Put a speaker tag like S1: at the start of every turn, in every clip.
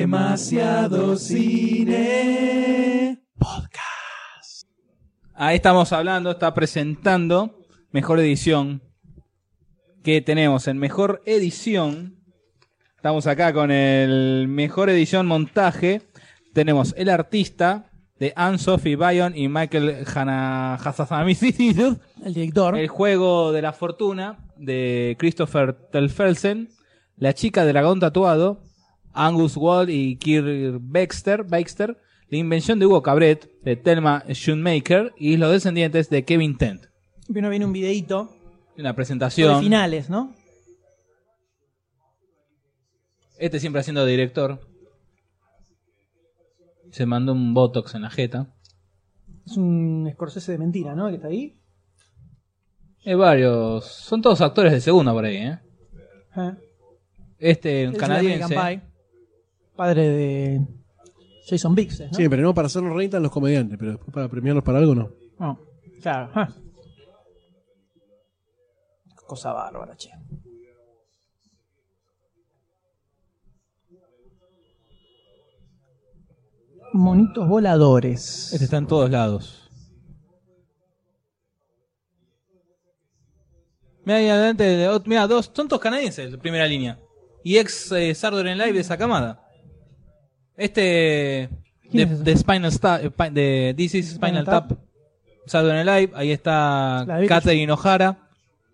S1: Demasiado cine.
S2: Ahí estamos hablando, está presentando mejor edición que tenemos. En mejor edición, estamos acá con el mejor edición montaje. Tenemos el artista de Anne Sophie Bayon y Michael Hanahazazamisidud.
S3: El director.
S2: El juego de la fortuna de Christopher Telfelsen. La chica del dragón tatuado. Angus Wall y Kirk Baxter. Baxter la invención de Hugo Cabret, de Thelma Schoonmaker y los descendientes de Kevin Tent.
S3: Primero viene un videíto
S2: Una
S3: de
S2: presentación.
S3: finales, ¿no?
S2: Este siempre haciendo de director. Se mandó un botox en la jeta.
S3: Es un Scorsese de mentira, ¿no? El Que está ahí.
S2: Hay Eh, varios. Son todos actores de segunda por ahí, ¿eh?
S3: Eh.
S2: Este
S3: Es de
S2: canadiense.
S3: American Pie, Padre de Jason Biggs, ¿no?
S4: Siempre, ¿no? Para hacernos reír están los comediantes, pero después para premiarlos para algo no.
S3: No, claro. ah. Cosa bárbara, che. Monitos voladores.
S2: Este está en todos lados. Mira ahí adelante. Mira, dos. Son todos canadienses de primera línea. Y ex eh, Sardor en live de esa camada. Este. De,
S3: ¿Quién es ese?
S2: de Spinal Tap. eh, Pi- De This is Spinal
S3: Spinal Tap.
S2: Tap. Sardor en live. Ahí está
S3: La de Beatles.
S2: Catherine O'Hara.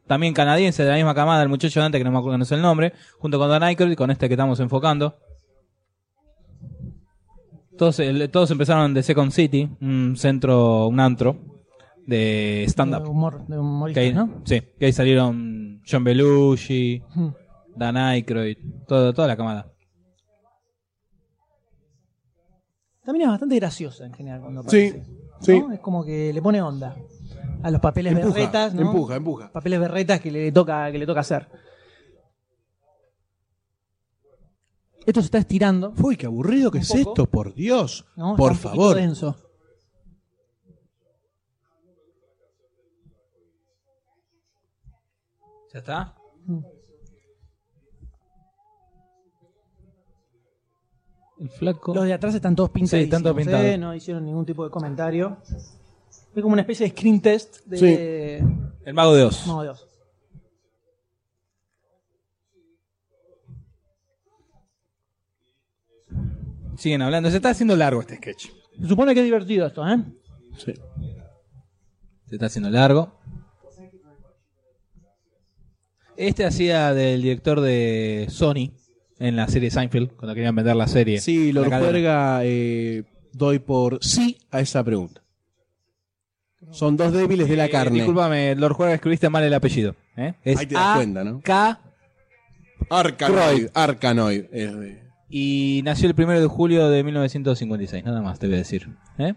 S2: También canadiense de la misma camada. El muchacho de antes que no me acuerdo no sé el nombre. Junto con Don Aykroyd. Con este que estamos enfocando. Todos, el- todos empezaron de Second City, un centro, un antro de
S3: De
S2: stand-up.
S3: humor, de humoristas,
S2: Que ahí-
S3: ¿no?
S2: Sí, que ahí salieron John Belushi,
S3: Mm.
S2: Dan Aykroyd, todo- toda la camada.
S3: También es bastante graciosa en general cuando
S4: Sí,
S3: aparece.
S4: sí.
S3: ¿no? Es como que le pone onda a los papeles berretas, ¿no?
S4: empuja, empuja.
S3: Papeles berretas que le toca, que le toca hacer. Esto se está estirando.
S4: Uy, qué aburrido que
S3: Un
S4: es
S3: poco.
S4: esto, por Dios.
S3: ¿no? Está
S4: por
S3: un poquito
S4: favor.
S3: denso.
S2: ¿Ya está?
S3: Mm.
S2: El flaco.
S3: Los de atrás están todos pintados.
S2: Sí, están todos pintados.
S3: No hicieron ningún tipo de comentario. Es como una especie de screen test de.
S2: El mago de Oz.
S3: No, Dios.
S2: Siguen hablando. Se está haciendo largo este sketch.
S3: Se supone que es divertido esto, ¿eh?
S4: Sí.
S2: Se está haciendo largo. Este hacía del director de Sony en la serie Seinfeld, cuando querían vender la serie.
S4: Sí, lo
S2: La cadena.
S4: cuelga eh, doy por sí a esa pregunta. Son dos débiles de la
S2: Eh,
S4: carne.
S2: discúlpame, Lord Juega, escribiste mal el apellido. ¿eh? Es
S4: Ahí te das
S2: A-
S4: cuenta, ¿no?
S2: K
S4: Arcanoid. Arcanoid. es de-
S2: y nació el 1 de julio de 1956. Nada más te voy a decir. ¿eh?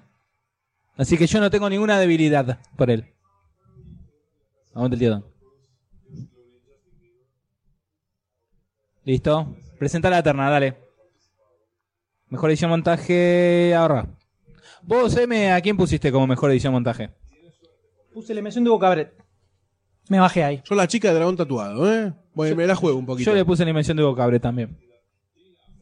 S2: Así que yo no tengo ninguna debilidad por él. Aguante el tío Don. Listo. Presenta la terna, dale. Mejor edición montaje ahora. Vos, M, ¿a quién pusiste como mejor edición montaje?
S3: Puse la emisión de Bocabret. Me bajé ahí.
S4: Yo la chica de dragón tatuado, ¿eh? Bueno, me la juego un poquito.
S2: Yo le puse la invención de Hugo Cabret también.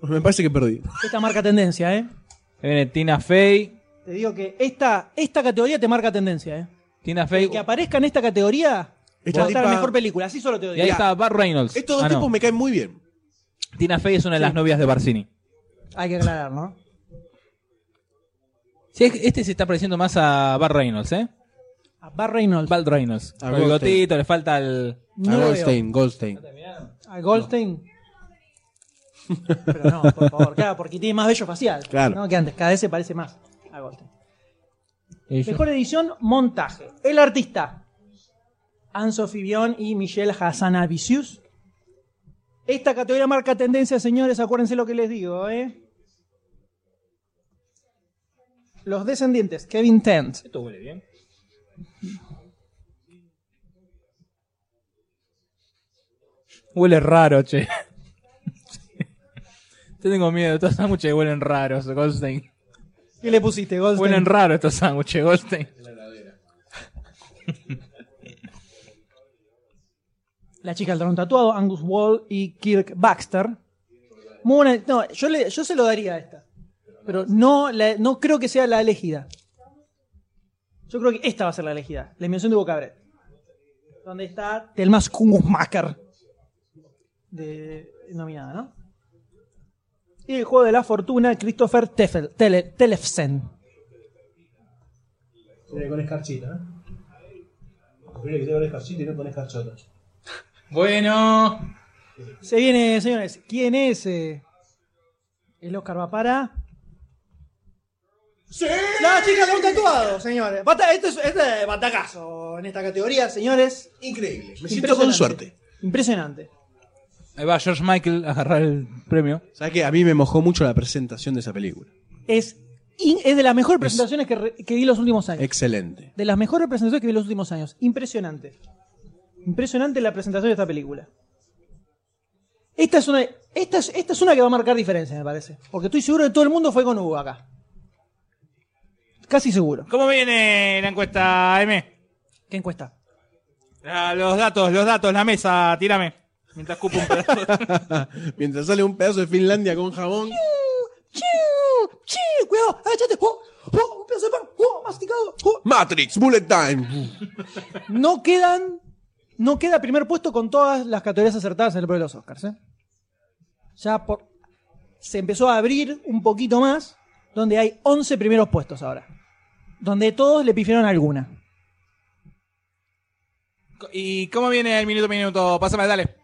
S4: Me parece que perdí.
S3: Esta marca tendencia, ¿eh?
S2: Ahí viene Tina Fey.
S3: Te digo que esta, esta categoría te marca tendencia, ¿eh?
S2: Tina Fey.
S3: El que aparezca en esta categoría
S4: Esta
S3: va a estar
S4: tipa-
S3: la mejor película. Así solo te
S2: Y ahí
S3: digo.
S2: está Bart Reynolds.
S4: Estos dos
S2: Ah, no.
S4: tipos me caen muy bien.
S3: Ah,
S2: Tina Fey es una de las novias de Barcini.
S3: Hay que aclarar, ¿no?
S2: Sí, es que este se está pareciendo más a Bart Reynolds, ¿eh?
S3: A Bar Reynolds.
S2: Bart Reynolds.
S4: A
S2: Con el
S4: Goldstein.
S2: gotito, le falta el.
S3: No
S4: a
S3: lo veo.
S4: Goldstein, Goldstein.
S3: A Goldstein. Pero no, por favor, claro, porque tiene más bello facial.
S4: Claro.
S3: ¿no? Que antes, cada vez se parece más a Goldstein. Mejor edición, montaje. El artista. Anne-Sophie Bion y Michelle Hassanavicius. Esta categoría marca tendencia, señores, acuérdense lo que les digo, ¿eh? Los descendientes, Kevin Tent.
S2: Esto huele bien. Huele raro, che. Yo tengo miedo, estos sándwiches huelen raros, Goldstein.
S3: ¿Qué le pusiste, Goldstein?
S2: Huelen raros estos sándwiches, Goldstein.
S3: La chica del dron tatuado, Angus Wall y Kirk Baxter. Muy buena- No, yo, le- yo se lo daría a esta. Pero no, la- no creo que sea la elegida. Yo creo que esta va a ser la elegida. La invención de Hugo Cabret. Donde está Telma Schumacher. De, nominada, ¿no? Y el juego de la fortuna, Christopher Teffel, Tele- Telefsen.
S5: Tiene que poner escarchita, ¿eh? Prefiero que te pones escarchita y no pones escarchota.
S2: Bueno.
S3: Se viene, señores. ¿Quién es? eh? El Oscar va para. ¡Sí! La chica con tatuado, señores. Bata- este, es, este es batacazo en esta categoría, señores.
S5: Increíble.
S4: Me siento con
S3: Impresionante.
S4: suerte.
S3: Impresionante.
S2: Ahí va George Michael a agarrar el premio.
S4: ¿Sabes que A mí me mojó mucho la presentación de esa película.
S3: Es, in- es de las mejores presentaciones que, re- que vi los últimos años.
S4: Excelente.
S3: De las mejores presentaciones que vi los últimos años. Impresionante. Impresionante la presentación de esta película. Esta es una, esta es, esta es una que va a marcar diferencia, me parece. Porque estoy seguro que todo el mundo fue con Hugo acá. Casi seguro.
S2: ¿Cómo viene la encuesta, M?
S3: ¿Qué encuesta?
S2: Ah, los datos, los datos, la mesa, tírame. Mientras cupo un pedazo.
S4: Mientras sale un pedazo de Finlandia con jamón.
S3: ¡Chiu! ¡Chiu! ¡Cuidado! ¡Agachate! ¡Oh! ¡Oh! ¡Un pedazo de pan! ¡Oh! ¡Masticado! ¡Oh!
S4: Matrix, Bullet Time.
S3: No quedan. No queda primer puesto con todas las categorías acertadas en el premio de los Oscars. ¿eh? Ya por, se empezó a abrir un poquito más, donde hay 11 primeros puestos ahora. Donde todos le pifiaron alguna.
S2: ¿Y cómo viene el minuto minuto? Pásame, dale.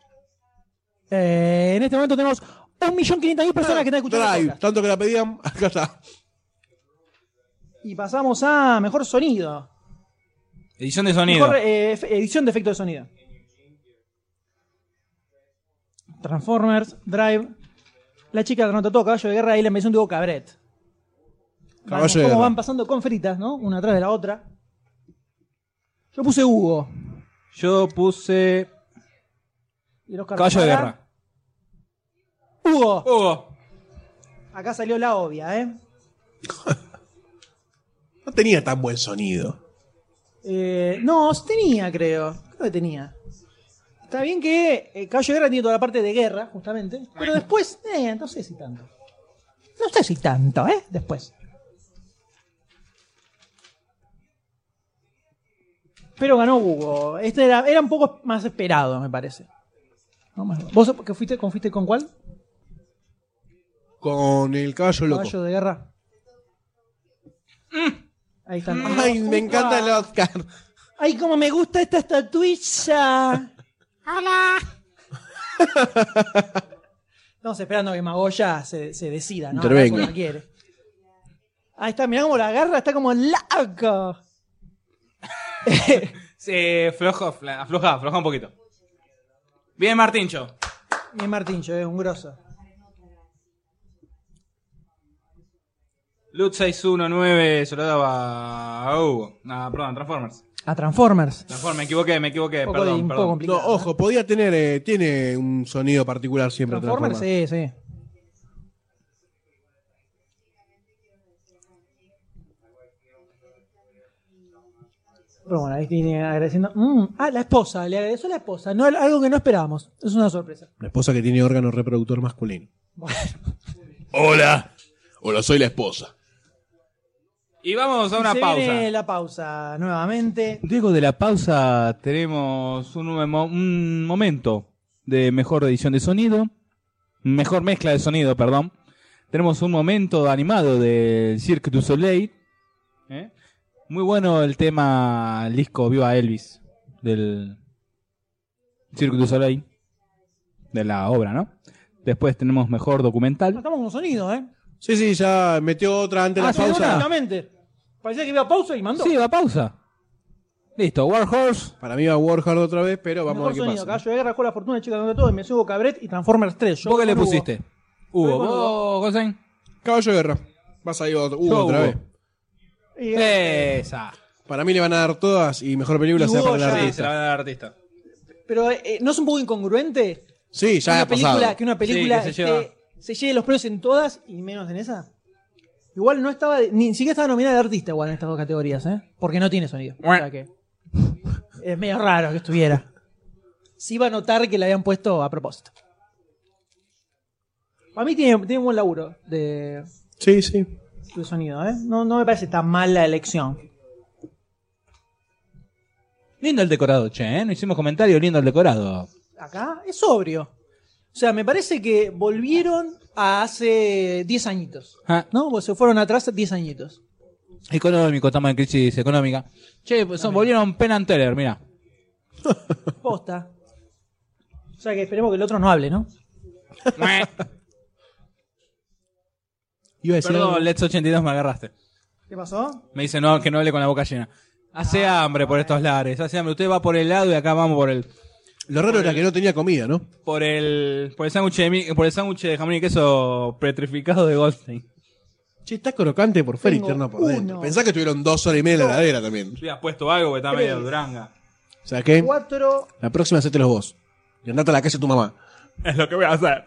S3: Eh, en este momento tenemos 1.500.000 personas que están escuchando. el
S4: Drive,
S3: podcast.
S4: tanto que la pedían. Acá está.
S3: Y pasamos a mejor sonido.
S2: Edición de sonido.
S3: Mejor eh, ef- edición de efecto de sonido. Transformers, Drive, La chica del toca, Caballo de Guerra y la invención de Hugo Cabret.
S4: Caballo de
S3: Como
S4: Guerra.
S3: van pasando con fritas, ¿no? Una atrás de la otra. Yo puse Hugo.
S2: Yo puse.
S3: Y el Oscar
S2: Caballo de
S3: para-
S2: guerra.
S3: Hugo.
S2: Hugo.
S3: Acá salió la obvia, ¿eh?
S4: No tenía tan buen sonido.
S3: Eh, no, tenía, creo. Creo que tenía. Está bien que eh, Caballo de Guerra tiene toda la parte de guerra, justamente. Pero después, eh, no sé si tanto. No sé si tanto, ¿eh? Después. Pero ganó Hugo. Este era, era un poco más esperado, me parece. No, más- ¿Vos que fuiste, con, fuiste con cuál?
S4: Con el caballo loco. Mm.
S3: Caballo de Guerra. Ahí está. Ah.
S4: Ay, me encanta el Oscar.
S3: ¡Ay, cómo me gusta esta estatuilla! ¡Hola! Estamos esperando que Magoya se, se decida, ¿no?
S4: Intervenga.
S3: Como quiere. Ahí está, mirá cómo la agarra, está como loco.
S2: Se afloja, afloja, afloja un poquito. Bien, Martincho.
S3: Mi Martincho, es un grosso.
S2: Lut 619 se lo daba a Hugo. Ah, perdón, Transformers.
S3: A Transformers.
S2: Transformers, me equivoqué, me equivoqué,
S3: Un poco, de-
S2: perdón,
S3: un poco
S2: perdón.
S4: No,
S3: complicado. ¿no?
S4: ojo, podía tener. eh, tiene un sonido particular siempre.
S3: Transformers,
S4: Transformers.
S3: sí, sí. Pero bueno, ahí tiene agradeciendo. Mm, ah, la esposa, le agradeció a la esposa. No, algo que no esperábamos. Es una sorpresa.
S4: La esposa que tiene órgano reproductor masculino.
S3: Bueno,
S4: Hola. Hola, soy la esposa.
S2: Y vamos a una
S3: se
S2: pausa.
S3: viene la pausa nuevamente.
S2: Luego de la pausa tenemos un, mo- un momento de mejor edición de sonido, mejor mezcla de sonido, perdón. Tenemos un momento animado del Cirque du Soleil. ¿eh? Muy bueno el tema el disco Viva Elvis del Cirque du Soleil, de la obra, ¿no? Después tenemos mejor
S3: No,
S2: documental.
S3: Estamos con sonido, ¿eh?
S4: Sí, sí, ya metió otra antes de
S3: Ah,
S4: la
S3: sí, bueno,
S4: pausa.
S3: directamente. Parecía que iba a pausa y mandó.
S2: Sí, va pausa. Listo, War Horse.
S4: Para mí va Warhard otra vez, pero vamos a ver
S3: Mejor
S4: qué
S3: sonido,
S4: pasa.
S3: Caballo de Guerra, Juego de la Fortuna, Chica de Todo, Me Subo Cabret y Transformers 3. Yo
S2: ¿Vos qué le
S3: con Hugo.
S2: pusiste?
S3: Yo
S2: Hugo,
S3: con Hugo.
S2: ¿vos, Goldstein?
S4: Caballo de guerra. Vas ahí otro, uh,
S2: Yo,
S4: otra
S2: Hugo.
S4: vez.
S3: Y, eh,
S2: Eh. Esa.
S4: Para mí le van a dar todas y mejor película
S3: Y
S4: se va a
S3: Hugo
S4: poner la
S3: ya-
S4: risa.
S2: van a dar artista.
S3: Pero eh, ¿no es un poco incongruente
S4: Sí, ya
S3: una
S4: ha pasado.
S3: película, que una película
S2: Sí, que se
S3: esté-
S2: lleva.
S3: se lleve los premios en todas y menos en esa? Igual no estaba, ni siquiera estaba nominada de artista igual en estas dos categorías, ¿eh? Porque no tiene sonido. O sea que es medio raro que estuviera. Sí iba a notar que la habían puesto a propósito. Para mí tiene, tiene un buen laburo de,
S4: Sí, sí.
S3: de sonido, ¿eh? No, no me parece tan mal la elección.
S2: Lindo el decorado, che, ¿eh? No hicimos comentario, lindo el decorado.
S3: Acá es sobrio. O sea, me parece que volvieron a hace 10 añitos.
S2: Ah,
S3: ¿No? Pues se fueron atrás 10 añitos.
S2: económico, estamos en crisis económica. Che, pues son, volvieron Penn and Teller, mirá.
S3: Posta. O sea que esperemos que el otro no hable, ¿no?
S4: Iba a decir algo.
S2: Perdón, Let's 82 me agarraste.
S3: ¿Qué pasó?
S2: Me dice no, que no hable con la boca llena. Hace hambre por estos lares, hace hambre. Usted va por el lado y acá vamos por el
S4: Lo raro era que no tenía comida, ¿no?
S2: por el por el sándwich de mi- por el sándwich de jamón y queso petrificado de Goldstein.
S4: Che, está crocante por fuera y
S3: Tengo
S4: tierno por
S3: uno.
S4: dentro. Pensá que tuvieron dos horas y media en la heladera también.
S2: Hubieras puesto algo que está medio
S3: Tres.
S2: duranga.
S4: O sea que,
S3: 4.
S4: la próxima hacételos vos. Y andate a la casa de tu mamá.
S2: Es lo que voy a hacer.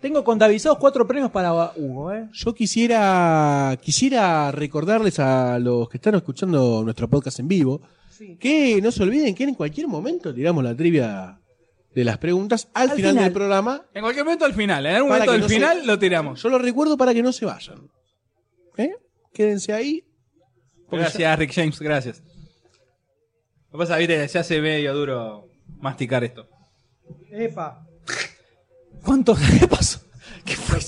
S3: Tengo contabilizados 4 premios para Hugo, ¿eh?
S4: Yo quisiera, quisiera recordarles a los que están escuchando nuestro podcast en vivo
S3: Sí.
S4: que no se olviden que en cualquier momento tiramos la trivia de las preguntas al,
S3: Al
S4: final,
S3: final.
S4: del programa.
S2: En cualquier momento al final, ¿eh? en algún
S4: Para
S2: momento
S4: que
S2: al
S4: no se-
S2: final lo tiramos.
S4: Yo lo recuerdo para que no se vayan. ¿Eh? Quédense ahí. Porque
S2: Gracias, Rick James, gracias. Lo que pasa, viste, se hace medio duro masticar esto.
S3: Epa.
S2: ¿Cuántos? ¿Qué pasó? ¿Qué fue?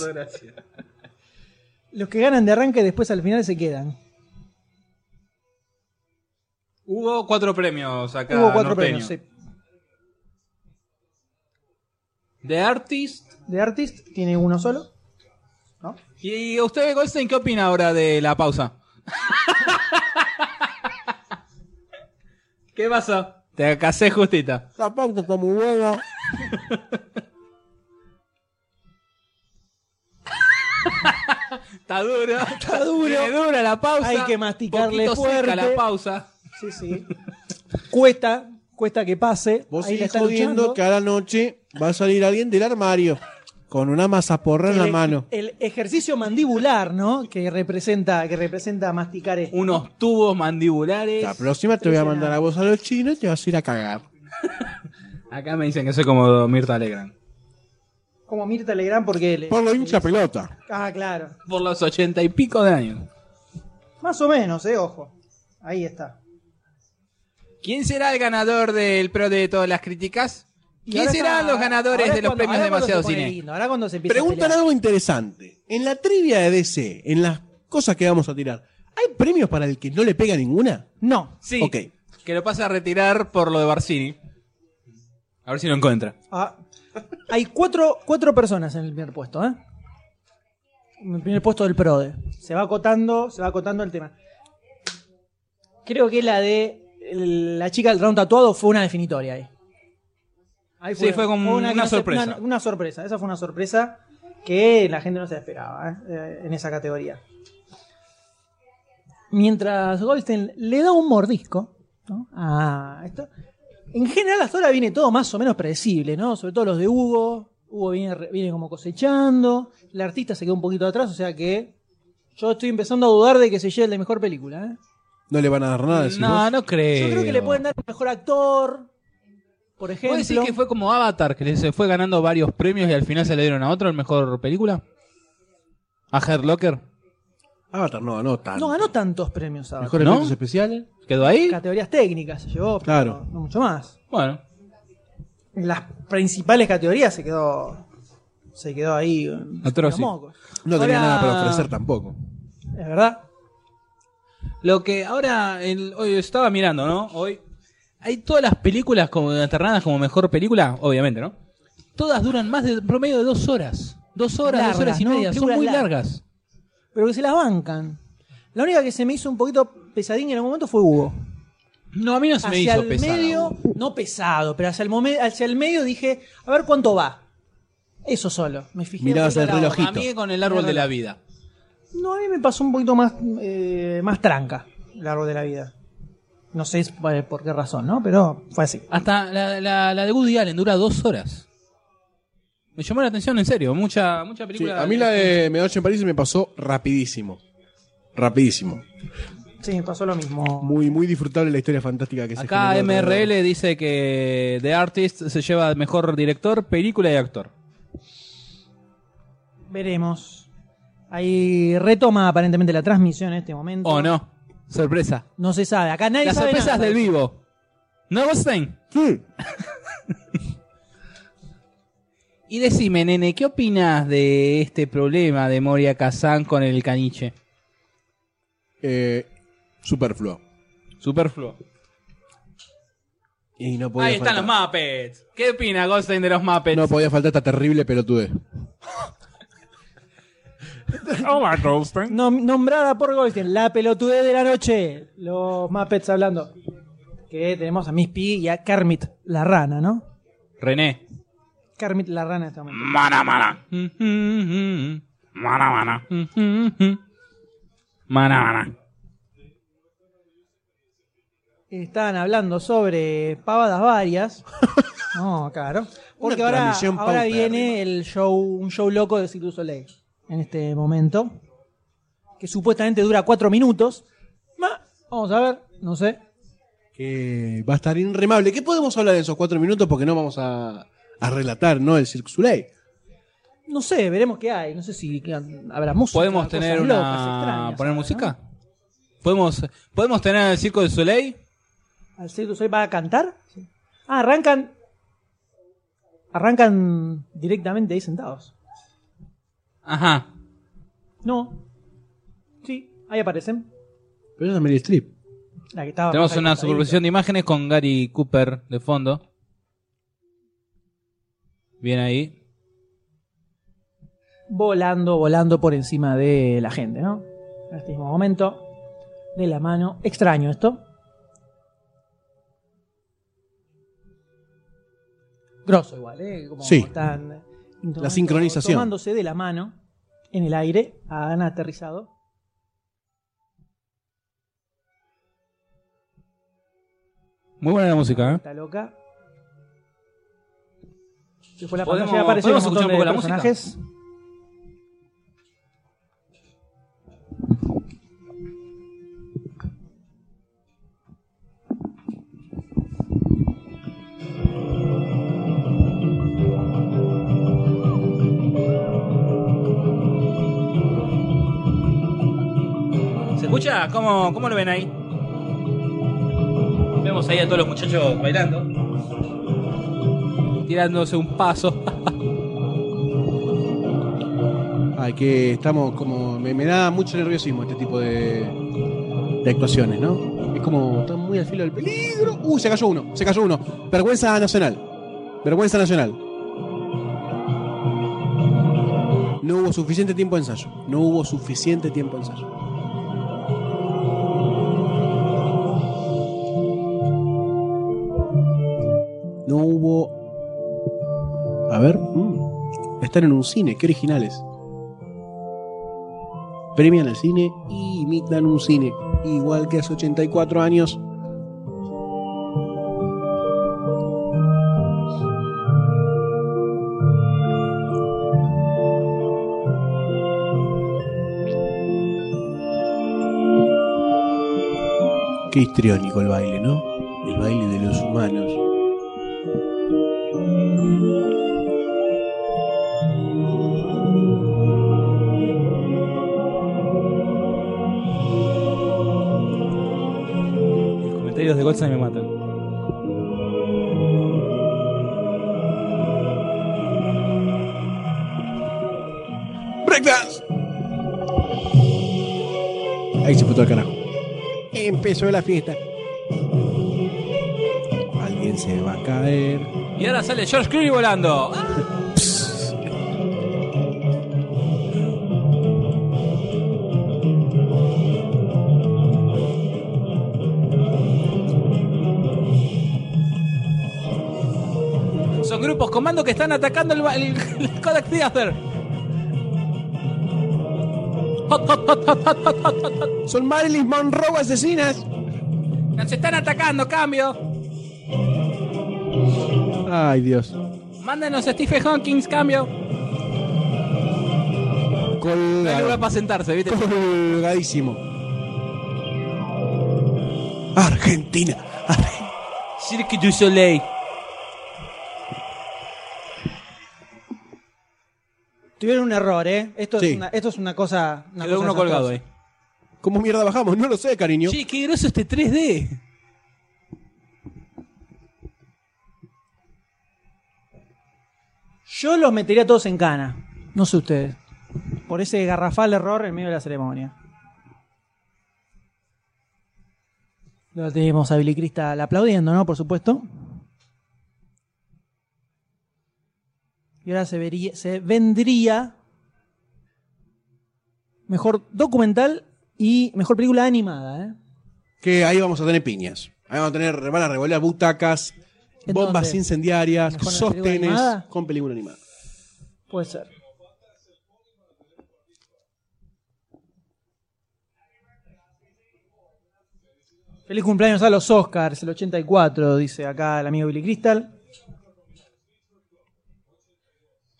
S3: Los que ganan de arranque después al final se quedan.
S2: Hubo cuatro premios acá.
S3: Hubo 4
S2: norteño.
S3: premios, sí.
S2: The Artist.
S3: De Artist tiene uno solo. ¿No?
S2: ¿Y usted, Goldstein, qué opina ahora de la pausa? ¿Qué pasó? Te casé justita.
S4: La pauta está muy buena.
S2: Está dura. Está dura. dura la pausa.
S3: Hay que masticarle
S2: Poquito seca
S3: fuerte.
S2: la pausa.
S3: Sí, sí. cuesta, cuesta que pase.
S4: Vos
S3: Ahí la
S4: seguís
S3: está
S4: jodiendo
S3: luchando.
S4: que a la noche va a salir alguien del armario con una mazaporra en la
S3: El-
S4: mano.
S3: El ejercicio mandibular, ¿no? Que representa, que representa masticar esto.
S2: Unos tubos mandibulares.
S4: La próxima te voy a
S3: Trece
S4: mandar
S3: nada.
S4: a vos a los chinos y te vas a ir a cagar.
S2: Acá me dicen que soy como Mirta Legrand.
S3: Como Mirta Legrand porque le-
S4: Por lo hincha pelota.
S3: Ah, claro.
S2: Por los ochenta y pico de años.
S3: Más o menos, eh, ojo. Ahí está.
S2: ¿Quién será el ganador del pro de todas las críticas?
S3: Y
S2: ¿Quién
S3: ahora
S2: serán
S3: está-
S2: los ganadores
S3: ahora
S2: de los
S3: cuando-
S2: premios
S3: ahora
S2: de
S3: cuando
S2: demasiado
S3: se pone
S2: cine?
S3: lindo, ahora cuando se empieza a
S4: Preguntan
S3: pelear.
S4: algo interesante. En la trivia de DC, en las cosas que vamos a tirar, ¿hay premios para el que no le pega ninguna?
S3: No.
S2: Sí.
S4: Ok.
S2: Que lo pasa a retirar por lo de Barcini. A ver si lo encuentra.
S3: Ah, hay cuatro, cuatro personas en el primer puesto, ¿eh? En el primer puesto del PRODE. Se va acotando, se va acotando el tema. Creo que la de el- la chica del round tatuado fue una definitoria ahí. Ahí
S2: Sí, fue como
S3: que
S2: una
S3: no se-
S2: sorpresa.
S3: una, una sorpresa, esa fue una sorpresa que la gente no se la esperaba ¿eh? Eh, en esa categoría. Mientras Goldstein le da un mordisco ¿no? a esto, en general hasta ahora viene todo más o menos predecible, ¿no? Sobre todo los de Hugo. Hugo viene, re- viene como cosechando. El artista se quedó un poquito atrás, o sea que yo estoy empezando a dudar de que se lleve el de mejor película. ¿eh?
S4: No le van a dar nada, decís
S2: No,
S4: vos.
S2: no creo.
S3: Ah, Yo creo que le pueden dar un mejor actor, por ejemplo.
S2: ¿Vos decís que fue como Avatar, que se fue ganando varios premios y al final se le dieron a otro el mejor película? ¿A Herlocker?
S4: Avatar no ganó tanto.
S3: No ganó tantos premios ahora.
S4: Mejor
S2: ¿No?
S4: efectos especiales.
S2: ¿Quedó ahí?
S3: Categorías técnicas se llevó, pero
S4: Claro.
S3: no mucho más.
S2: Bueno.
S3: En las principales categorías se quedó se quedó ahí. en-
S2: Atroz,
S3: en los
S2: sí.
S3: mocos.
S4: No tenía
S2: Ahora-
S4: nada para ofrecer tampoco.
S3: Es verdad.
S2: Lo que ahora, el- hoy estaba mirando, ¿no? Hoy. Hay todas las películas como aterradas como mejor película, obviamente, ¿no? Todas duran más de promedio de dos horas. Dos horas,
S3: Largas,
S2: dos horas y
S3: ¿no?
S2: media. Son
S3: Películas
S2: muy
S3: largas.
S2: largas.
S3: Pero que se las bancan. La única que se me hizo un poquito pesadín en algún momento fue Hugo.
S2: No, a mí no se me
S3: hacia
S2: hizo
S3: el
S2: pesada.
S3: medio, no pesado, pero hacia el, momen- hacia el medio dije, a ver cuánto va. Eso solo. Me fijé. un
S4: Mirabas
S3: poquito
S4: el
S3: la hora.
S4: relojito.
S2: A mí con el árbol de la vida.
S3: No, a mí me pasó un poquito más, eh, más tranca el árbol de la vida. No sé eh, por qué razón, ¿no? Pero fue así.
S2: Hasta la, la- la de Woody Allen dura dos horas. Me llamó la atención, en serio. Mucha, mucha
S4: Sí,
S2: película.
S4: a mí la de Medianoche en París me pasó rapidísimo. Rapidísimo.
S3: Sí, me pasó lo mismo.
S4: Muy, muy disfrutable la historia fantástica que se
S2: Acá
S4: generó alrededor.
S2: MRL dice que The Artist se lleva mejor director, película y actor.
S3: Veremos. Ahí retoma aparentemente la transmisión en este momento.
S2: O Oh, no. Sorpresa.
S3: No se sabe. Acá nadie
S2: Las
S3: sabe
S2: sorpresas
S3: nada.
S2: del vivo. ¿No, Goldstein?
S4: Sí.
S2: Y decime, nene, ¿qué opinas de este problema de Moria Kazan con el caniche?
S4: Eh, superfluo.
S2: Superfluo.
S4: Y no podía
S2: Ahí están los
S4: faltar-
S2: Muppets. ¿Qué opina Goldstein de los Muppets?
S4: No podía faltar esta terrible pelotudez.
S6: Hola, Goldstein.
S3: Nom- nombrada por Goldstein, la pelotudez de la noche. Los Muppets hablando. Que tenemos a Miss Piggy y a Kermit la rana, ¿no?
S2: René.
S3: Kermit la rana en este momento.
S6: Mana, mana.
S2: Mana,
S6: Mana, mana.
S2: mana.
S3: Estaban hablando sobre pavadas varias. No, claro. Porque
S4: Una
S3: ahora,
S4: transmisión
S3: ahora
S4: paupérrima.
S3: viene el show, un show loco de Cirque du Soleil en este momento. Que supuestamente dura cuatro minutos. Ma- Vamos a ver, no sé.
S4: Que va a estar inremable. ¿Qué podemos hablar en esos cuatro minutos? Porque no vamos a, a relatar, ¿no? El Cirque du Soleil.
S3: No sé, veremos qué hay. No sé si habrá música.
S2: ¿Podemos
S3: cosas
S2: tener
S3: locas,
S2: una.
S3: extrañas,
S2: poner
S3: ¿no?
S2: música? ¿Podemos, ¿Podemos tener el Circo del Soleil?
S3: ¿Al Cirque du Soleil va a cantar? Ah, arrancan. Arrancan directamente ahí sentados.
S2: Ajá.
S3: No. Sí, ahí aparecen.
S4: Pero esa es Meryl Streep.
S3: La que estaba
S2: Tenemos
S3: más
S2: una
S3: acostadita.
S2: superposición de imágenes con Gary Cooper de fondo. Bien ahí.
S3: Volando, volando por encima de la gente, ¿no? En este mismo momento. De la mano. Extraño esto. Grosso igual, ¿eh? Como
S4: Sí.
S3: están tomando-
S4: sincronización.
S3: Tomándose de la mano en el aire. Han aterrizado.
S2: Muy buena la música, ¿eh?
S3: Está loca. Se fue la
S2: ¿Podemos-
S3: pantalla, aparecieron
S2: podemos
S3: un montón
S2: escuchar un poco
S3: de
S2: la música?
S3: personajes.
S2: ¿Se escucha? ¿Cómo, cómo lo ven ahí? Vemos ahí a todos los muchachos bailando. Tirándose un paso.
S4: Ay, que estamos como. Me, me da mucho nerviosismo este tipo de, de actuaciones, ¿no? Es como. Están muy al filo del peligro. Uy, Uh, se cayó uno, se cayó uno. Vergüenza nacional. Vergüenza nacional. No hubo suficiente tiempo de ensayo. No hubo suficiente tiempo de ensayo. No hubo. A ver. mm, Están en un cine, qué originales premian al cine y imitan un cine, igual que hace 84 años. Qué histriónico el baile, ¿no? El baile de los humanos.
S2: Los comentarios de Goldstein me matan.
S4: ¡Breakdance! Ahí se fue todo el carajo. Empezó la fiesta. Alguien se va a caer.
S2: Y ahora sale George Clooney volando. ¡Ah! Son grupos comando que están atacando el, ba- el, el Kodak Theater. Hot, hot, hot, hot, hot, hot, hot, hot, hot.
S4: Son Marilyn Monroe asesinas.
S2: Nos están atacando, cambio.
S4: Ay, Dios.
S2: Mándanos a Stephen Hawking, cambio. No hay lugar
S4: Colgado.
S2: para sentarse, ¿viste?
S4: Colgadísimo. Argentina. Ar-
S2: Cirque du Soleil.
S3: Tuvieron un error, ¿eh? Esto,
S4: Sí.
S3: es, una, esto es una cosa. una
S2: Quedó
S3: cosa
S2: uno colgado ahí.
S3: desastrosa.
S4: ¿Cómo mierda bajamos? No lo sé, cariño.
S2: Che, qué groso este 3D.
S3: Yo los metería todos en cana. No sé ustedes. Por ese garrafal error en medio de la ceremonia. Lo tenemos a Billy Crystal aplaudiendo, ¿no? Por supuesto. Y ahora se, vería- se vendría mejor documental y mejor película animada, ¿eh?
S4: Que ahí vamos a tener piñas. Ahí vamos a tener, van a revolear butacas,
S3: ¿En
S4: bombas
S3: dónde?
S4: incendiarias,
S3: ¿Mejor en la película
S4: sostenes
S3: animada?
S4: con película animada.
S3: Puede ser. Feliz cumpleaños a los Oscars, el 84, dice acá el amigo Billy Crystal.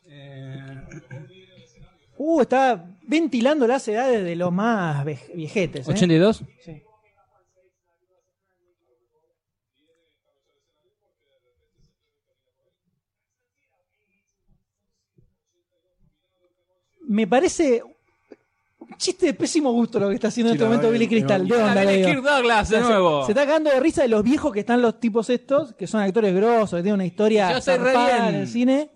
S3: Eh, Uh, está ventilando las edades de los más vej- viejetes. ¿eh?
S2: 82.
S3: Sí. Me parece un chiste de pésimo gusto lo que está haciendo en
S4: Sí,
S3: este
S4: la
S3: momento
S4: verdad
S3: Billy
S4: que-
S3: Crystal. ¿De dónde,
S2: Dale,
S3: Leo?
S2: Kirk Douglas de
S3: Se-
S2: nuevo.
S3: Se, está cagando de risa de los viejos que están los tipos estos, que son actores grosos, que tienen una historia
S2: Yo sé re
S3: zarpada
S2: bien.
S3: en el cine.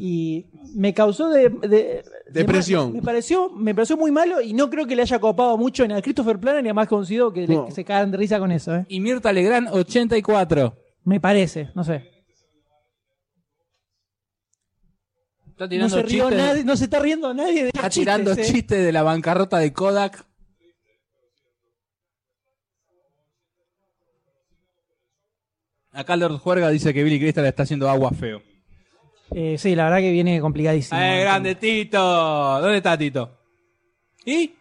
S3: Y me causó de, de-
S4: Depresión.
S3: de- me pareció, me pareció muy malo y no creo que le haya copado mucho ni a Christopher Plana ni a más conocido que, le-
S4: No.
S3: que se cagan de risa con eso, ¿eh?
S2: Y Mirta Legrand, 84.
S3: Me parece, no sé.
S2: Está
S3: No
S2: tirando
S3: se, rió
S2: chistes.
S3: nadie- no se está riendo nadie de
S2: Está
S3: los
S2: tirando
S3: chistes, ¿eh?
S2: chistes de la bancarrota de Kodak. Acá Lord Juerga dice que Billy Crystal está haciendo agua feo.
S3: Eh, sí, la verdad que viene complicadísimo.
S2: ¡Eh, grande Tito! ¿Dónde está Tito? ¿Y?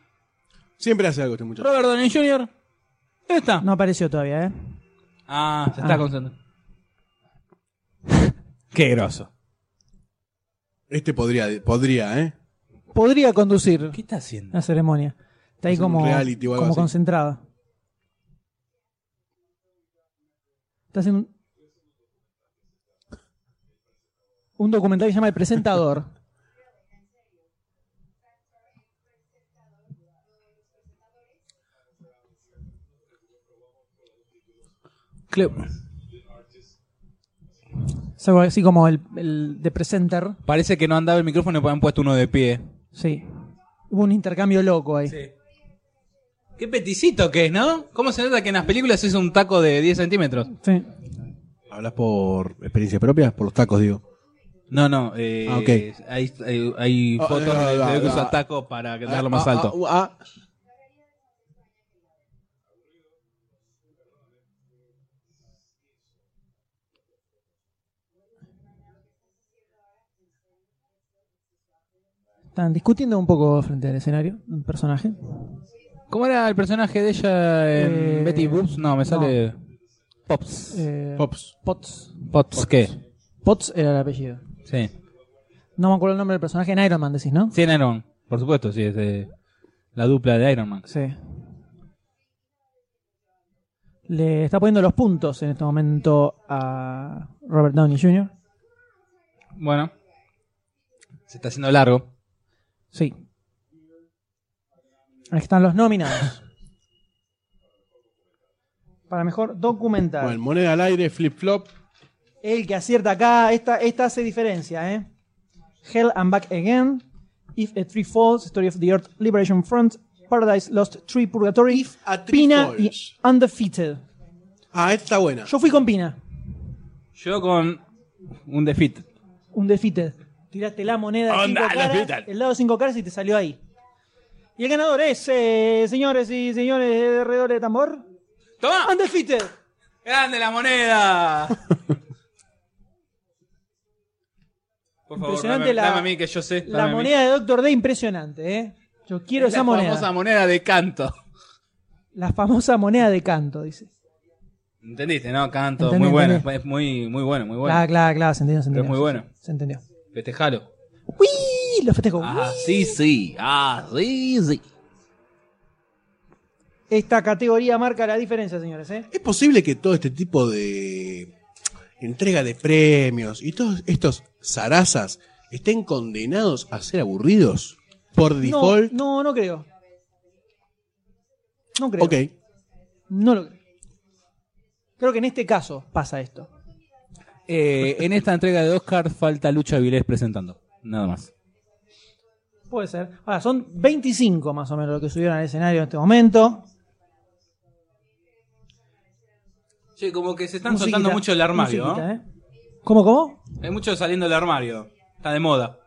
S4: Siempre hace algo este muchacho.
S2: ¿Robert Downey Jr.? ¿Dónde está?
S3: No apareció todavía, ¿eh?
S2: Ah, se está
S3: Ah.
S2: concentrando. Qué groso.
S4: Este podría, podría, ¿eh?
S3: Podría conducir
S2: ¿Qué está haciendo?
S3: la ceremonia. Está ahí
S4: Es un
S3: como,
S4: reality o algo
S3: como
S4: así.
S3: concentrado. Está haciendo un, un documental que se llama El Presentador. Es algo así como el, el de Presenter.
S2: Parece que no andaba el micrófono y han puesto uno de pie.
S3: Sí. Hubo un intercambio loco ahí.
S2: Qué peticito que es, ¿no? ¿Cómo se nota que en las películas es un taco de 10 centímetros?
S3: Sí.
S4: ¿Hablas por experiencia propia? Por los tacos, digo.
S2: No, no. Eh,
S4: Ah, ok.
S2: Hay, hay- hay
S4: Ah,
S2: fotos
S4: ah,
S2: de-
S4: ah,
S2: de que usa
S4: ah,
S2: taco para darlo más
S4: Ah,
S2: alto.
S4: ah, ah, ah.
S3: Están discutiendo un poco frente al escenario, un personaje.
S4: uh.
S2: ¿Cómo era el personaje de ella en
S3: Eh,
S2: Betty Boobs? No, me
S3: no.
S2: sale. Pops.
S3: Eh,
S4: Pops.
S3: Potts.
S2: Pops, ¿qué?
S3: Potts era el apellido.
S2: Sí.
S3: No me acuerdo el nombre del personaje en Iron Man, decís, ¿no?
S2: Sí, en Iron Man. Por supuesto, sí, es eh, la dupla de Iron Man.
S3: Sí. Le está poniendo los puntos en este momento a Robert Downey Jr.
S2: Bueno. Se está haciendo largo.
S3: Sí. Ahí están los nominados. Para mejor documental.
S4: Bueno, moneda al aire, flip-flop.
S3: El que acierta acá, esta, esta hace diferencia, ¿eh? Hell and Back Again, If a Tree Falls, Story of the Earth, Liberation Front, Paradise Lost, Tree Purgatory,
S4: a Tree
S3: Pina y
S4: Falls.
S3: Undefeated.
S4: Ah, esta está buena.
S3: Yo fui con Pina,
S2: Yo con un defeat.
S3: Undefeated. Tiraste la moneda de cinco
S7: Onda,
S3: caras,
S7: Undefeated.
S3: el lado de cinco caras y te salió ahí. Y el ganador es, eh, señores y señores de redoble de tambor,
S2: ¡Toma!
S3: Undefeated.
S2: ¡Grande la moneda! Por favor,
S3: Impresionante
S2: dame,
S3: la-
S2: dame a mí que yo sé. dame a
S3: La
S2: mí.
S3: moneda de Doctor D impresionante, ¿eh? Yo quiero
S2: Es
S3: esa
S2: La famosa
S3: moneda.
S2: moneda de canto.
S3: La famosa moneda de canto, dice.
S2: ¿Entendiste, no? Canto,
S3: Entendí,
S2: muy bueno.
S3: entendí.
S2: Es muy, muy bueno, muy bueno.
S3: Claro, claro, claro, se entendió, se
S2: Pero
S3: entendió.
S2: es muy bueno.
S3: Se entendió.
S2: Festejalo.
S3: ¡Uy! Lo festejo.
S2: Ah, sí, sí. Ah, sí, sí.
S3: Esta categoría marca la diferencia, señores. ¿eh?
S4: ¿Es posible que todo este tipo de entrega de premios y todos estos zarazas estén condenados a ser aburridos por
S3: No,
S4: default.
S3: no, no creo. No creo.
S4: ok,
S3: No lo creo. Creo que en este caso pasa esto.
S2: Eh, en esta entrega de Oscar falta Lucha Vilés presentando. Nada más.
S3: Puede ser. Ahora, son 25 más o menos lo que subieron al escenario en este momento.
S2: Sí, como que se están
S3: Musiquita,
S2: soltando mucho el armario.
S3: musiquita,
S2: ¿no?
S3: ¿eh? ¿Cómo, cómo?
S2: Hay mucho saliendo del armario. Está de moda.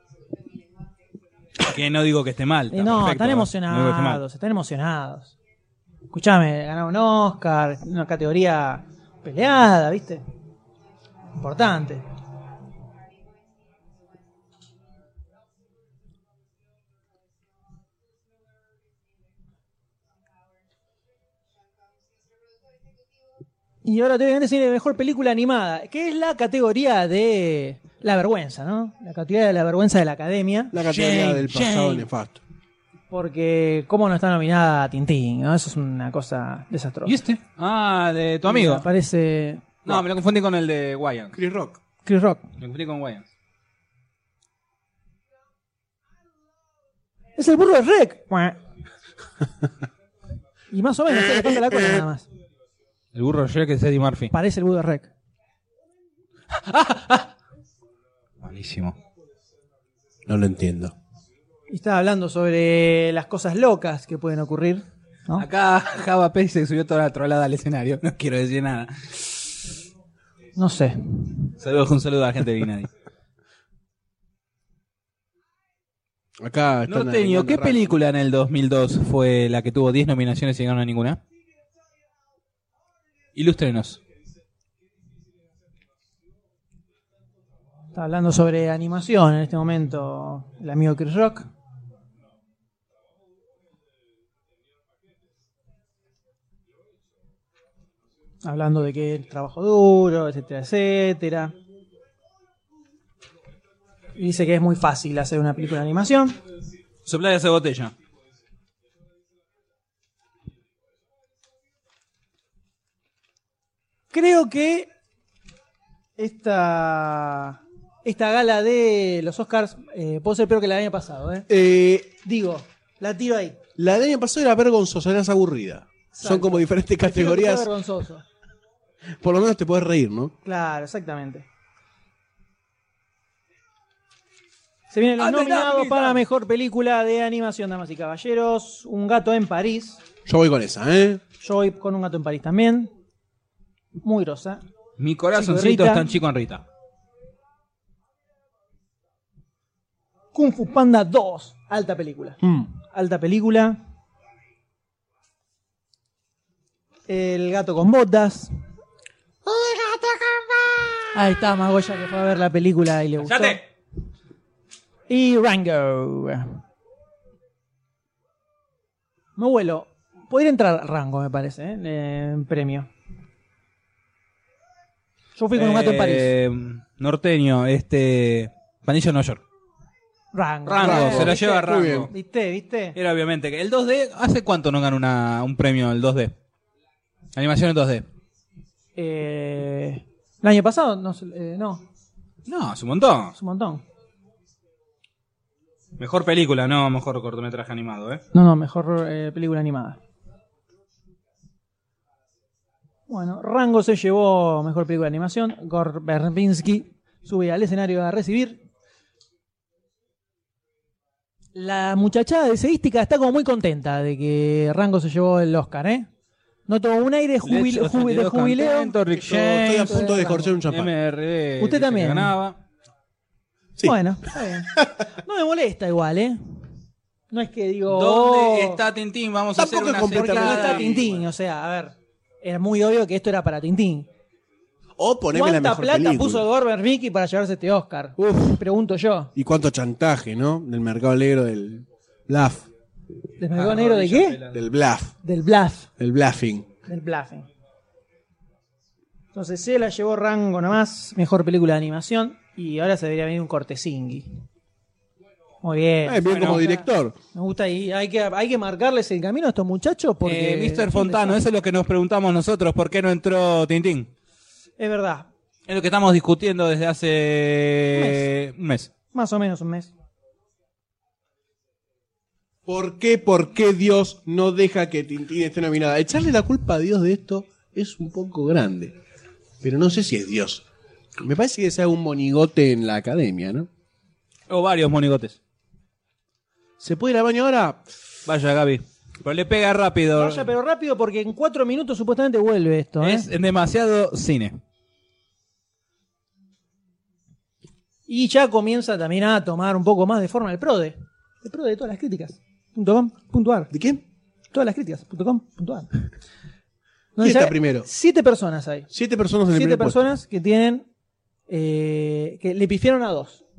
S2: Que no digo que esté mal.
S3: Eh, no,
S2: perfecto,
S3: están
S2: ¿eh? No digo que esté mal.
S3: emocionados, están emocionados. Escuchame, ganó un Oscar, una categoría peleada, ¿viste? Importante. Y ahora te voy a decir la mejor película animada, que es la categoría de la vergüenza, ¿no? La categoría de la vergüenza de la academia.
S4: la categoría
S2: Shame,
S4: del pasado
S2: shame.
S4: nefasto.
S3: Porque cómo no está nominada a Tintín, ¿no? Eso es una cosa desastrosa.
S2: ¿Y este? Ah, de tu amigo.
S3: Aparece
S2: No, me lo confundí con el de Wyans.
S4: Chris Rock.
S3: Chris Rock.
S2: Me confundí con Wyans.
S3: Es el burro de Rec. y más o menos, se le toca la cola nada más.
S2: El burro Jack es Eddie Murphy.
S3: Parece el burro de Rec.
S2: Malísimo.
S4: No lo entiendo.
S3: Y estaba hablando sobre las cosas locas que pueden ocurrir, ¿no?
S2: Acá Java Pérez se subió toda la trolada al escenario. No quiero decir nada.
S3: No sé.
S2: Saludos, un saludo a la gente de Vinadi.
S4: Acá están
S2: Norteño,
S4: arreglando
S2: ¿qué
S4: rayos.
S2: película en el 2002 fue la que tuvo 10 nominaciones y ganó ninguna? Ilústrenos.
S3: Estaba hablando sobre animación en este momento el amigo Chris Rock. Hablando de que el trabajo duro, etcétera, etcétera. Y dice que es muy fácil hacer una película de animación.
S2: Soplar esa botella.
S3: Creo que esta, esta gala de los Oscars eh, puede ser peor que la del año pasado. ¿eh?
S4: Eh,
S3: Digo, la tiro ahí.
S4: la del año pasado era vergonzosa, era aburrida. Son
S3: Exacto.
S4: como diferentes
S3: Prefiero que sea
S4: categorías.
S3: vergonzoso.
S4: Por lo menos te puedes reír, ¿no?
S3: Claro, exactamente. Se vienen los nominados para mejor película de animación, damas y caballeros. Un gato en París.
S4: Yo voy con esa, ¿eh?
S3: Yo voy con un gato en París también. Muy grosa.
S2: Mi
S3: Chico
S2: corazoncito
S3: de
S2: está
S3: Rita.
S2: en chico en Rita.
S3: Kung Fu Panda 2. Alta película. Alta película. El gato con botas. Ahí está Magoya que fue a ver la película y le gustó. Y Rango. Me vuelo. Podría entrar Rango, me parece, ¿eh? Eh, en premio. Yo fui con un gato en París.
S2: Eh, Norteño, este. Panillo Nueva York.
S3: Rango.
S2: Rango,
S4: Rango.
S2: se la
S3: ¿Viste?
S2: lleva
S4: Muy
S2: Rango.
S4: bien.
S3: ¿Viste? ¿Viste?
S2: Era obviamente que. El 2D, ¿hace cuánto no gana una- un premio el 2D? Animación en 2D.
S3: Eh, el año pasado, no, sé, eh, no,
S2: No, es un montón.
S3: es un montón.
S2: Mejor película, no mejor cortometraje animado, ¿eh?
S3: No, no, mejor eh, película animada. Bueno, Rango se llevó mejor película de animación. Gore Verbinski sube al escenario a recibir. La muchachada de Seística está como muy contenta de que Rango se llevó el Oscar, ¿eh? Noto un aire jubil-
S2: Lecho,
S3: jubil- de
S2: 82
S3: jubileo.
S2: contento, Rick
S4: Yo estoy a
S2: James, eh,
S4: punto de escorchar un champán.
S2: MRD.
S3: Usted
S2: que
S3: también.
S2: Ganaba.
S4: Sí.
S3: Bueno, está bien. No me molesta igual, ¿eh? No es que digo. "Oh".
S2: ¿Dónde está Tintín? Vamos a hacer
S4: Tampoco
S2: una
S4: es completamente-
S3: Porque no
S2: secada
S3: está
S2: y-
S3: Tintín, o sea, a ver. Era muy obvio que esto era para Tintín.
S4: O poneme la
S3: ¿Cuánta
S4: mejor
S3: plata
S4: película.
S3: puso Gorber Vicky para llevarse este Oscar?
S4: Uf.
S3: Pregunto yo.
S4: Y cuánto chantaje, ¿no? Del mercado negro, del bluff.
S3: ¿Del
S2: Ah,
S3: mercado negro de qué?
S4: Del bluff.
S3: Del bluff.
S4: Del bluffing.
S3: Del bluffing. Entonces se la llevó Rango nomás, mejor película de animación. Y ahora se debería venir un cortesingui. Muy bien.
S4: Eh, bien como director.
S3: Me gusta ahí. Hay que, hay que marcarles el camino a estos muchachos porque.
S2: Eh, Mr. Fontano, eso es lo que nos preguntamos nosotros, ¿por qué no entró Tintín?
S3: Es verdad.
S2: Es lo que estamos discutiendo desde hace un mes.
S3: Más o menos un mes.
S4: ¿Por qué, por qué Dios no deja que Tintín esté nominada? Echarle la culpa a Dios de esto es un poco grande. Pero no sé si es Dios. Me parece que sea un monigote en la academia, ¿no?
S2: O varios monigotes.
S4: ¿Se puede ir al baño ahora?
S2: Vaya, Gaby. Pero le pega rápido.
S3: Vaya, pero rápido porque en cuatro minutos supuestamente vuelve esto. ¿eh?
S2: Es demasiado cine.
S3: Y ya comienza también a tomar un poco más de forma el PRODE. El PRODE de todas las críticas. Punto com, punto ar.
S4: ¿De qué?
S3: Todas las críticas. Punto com, punto ar.
S4: ¿Quién está primero?
S3: Siete personas hay.
S4: Siete personas en el
S3: Siete
S4: primer puesto.
S3: personas que tienen. eh, que le pifiaron a dos. Le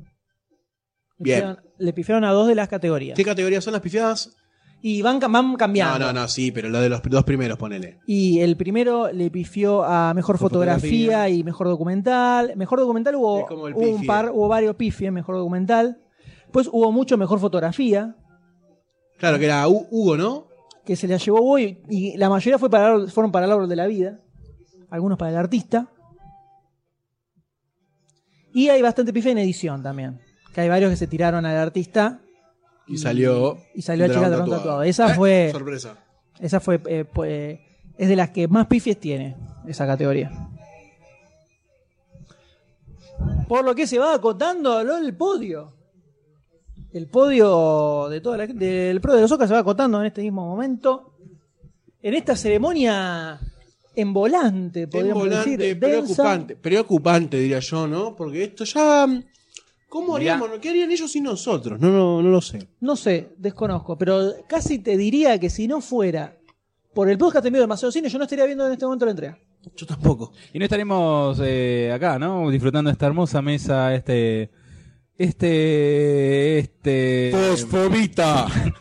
S4: Bien.
S3: pifiaron- Le pifiaron a dos de las categorías.
S4: ¿Qué categorías son las pifiadas?
S3: Y van, ca- van cambiando.
S4: No, no, no, sí, pero lo de los dos primeros, ponele.
S3: Y el primero le pifió a mejor
S4: Mejor
S3: fotografía,
S4: fotografía.
S3: y mejor documental. Mejor documental hubo,
S4: Es como el
S3: hubo un
S4: pifie.
S3: par, hubo varios pifies en mejor documental. Pues hubo mucho mejor fotografía,
S4: Claro, que era Hu- Hugo, ¿no?
S3: que se la llevó hoy y la mayoría fue para, el- fueron para el árbol de la vida, algunos para el artista. Y hay bastante pifia en edición también, que hay varios que se tiraron al artista
S4: Y salió.
S3: y salió a
S4: Dragón
S3: chica de
S4: Tatuado.
S3: tatuado. Esa
S4: Eh,
S3: fue,
S4: Sorpresa.
S3: esa fue, eh, pues, es de las que más pifies tiene esa categoría. Por lo que se va acotando lo del podio. El podio de toda la, del Pro de los Oscars se va acotando en este mismo momento. En esta ceremonia en volante, podríamos
S4: Envolante,
S3: decir.
S4: preocupante.
S3: densa.
S4: Preocupante, diría yo, ¿no? Porque esto ya. mm, ¿Cómo
S2: Mirá.
S4: haríamos? ¿Qué harían ellos sin nosotros? No, no, no lo sé.
S3: No sé, desconozco, pero casi te diría que si no fuera por el podcast envío demasiado cine, yo no estaría viendo en este momento la entrega.
S4: Yo tampoco.
S2: Y no estaremos eh, acá, ¿no? Disfrutando esta hermosa mesa, este. Este. Este.
S4: Fosfobita.
S2: No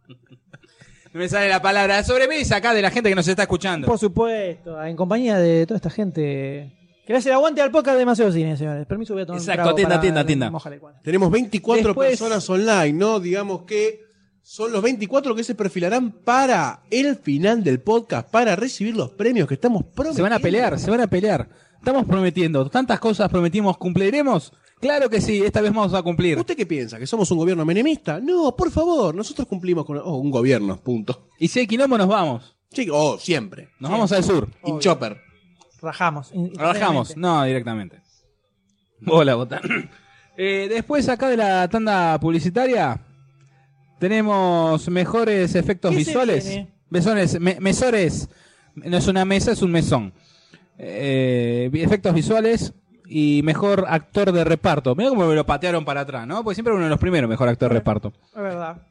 S2: me sale la palabra. Sobremesa acá de la gente que nos está escuchando.
S3: Por supuesto, en compañía de toda esta gente. Que le hace el aguante al podcast de demasiado cine, señores. Permiso, voy a tomar un
S2: Exacto,
S3: trago
S2: atienda,
S3: para
S2: atienda, atienda.
S3: mojar el cuadro.
S4: Tenemos 24
S3: Después-
S4: personas online, ¿no? Digamos que son los 24 que se perfilarán para el final del podcast, para recibir los premios que estamos prometiendo.
S2: Se van a pelear, se van a pelear. Estamos prometiendo. Tantas cosas prometimos. ¿Cumpliremos? Claro que sí, esta vez vamos a cumplir.
S4: ¿Usted qué piensa? ¿Que somos un gobierno menemista? No, por favor, nosotros cumplimos con... Oh, un gobierno, punto.
S2: Y si hay quilombo, nos vamos.
S4: Sí, oh, siempre.
S2: Nos vamos al sur.
S4: In chopper.
S3: Rajamos. in-
S2: Rajamos. No, directamente. Hola, botán. Eh, después, acá de la tanda publicitaria, tenemos mejores efectos
S3: ¿Qué se
S2: visuales.
S3: viene?
S2: Mesones, me- mesores. No es una mesa, es un mesón. Eh, efectos visuales y mejor actor de reparto. Mira cómo me lo patearon para atrás, ¿no? Porque siempre era uno de los primeros, mejor actor de reparto.
S3: Es verdad.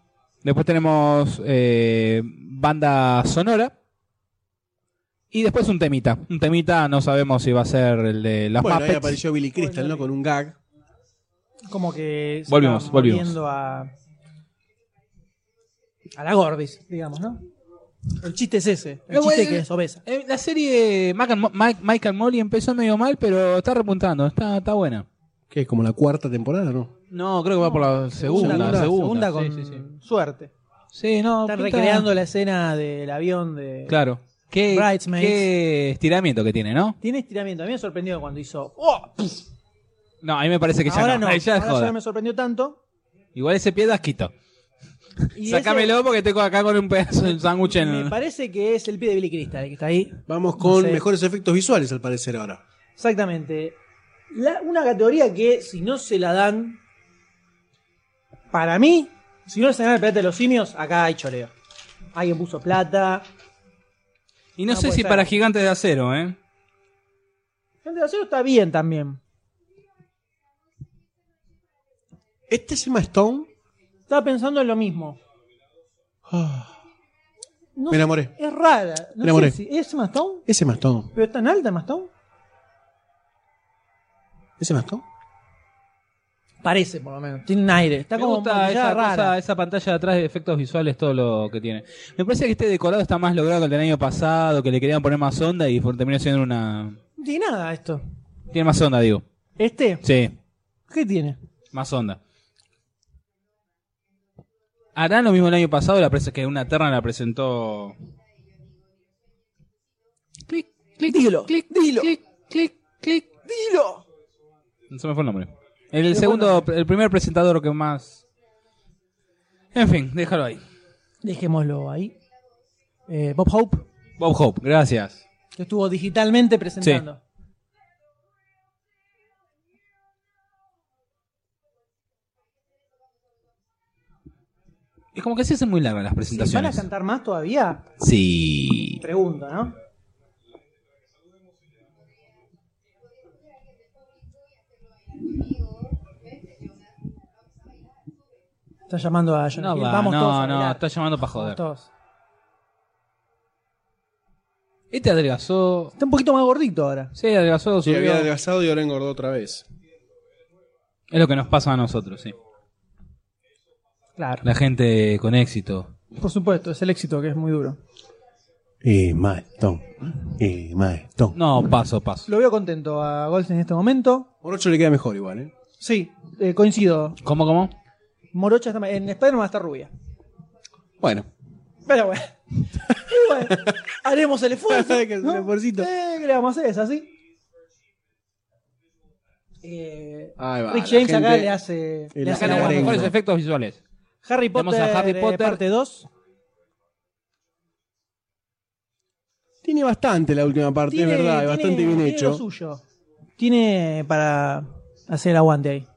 S2: Después tenemos eh, banda sonora. Y después un temita. Un temita, no sabemos si va a ser el de las
S4: Bueno, ahí
S2: Muppets.
S4: apareció Billy Crystal, ¿no? Con un gag.
S3: Como que. se
S2: Volvimos,
S3: va
S2: volvimos.
S3: volviendo a. A la Gorbis, digamos, ¿no? El chiste es ese. El
S2: No,
S3: chiste
S2: bueno,
S3: que es obesa.
S2: Eh, la serie Mac and Mo- Mike- Michael Molly empezó medio mal, pero está repuntando, está, está buena.
S4: ¿Qué? ¿Como la cuarta temporada, no?
S2: No, creo que va por la segunda. Segunda,
S3: segunda, segunda con
S2: Sí, sí, sí.
S3: suerte.
S2: Sí, no,
S3: Están
S2: pinta-
S3: recreando la escena del avión de.
S2: Claro. ¿Qué,
S3: Bridesmaids.
S2: qué estiramiento que tiene, ¿no?
S3: Tiene estiramiento. A mí me sorprendió cuando hizo. ¡Oh!
S2: No, a mí me parece que ya
S3: Ahora
S2: no.
S3: no.
S2: Ahí ya es
S3: Ahora ya
S2: joda.
S3: no me sorprendió tanto.
S2: Igual ese pie da asquito.
S3: Y
S2: Sácamelo porque tengo acá con un pedazo de sándwich
S3: ese-
S2: en...
S3: Me parece que es el pie de Billy Crystal el que está ahí.
S4: Vamos con
S3: No sé.
S4: mejores efectos visuales, al parecer, ahora.
S3: Exactamente. La- una categoría que, si no se la dan, para mí, si no se dan el planeta de los simios, acá hay choreo. Alguien puso plata.
S8: Y no,
S3: No
S8: sé
S3: Ah, puede
S8: si
S3: ser.
S8: para Gigantes de Acero, ¿eh?
S3: El de acero está bien también.
S4: ¿Este es Emma Stone?
S3: Estaba pensando en lo mismo.
S4: Ah,
S3: No
S4: me
S3: sé,
S4: enamoré.
S3: es rara.
S4: Me
S3: No
S4: enamoré.
S3: sé si, ¿Es Mastón?
S4: ¿Es Emma Stone?
S3: ¿Pero es tan alta Mastón?
S4: ¿Es Emma Stone?
S3: Parece, por lo menos. Tiene un aire. Está
S2: Me
S3: como
S2: gusta
S3: maquillada
S2: esa,
S3: rara.
S2: cosa, esa pantalla de atrás de efectos visuales, todo lo que tiene. Me parece que este decorado está más logrado que el del año pasado, que le querían poner más onda y por- terminó siendo una...
S3: No tiene nada esto.
S2: Tiene más onda, digo.
S3: ¿Este?
S2: Sí,
S3: ¿Qué tiene?
S2: más onda. Harán lo mismo el año pasado, la presa que una terna la presentó... Clic, clic,
S3: Dilo,
S2: clic,
S3: dilo.
S2: clic, clic, clic.
S3: ¡Dilo!
S2: No se me fue el nombre. El
S3: Pero
S2: segundo,
S3: bueno.
S2: el primer presentador que más. En fin, déjalo ahí.
S3: Dejémoslo ahí. Eh, Bob Hope,
S2: Bob Hope, gracias.
S3: que estuvo digitalmente presentando.
S2: Es como que se hacen muy largas las
S3: Si ¿Van a
S2: presentaciones.
S3: cantar más todavía?
S2: Sí.
S3: Pregunto, ¿no? Está llamando a Jonah
S2: No,
S3: Hill.
S2: va,
S3: Vamos todos
S2: no,
S3: a
S2: no,
S3: bailar.
S2: está llamando para
S3: Vamos
S2: joder.
S3: todos.
S2: Este adelgazó.
S3: Está un poquito más gordito ahora.
S2: Sí, adelgazó.
S4: Sí,
S2: subió.
S4: había adelgazado y ahora engordó otra vez.
S2: Es lo que nos pasa a nosotros, sí.
S3: Claro.
S2: La gente con éxito.
S3: Por supuesto, es el éxito que es muy duro.
S4: Y maestón. Y maestón.
S2: No, paso, paso.
S3: Lo veo contento a Goldstein en este momento.
S4: Morocho le queda mejor igual, ¿eh?
S3: Sí, eh, coincido.
S2: ¿Cómo, cómo?
S3: Morocha está ma- en Spider-Man está rubia.
S4: Bueno.
S3: Pero bueno. Y bueno, haremos el esfuerzo.
S4: Que el
S3: ¿no?
S4: esfuercito.
S3: Eh, ¿Qué le vamos a hacer? Es así. Eh,
S4: Ahí va,
S3: Rick
S4: la
S3: James acá
S4: gente-
S3: le hace,
S4: y
S3: le
S4: la gente
S3: hace la
S2: Tenemos los
S3: guarda.
S2: mejores
S4: Venga.
S2: efectos visuales.
S3: Harry
S2: Tenemos
S3: Potter,
S2: a Harry
S3: eh,
S2: Potter.
S3: parte 2.
S4: Tiene bastante la última parte, es verdad, es bastante bien
S3: tiene Lo
S4: hecho.
S3: suyo. Tiene para hacer aguante ahí.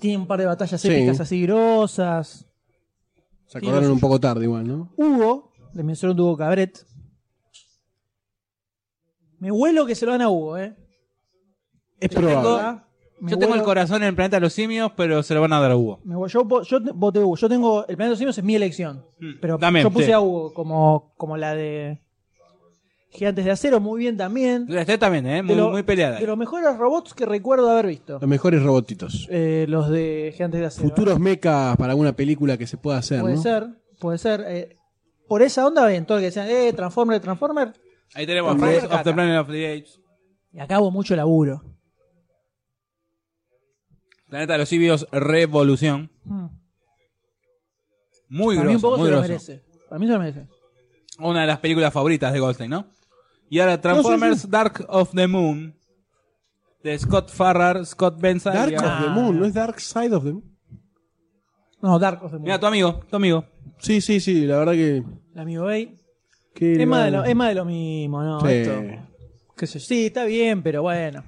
S3: Tiene un par de batallas
S4: Sí.
S3: épicas así grosas.
S4: Se
S3: tiene lo
S4: acordaron un poco tarde igual, ¿no?
S3: Hugo, le mencionó Hugo Cabret. Me huelo que se lo dan a Hugo, ¿eh?
S4: Es probable.
S3: ¿Verdad? Me
S2: Yo tengo el
S3: huelo-
S2: corazón en el planeta de los simios, pero se lo van a dar a Hugo.
S3: Me voy- yo, vo- yo te- voté Hugo. Yo tengo. El planeta de los simios es mi elección.
S2: Mm,
S3: Pero
S2: también,
S3: yo puse
S2: sí.
S3: a Hugo como, como la de. Gigantes de acero, muy bien también. De
S2: Usted también, ¿eh? Muy,
S3: lo-
S2: muy peleada.
S3: De los mejores robots que recuerdo haber visto.
S4: Los mejores robotitos.
S3: Eh, los de Gigantes de acero. ¿eh?
S4: Futuros mecas para alguna película que se pueda hacer,
S3: Puede
S4: ¿no?
S3: ser, puede ser. eh, por esa onda ven todo el que decían, eh, Transformer, Transformer.
S2: Ahí tenemos
S3: También.
S2: Rise of the Planet of the Apes.
S3: Y acabo mucho laburo.
S2: Planeta de los simios, Revolución.
S3: Mm.
S2: Muy
S3: Para mí un
S2: groso,
S3: poco
S2: muy
S3: se lo
S2: groso.
S3: merece. Para mí se lo merece.
S2: Una de las películas favoritas de Goldstein, ¿no? Y ahora Transformers Dark of the Moon. De Scott Farrar, Scott Benson.
S4: Dark
S2: y-
S4: of the Moon, ¿no es Dark Side of the Moon?
S3: No, Dark of the Moon.
S2: Mira, tu amigo, tu amigo.
S4: Sí, sí, sí, la verdad que...
S3: El amigo Bay.
S4: que
S3: Es más, de
S4: la-
S3: lo, es más de lo mismo, ¿no?
S4: Sí.
S3: Esto, qué sé yo. Sí, está bien, pero bueno.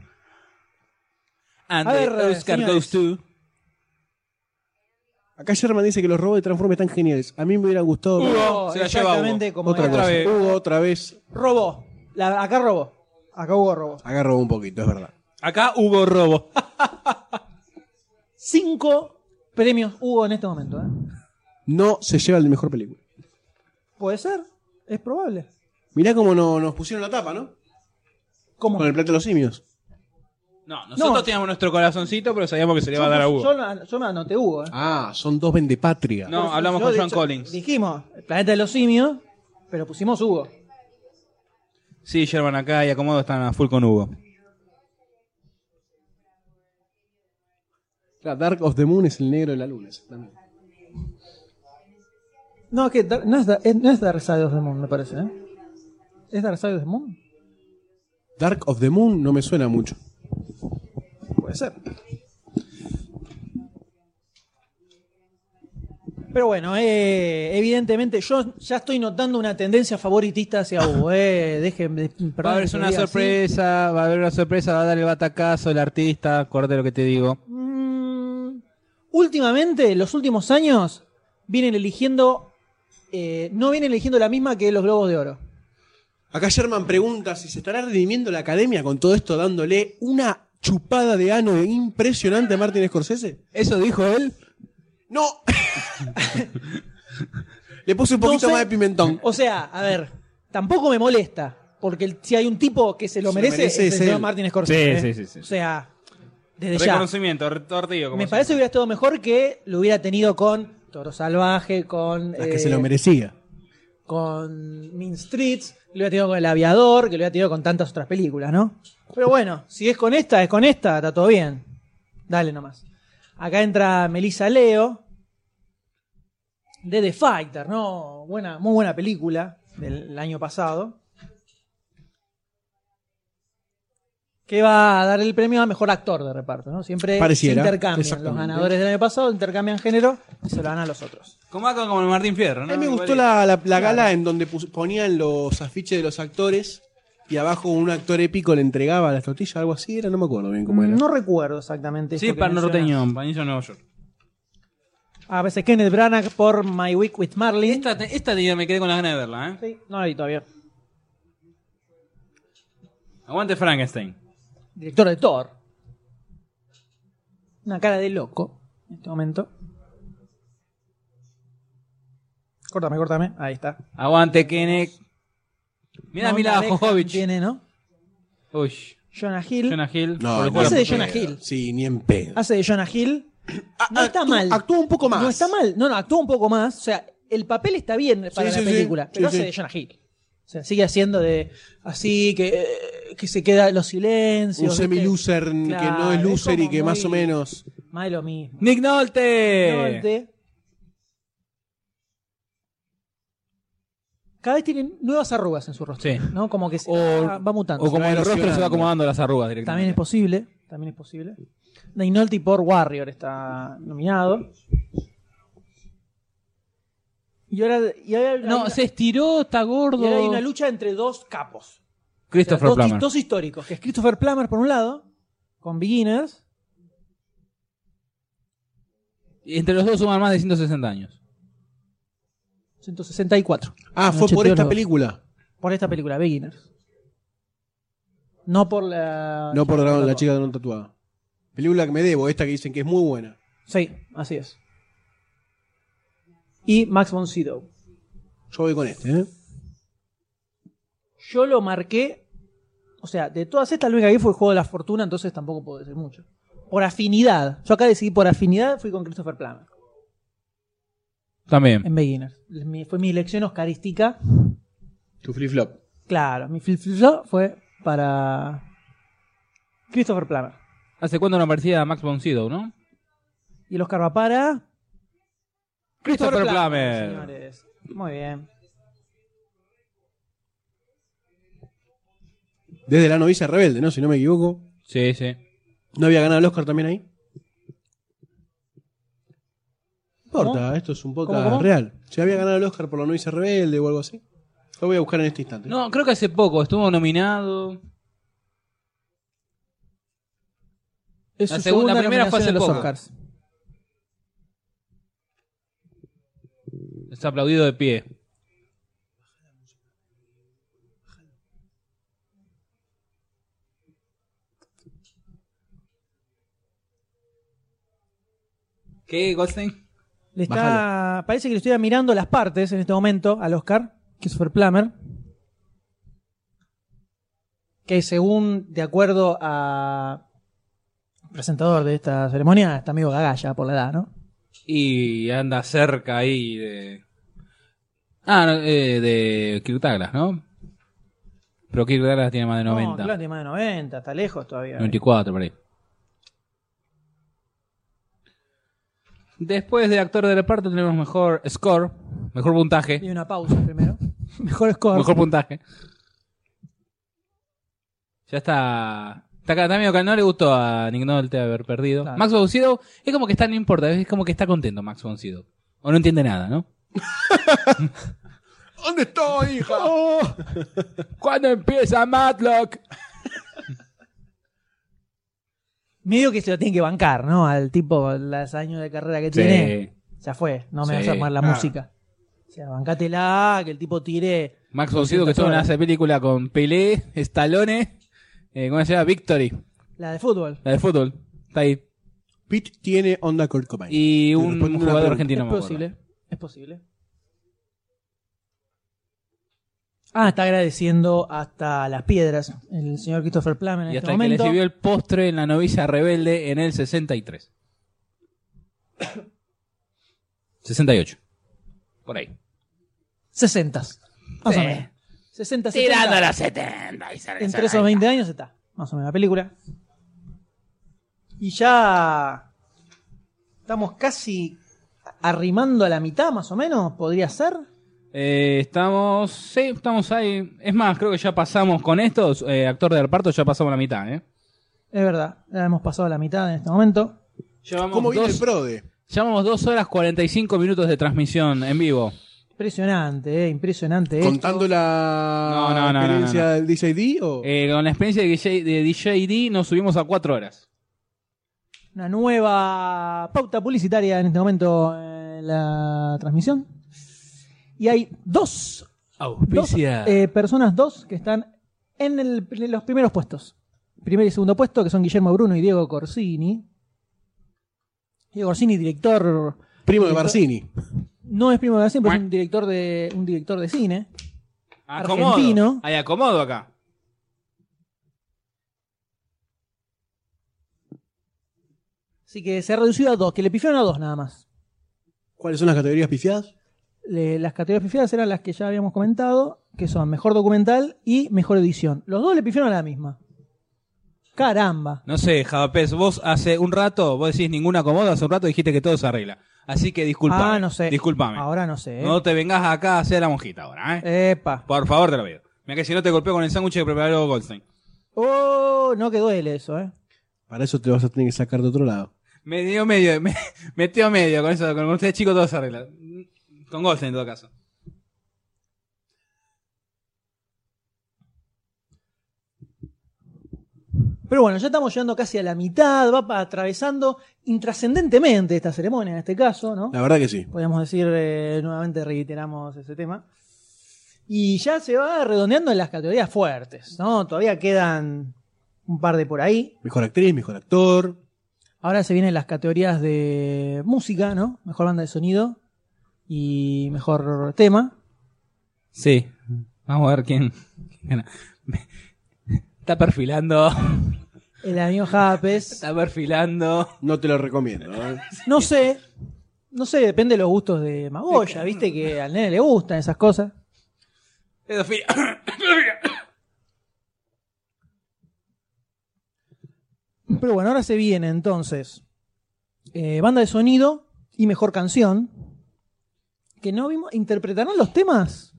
S2: And
S3: A
S2: the
S3: ver, eh,
S2: Oscar
S3: señores.
S2: goes to.
S4: Acá Sherman dice que los robots de Transformers están geniales. A mí me hubiera gustado...
S2: Hugo,
S3: No,
S2: se la lleva
S3: exactamente
S2: Hugo.
S3: como
S4: otra
S3: era.
S4: cosa.
S2: vez.
S4: Hugo, otra vez,
S3: Robó. La- acá robó. Acá hubo robó.
S4: agarro un poquito, es verdad.
S2: Acá hubo robo.
S3: Cinco premios hubo en este momento, ¿eh?
S4: No se lleva el de mejor película.
S3: Puede ser. Es probable.
S4: Mirá cómo no- nos pusieron la tapa, ¿no?
S3: ¿Cómo?
S4: Con el plato de los simios.
S2: No, nosotros
S3: No.
S2: teníamos nuestro corazoncito, pero sabíamos que se le iba a
S3: Yo-
S2: dar a
S3: Yo,
S2: Hugo.
S3: no- yo me anoté Hugo, ¿eh?
S4: Ah, son dos vendepatria.
S2: No, hablamos
S3: Yo,
S2: con
S3: de
S2: John
S3: hecho,
S2: Collins.
S3: Dijimos, el planeta de los simios, pero pusimos Hugo.
S2: Sí, Sherman acá y Acomodo están a full con Hugo.
S4: La Dark of the Moon es el negro de la luna, exactamente.
S3: No, es que Dar- no es, Dar- es- no es Dark Side of the Moon, me parece, ¿eh? ¿Es Dark Side of the Moon?
S4: Dark of the Moon no me suena mucho.
S3: Puede ser. Pero bueno, eh, evidentemente yo ya estoy notando una tendencia favoritista hacia Hugo. Eh, dejen, de-
S2: Va a
S3: perdón
S2: haber
S3: que lo
S2: una
S3: diga así.
S2: sorpresa, va a haber una sorpresa, va a dar el batacazo el artista, acuérdate lo que te digo.
S3: Mm, últimamente, los últimos años, vienen eligiendo. eh, no vienen eligiendo la misma que los Globos de Oro.
S4: Acá Sherman pregunta si se estará redimiendo la academia con todo esto dándole una chupada de ano impresionante a Martin Scorsese.
S2: ¿Eso dijo él?
S4: ¡No! Le puse un poquito
S3: No sé.
S4: más de pimentón.
S3: O sea, a ver, tampoco me molesta. Porque el- si hay un tipo que se lo
S4: Se lo
S3: merece,
S4: merece,
S3: es
S4: es
S3: el señor
S4: él.
S3: Martin Scorsese.
S2: Sí,
S3: ¿eh?
S2: sí, sí, sí.
S3: O sea, desde ya.
S2: Reconocimiento, retortillo. como
S3: Me
S2: se
S3: parece que
S2: dice.
S3: hubiera estado mejor que lo hubiera tenido con Toro Salvaje, con.
S4: Las que
S3: eh,
S4: se lo merecía.
S3: con Mean Streets, lo había tenido con El Aviador, que lo había tenido con tantas otras películas, ¿no? Pero bueno, si es con esta, es con esta, está todo bien. Dale nomás. Acá entra Melissa Leo de The Fighter, ¿no? Buena, muy buena película del año pasado. que va a dar el premio a mejor actor de reparto, ¿no? Siempre
S4: Pareciera,
S3: se intercambian. Los
S4: exactamente.
S3: ganadores del año pasado intercambian género y se lo dan a los otros.
S9: Como acá, como el Martín Fierro,
S4: A
S9: ¿no?
S4: mí me
S9: Igual
S4: gustó
S9: es-
S4: la, la- la gala en donde pus- ponían los afiches de los actores y abajo un actor épico le entregaba las tortillas, algo así, era, no me acuerdo bien cómo era.
S3: No recuerdo exactamente.
S9: Sí,
S3: esto que
S9: para
S3: mencionas.
S9: norteño, Panillo Nueva York.
S3: A veces Kenneth Branagh por My Week with Marley.
S9: Esta, te- esta te- me quedé con las ganas de verla, ¿eh?
S3: Sí, no la vi todavía.
S9: Aguante Frankenstein.
S3: Director de Thor. Una cara de loco en este momento. Córtame, córtame. Ahí está.
S9: Aguante Kenneth. Mira
S3: Una
S9: Mila
S3: oreja
S9: Jojovich.
S3: Tiene, ¿no?
S9: Uy,
S3: Jonah Hill.
S9: Jonah Hill.
S4: No,
S9: Por el
S4: ni
S9: cual-
S3: Ese
S4: en
S3: de Jonah
S4: pedo.
S3: Hill.
S4: Sí, ni en pedo.
S3: Hace de Jonah Hill. No está
S4: Ah, Actúa-
S3: mal.
S4: Actúa un poco más.
S3: No está mal. No, no, actúa un poco más. O sea, el papel está bien para
S4: Sí,
S3: la
S4: sí, sí.
S3: película, pero
S4: Sí,
S3: hace
S4: sí.
S3: de Jonah Hill. O sea, sigue haciendo de así que, eh, que se queda los silencios.
S4: Un
S3: ¿viste?
S4: semi-loser que
S3: Claro,
S4: no es
S3: es
S4: loser y
S3: como
S4: que más o
S3: muy-
S4: menos.
S3: Más de lo mismo.
S9: Nick Nolte.
S2: Eh,
S3: Nolte. Cada vez tienen nuevas arrugas en su rostro.
S2: Sí.
S3: ¿No? Como que se-
S2: O-
S3: va, va mutando.
S2: O como el rostro se va
S4: erosionando.
S2: acomodando las arrugas
S3: También es
S2: directamente.
S3: posible. También es posible. Nick Nolte por Warrior está nominado. Y ahora, y ahora hay
S2: No,
S3: una-
S2: se estiró, está
S3: Y ahora hay una
S2: gordo.
S3: lucha entre dos capos. O sea,
S2: Christopher
S3: dos,
S2: Plummer.
S3: dos históricos, que es Christopher Plummer por un lado, con Beginners,
S2: Y Entre los dos suman más de 160 años.
S3: 164,
S4: Ah,
S3: Un
S4: fue por esta
S3: cheteólogo.
S4: película.
S3: por esta película, Beginners. No por la...
S4: No por la, la chica de no tatuada. Película que me debo, esta que dicen que es muy buena.
S3: Sí, así es. Y Max von Sydow.
S4: Yo voy con este, ¿eh?
S3: Yo lo marqué, o sea, de todas estas, la única que vi fue el Juego de la Fortuna, entonces tampoco puedo decir mucho. Por afinidad, yo acá decidí por afinidad, fui con Christopher Plummer.
S2: También.
S3: En Beginners. Mi- Fue mi elección oscarística
S4: Tu flip flop.
S3: Claro, mi flip-flop fue para Christopher Plummer.
S2: ¿Hace cuándo no aparecía Max von Sydow, no?
S3: Y el Oscar va para...
S2: Christopher Plummer.
S3: señores. Muy bien.
S4: Desde la novicia rebelde, ¿no? Si no me equivoco.
S2: Sí, sí.
S4: ¿No había ganado el Oscar también ahí? No importa, esto es un podcast
S3: ¿Cómo, cómo?
S4: real. Si había ganado el Oscar por la novicia rebelde o algo así. Lo voy a buscar en este instante.
S2: No, creo que hace poco estuvo nominado.
S3: Es
S2: La segunda-
S3: su segunda,
S2: la primera fue
S3: nominación
S2: hace
S3: en los
S2: poco.
S3: Oscars.
S2: Es aplaudido de pie.
S9: ¿Qué, Goldstein?
S3: Le está... Parece que le estoy mirando las partes en este momento al Oscar, Christopher Plummer. Que según, de acuerdo a... Presentador de esta ceremonia, está medio gagalla por la edad, ¿no?
S2: Y anda cerca ahí de. Ah, no, eh, de Kirk Douglas, ¿no? Pero Kirk Douglas tiene más de 90.
S3: No, claro, tiene más de 90, está lejos todavía.
S2: 94, por ahí. Después de actor de reparto tenemos mejor score, mejor puntaje.
S3: Y una pausa primero. Mejor score.
S2: Mejor puntaje. Ya está. Está acá, está medio que no le gustó a Nick Nolte haber perdido.
S3: Claro.
S2: Max von Sydow es como que está, no importa, es como que está contento Max von Sydow. O no entiende nada, ¿no?
S4: ¿Dónde estoy, hija?
S2: ¿Cuándo empieza Matlock?
S3: medio que se lo tiene que bancar, ¿no? Al tipo, los años de carrera que tiene. Ya fue, no me
S2: Sí,
S3: vas a armar la música. O sea, bancátela, que el tipo tire.
S2: Max von Sydow que son hace película con Pelé, Stallone, eh, ¿cómo se llama? Victory,
S3: La de fútbol.
S2: la de fútbol. Está ahí.
S4: Pete tiene onda Kurt Cobain.
S2: Y un
S4: responde una
S2: jugador
S4: pregunta.
S2: argentino,
S3: es
S2: me acuerdo.
S3: posible, es posible. Ah, está agradeciendo hasta las piedras el señor Christopher Plummer en
S2: Y
S3: este
S2: hasta el que le
S3: momento.
S2: sirvió el postre en la novicia rebelde en el 63. 68. Por ahí.
S3: 60. Más
S2: Sí.
S3: o menos. 60, 70.
S2: Tirando a los 70. y sale-
S3: Entre esos 20 años está, más o menos, la película. Y ya estamos casi arrimando a la mitad, más o menos, podría ser.
S2: Eh, estamos. Sí, estamos ahí. Es más, creo que ya pasamos con estos. eh, actor de reparto, ya pasamos la mitad, ¿eh?
S3: Es verdad, ya hemos pasado la mitad en este momento.
S10: Llevamos
S4: ¿Cómo viene
S10: dos-
S4: el PRODE?
S10: Llevamos 2 horas 45 minutos de transmisión en vivo.
S3: Impresionante, eh, impresionante. esto.
S4: ¿Contando la
S10: No, no, no,
S4: experiencia
S10: no,
S4: del DJD? O...
S10: Eh, con la experiencia de DJ, de DJD nos subimos a 4 horas.
S3: Una nueva pauta publicitaria en este momento en la transmisión. Y hay dos, dos eh, personas, dos, que están en, el- en los primeros puestos. Primer y segundo puesto, que son Guillermo Bruno y Diego Corsini. Diego Corsini, director
S4: Primo de Barcini.
S3: No es primo de García, pero es un director de, un director de cine.
S2: Acomodo.
S3: Argentino.
S2: Hay acomodo acá.
S3: Así que se ha reducido a dos, que le pifiaron a dos nada más.
S4: ¿Cuáles son las categorías pifiadas?
S3: Le- las categorías pifiadas eran las que ya habíamos comentado, que son mejor documental y mejor edición. Los dos le pifiaron a la misma. Caramba.
S2: No sé, Javapés, vos hace un rato, vos decís ningún acomodo, hace un rato dijiste que todo se arregla. Así que disculpame.
S3: ah, no sé.
S2: Disculpame.
S3: Ahora no sé. ¿eh?
S2: No te vengas acá a hacer la monjita ahora, ¿eh?
S3: Epa.
S2: Por favor, te lo pido. Mira que si no te golpeo con el sándwich que preparó Goldstein.
S3: Oh, no que duele eso, ¿eh?
S4: Para eso te vas a tener que sacar de otro lado.
S2: Me dio medio, me metió medio con eso, con ustedes chicos todo se arregla. Con Goldstein en todo caso.
S3: Pero bueno, ya estamos llegando casi a la mitad, va pa- atravesando intrascendentemente esta ceremonia en este caso, ¿no?
S4: La verdad que sí.
S3: podríamos decir, eh, nuevamente reiteramos ese tema. Y ya se va redondeando en las categorías fuertes, ¿no? Todavía quedan un par de por ahí.
S4: Mejor actriz, mejor actor.
S3: Ahora se vienen las categorías de música, ¿no? Mejor banda de sonido y mejor tema.
S2: Sí. Vamos a ver quién. quién gana. Está perfilando.
S3: El amigo Japes.
S2: Está perfilando.
S4: No te lo recomiendo. ¿eh?
S3: No sé, no sé, depende de los gustos de Magoya, viste que al nene le gustan esas cosas.
S2: Pedofilia.
S3: Pero bueno, ahora se viene entonces eh, banda de sonido y mejor canción. Que no vimos. ¿Interpretarán los temas?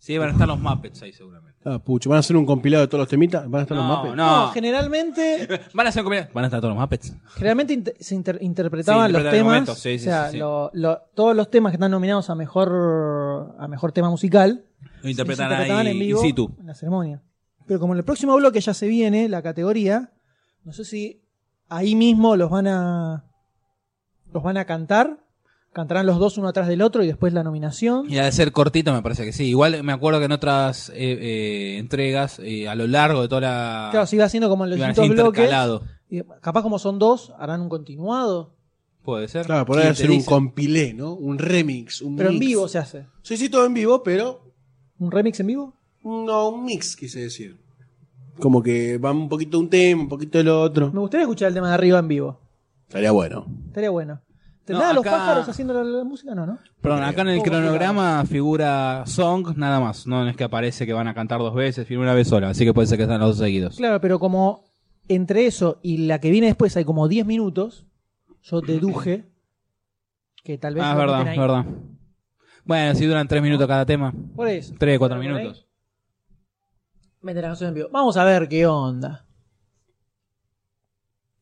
S2: Sí, van a estar los Muppets ahí seguramente.
S4: Ah, pucho, ¿van a hacer un compilado de todos los temitas? ¿Van a estar los
S2: No,
S4: mapes?
S2: no.
S3: generalmente,
S2: Van a hacer un comida- Van a estar todos los Muppets.
S3: generalmente inter- se inter- interpretaban
S2: Sí,
S3: los
S2: interpretan en el
S3: temas.
S2: momento, sí, sí,
S3: o sea,
S2: sí, sí.
S3: lo- lo- todos los temas que están nominados a mejor a mejor tema musical
S2: Lo
S3: se
S2: interpretan
S3: interpretaban
S2: ahí
S3: en vivo
S2: in situ.
S3: en la ceremonia. Pero como en el próximo bloque ya se viene la categoría, no sé si ahí mismo los van a los van a cantar, cantarán los dos uno atrás del otro y después la nominación.
S2: Y ha de ser cortito, me parece que sí. Igual me acuerdo que en otras eh, eh, entregas, eh, a lo largo de toda la.
S3: Claro, sigue haciendo como en los
S2: iban a
S3: distintos
S2: ser
S3: bloques.
S2: intercalado.
S3: Y capaz como son dos, harán un continuado,
S2: Puede ser.
S4: Claro, por
S2: ¿Quién
S4: ahí
S2: te
S4: hacer un
S2: dice?
S4: compilé, ¿no? Un remix. Un
S3: pero en
S4: mix.
S3: vivo se hace.
S4: Sí, sí, todo en vivo, pero
S3: ¿Un remix en vivo?
S4: No, un mix, quise decir. Como que va un poquito de un tema, un poquito de lo otro.
S3: Me gustaría escuchar el tema de arriba en vivo.
S4: Estaría bueno.
S3: Estaría bueno.
S2: No,
S3: ¿Tendrá a los
S2: acá-
S3: pájaros haciendo la, la música? No, ¿no?
S2: Perdón, acá en el cronograma figura song nada más. No es que aparece que van a cantar dos veces, figura una vez sola. Así que puede ser que están los dos seguidos.
S3: Claro, pero como entre eso y la que viene después hay como 10 minutos, yo deduje que tal vez...
S2: Ah,
S3: lo
S2: es verdad,
S3: meten ahí.
S2: es verdad. Bueno, si duran tres minutos cada tema.
S3: Por eso.
S2: Tres, cuatro
S3: Por ahí.
S2: minutos.
S3: Meten la canción en vivo. Vamos a ver qué onda.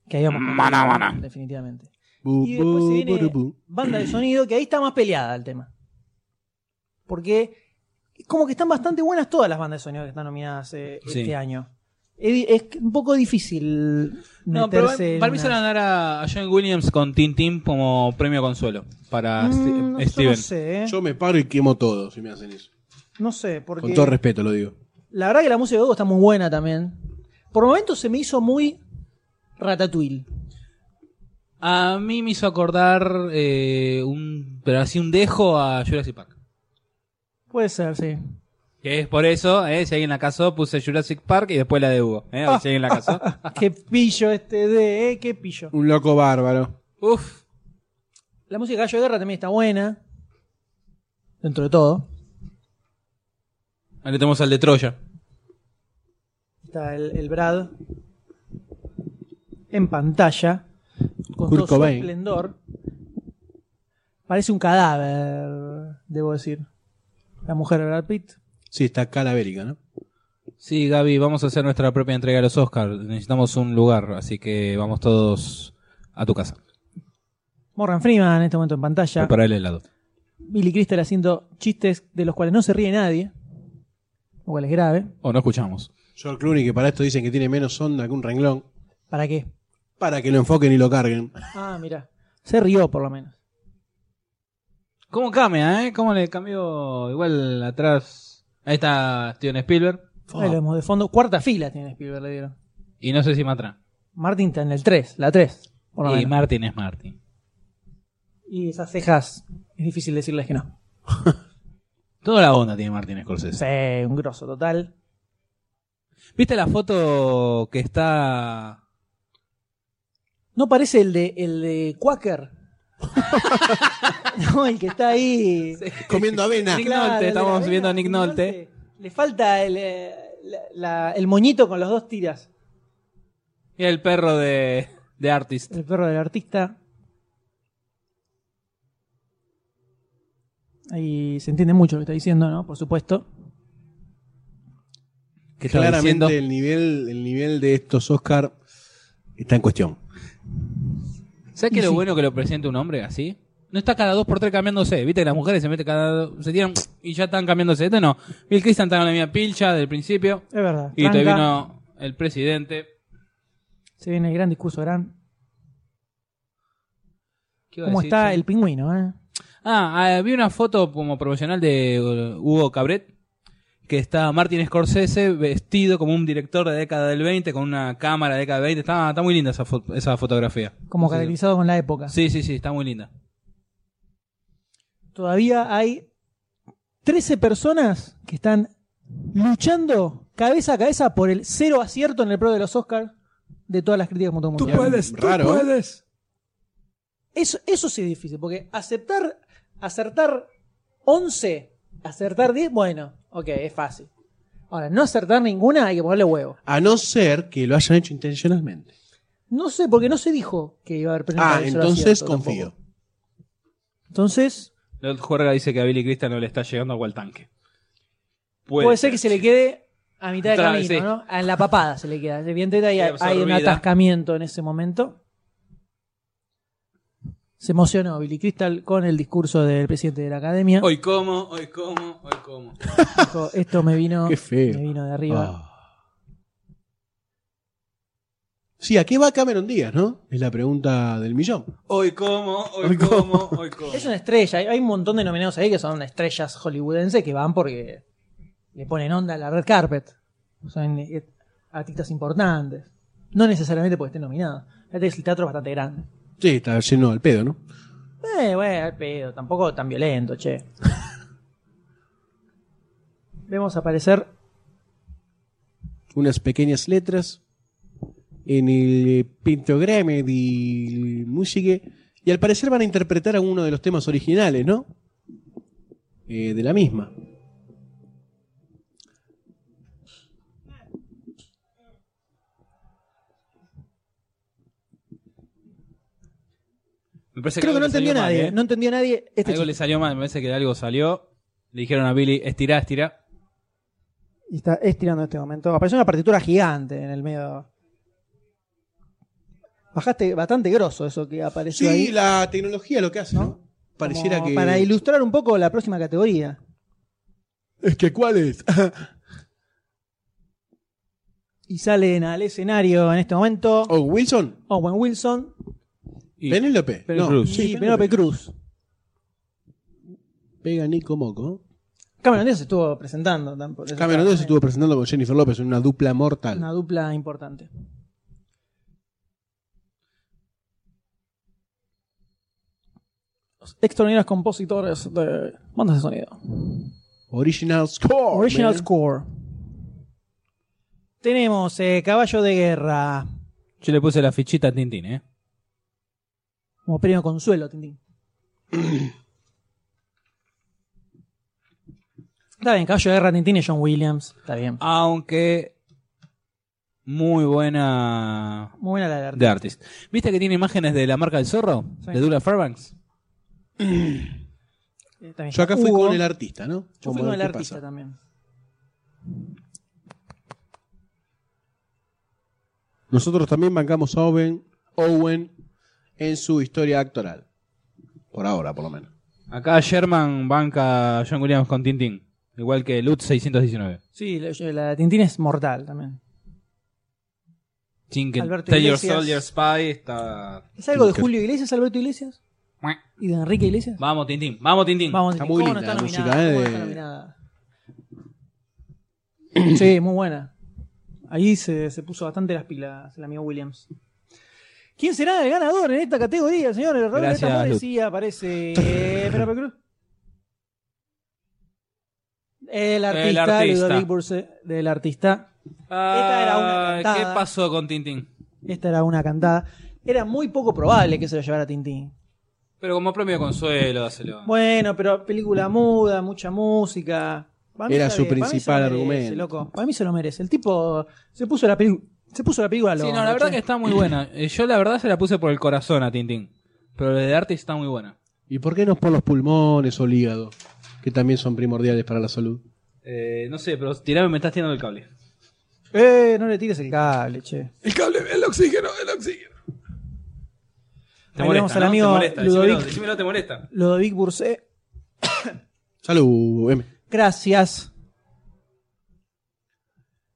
S3: Que habíamos...
S11: Mana, mana.
S3: Definitivamente.
S4: Bu,
S3: Y después se
S4: bu,
S3: viene-
S4: buru, bu.
S3: banda de sonido, que ahí está más peleada el tema. Porque como que están bastante buenas todas las bandas de sonido que están nominadas eh,
S2: Sí.
S3: este año. Es, es un poco difícil
S2: No, pero
S3: meterse en
S2: para mí se
S3: una-
S2: lo van a dar a a John Williams con Tintín como premio consuelo para Ste-
S3: Mm, no, yo
S2: Steven.
S3: No sé, ¿eh?
S4: Ah, Yo me paro y quemo todo si me hacen eso.
S3: No sé, porque
S4: Con todo respeto lo digo.
S3: la verdad que la música de Gogo está muy buena también. Por momentos se me hizo muy ratatouille.
S2: A mí me hizo acordar eh, un, pero así un dejo a Jurassic Park.
S3: Puede ser, sí.
S2: Que es por eso, eh, si alguien la casó, puse Jurassic Park y después la de Hugo. Eh, a ver si alguien la casó.
S3: qué pillo este de, ¿eh? Qué pillo.
S4: Un loco bárbaro.
S2: Uf.
S3: La música de Gallo de Guerra también está buena. Dentro de todo.
S2: Ahí le tenemos al de Troya.
S3: Está el, el Brad en pantalla con
S4: Kurt
S3: todo su
S4: Cobain.
S3: esplendor. Parece un cadáver, debo decir. La mujer de Brad Pitt.
S4: Sí, está calavérica, ¿no?
S2: Sí, Gaby, vamos a hacer nuestra propia entrega a los Oscars. Necesitamos un lugar, así que vamos todos a tu casa.
S3: Morgan Freeman en este momento en pantalla.
S2: Prepara el helado.
S3: Billy Crystal haciendo chistes de los cuales no se ríe nadie. Lo cual es grave.
S2: O Oh, no escuchamos.
S4: George Clooney, que para esto dicen que tiene menos onda que un renglón,
S3: ¿Para qué?
S4: para que lo enfoquen y lo carguen.
S3: Ah, mira. Se rió por lo menos.
S2: ¿Cómo cambia, eh? ¿Cómo le cambió? Igual atrás. Ahí está Steven Spielberg.
S3: Ahí lo vemos de fondo. Cuarta fila tiene Spielberg, le dieron.
S2: Y no sé si Matra.
S3: Martin está en el 3, la 3. Por lo
S2: Y
S3: menos.
S2: Martin es Martin.
S3: y esas cejas, es difícil decirles que no.
S2: Toda la onda tiene Martin Scorsese.
S3: Sí, un grosso total.
S2: ¿Viste la foto que está
S3: ¿No parece el de el de Quaker? no, el que está ahí.
S4: Comiendo avena.
S2: Nick
S3: Claro,
S2: Nolte,
S3: el de
S2: estamos
S3: la vena,
S2: viendo a Nick Nolte.
S3: Le falta el, eh, la- la- el moñito con los dos tiras.
S2: Y el perro de, de Artist.
S3: El perro del artista. Ahí se entiende mucho lo que está diciendo, ¿no? Por supuesto.
S2: Que estaba diciendo,
S4: Claramente el nivel, el nivel de estos Oscar está en cuestión.
S2: ¿Sabes qué es lo
S3: Sí.
S2: bueno que lo presente un hombre así? No está cada dos por tres cambiándose. Viste que las mujeres se meten cada dos- se tiran y ya están cambiándose. Este no. Bill Christian estaba en la misma pilcha del principio.
S3: Es verdad.
S2: Y te
S3: Tranca.
S2: vino el presidente.
S3: Se viene el gran discurso, gran.
S2: ¿Qué iba a
S3: ¿Cómo
S2: decir
S3: está
S2: yo?
S3: el pingüino, eh?
S2: Ah, ah, vi una foto como promocional de uh, Hugo Cabret, que está Martin Scorsese vestido como un director de década del 20, con una cámara de década del 20. Está, está muy linda esa, fo- esa fotografía.
S3: Como
S2: Sí,
S3: caracterizado con la época.
S2: Sí, sí, sí, está muy linda.
S3: Todavía hay 13 personas que están luchando cabeza a cabeza por el cero acierto en el pro de los Oscars de todas las críticas como todo el mundo.
S4: Raro.
S3: Eso, eso sí es difícil, porque aceptar, acertar 11, acertar 10, bueno, ok, es fácil. Ahora, no acertar ninguna hay que ponerle huevo.
S4: A no ser que lo hayan hecho intencionalmente.
S3: No sé, porque no se dijo que iba a haber
S4: Ah,
S3: presentado el cero
S4: entonces
S3: acierto tampoco.
S4: confío.
S3: Entonces,
S2: Lord Juerga dice que a Billy Crystal no le está llegando agua al tanque.
S3: puede, ser que se le quede a mitad de
S2: Claro,
S3: camino,
S2: sí.
S3: ¿no? Ah, En la papada se le queda. Evidentemente hay,
S2: Queda
S3: hay un
S2: absorbida.
S3: atascamiento en ese momento. Se emocionó Billy Crystal con el discurso del presidente de la academia.
S2: Hoy como, hoy como, hoy como.
S3: Dijo, esto me vino,
S4: Qué feo.
S3: me vino de arriba.
S4: Ah. Sí, ¿a qué va Cameron Díaz, no? Es la pregunta del millón.
S2: Hoy como, hoy como, hoy como.
S3: Es una estrella. Hay hay un montón de nominados ahí que son estrellas hollywoodenses que van porque le ponen onda a la red carpet. Son eh, artistas importantes. No necesariamente porque estén nominados. Fíjate que El teatro es bastante grande.
S4: Sí, está lleno al pedo, ¿no?
S3: Eh, bueno, al pedo. Tampoco tan violento, che. Vemos aparecer
S4: Unas pequeñas letras en el pintograma de música. Y al parecer van a interpretar a uno de los temas originales, ¿no? Eh, de la misma.
S2: Me parece
S3: Creo que
S2: algo
S3: no
S2: le
S3: entendió
S2: salió mal,
S3: nadie.
S2: ¿eh?
S3: No entendió nadie este
S2: algo
S3: chiste.
S2: le salió mal, me parece que algo salió. Le dijeron a Billy, estirá, estirá.
S3: Y está estirando en este momento. Apareció una partitura gigante en el medio. Bajaste bastante grosso eso que apareció ahí.
S4: Sí, la tecnología lo que hace, ¿no? Pareciera
S3: Como
S4: que.
S3: Para ilustrar un poco la próxima categoría.
S4: Es que, ¿cuál es?
S3: Y salen al escenario en este momento
S4: ¿O Oh, Wilson?
S3: Owen Wilson
S2: Y-
S4: Penélope.
S2: Penélope
S4: No.
S2: Cruz.
S4: Sí,
S3: y Penélope Cruz.
S4: Pega Nico Moco.
S3: Cameron Díaz se estuvo presentando. tan- por eso
S4: Cameron
S3: está-
S4: Díaz se estuvo presentando con Jennifer López en una dupla mortal.
S3: Una dupla importante. Los extraordinarios compositores de bandas de sonido.
S4: Original score.
S3: Original
S4: man.
S3: score. Tenemos eh, Caballo de Guerra.
S2: Yo le puse la fichita a Tintín, ¿eh?
S3: Como premio consuelo, Tintín. Está bien, Caballo de Guerra, Tintín y John Williams. Está bien.
S2: Aunque muy buena
S3: Muy buena la de
S2: de
S3: Artista.
S2: Artist. ¿Viste que tiene imágenes de la marca del zorro?
S3: Sí.
S2: De Dula Fairbanks.
S3: Eh, también
S4: Yo acá
S3: está
S4: fui
S3: Hugo.
S4: con el artista, ¿no?
S3: Yo
S4: Vamos
S3: fui
S4: a
S3: con
S4: ver
S3: el
S4: qué
S3: artista
S4: pasa.
S3: también.
S4: Nosotros también bancamos a Owen, Owen en su historia actoral. Por ahora, por lo menos.
S2: Acá Sherman banca a John Williams con Tintín. Igual que Lutz 619.
S3: Sí, la, la de Tintín es mortal también.
S2: Sin que
S3: Alberto
S2: Tell Your
S3: Iglesias.
S2: Soldier Spy está.
S3: ¿Es algo de
S4: Tinker.
S3: Julio Iglesias, Alberto Iglesias?
S11: Mua.
S3: ¿Y de Enrique Iglesias?
S2: Vamos, Tintín. Vamos, Tintín.
S3: Vamos,
S4: Está
S3: Tintín.
S4: muy
S3: ¿Cómo
S4: linda la música,
S3: nominada?
S4: eh,
S3: ¿Cómo
S4: de-
S3: no está nominada? Sí, muy buena. Ahí se, se puso bastante las pilas el amigo Williams. ¿Quién será el ganador en esta categoría, señores? Raúl
S2: Gracias,
S3: Neta Flores,
S2: Lut.
S3: sí, aparece. eh, Penélope Cruz. El artista,
S2: El artista.
S3: Ludovic Burse, del artista. Esta era una
S2: Ah,
S3: cantada.
S2: ¿Qué pasó con Tintín?
S3: Esta era una cantada. Era muy poco probable que se lo llevara Tintín.
S2: Pero como premio consuelo, dáselo.
S3: Bueno, pero película muda, mucha música. Para mí
S4: Era
S3: está
S4: su
S3: bien, para mí se
S4: principal
S3: lo merece,
S4: argumento.
S3: loco. Para mí se lo merece. El tipo se puso la película. Se puso la película al
S2: sí, no,
S3: hombro,
S2: la verdad
S3: che.
S2: que está muy buena. Eh, Yo la verdad se la puse por el corazón a Tintín. Pero la de arte está muy buena.
S4: ¿Y por qué no por los pulmones o el hígado? Que también son primordiales para la salud.
S2: Eh, no sé, pero tirame, me estás tirando el cable.
S3: Eh, no le tires el cable, che.
S2: El cable, el oxígeno, el oxígeno. Te
S3: Ahí vemos
S2: molesta,
S3: al
S2: ¿no?
S3: amigo
S2: te molesta,
S3: Ludovic.
S2: decímelo, decímelo, te molesta.
S3: Ludovic Bursé.
S4: Salud, M.
S3: Gracias.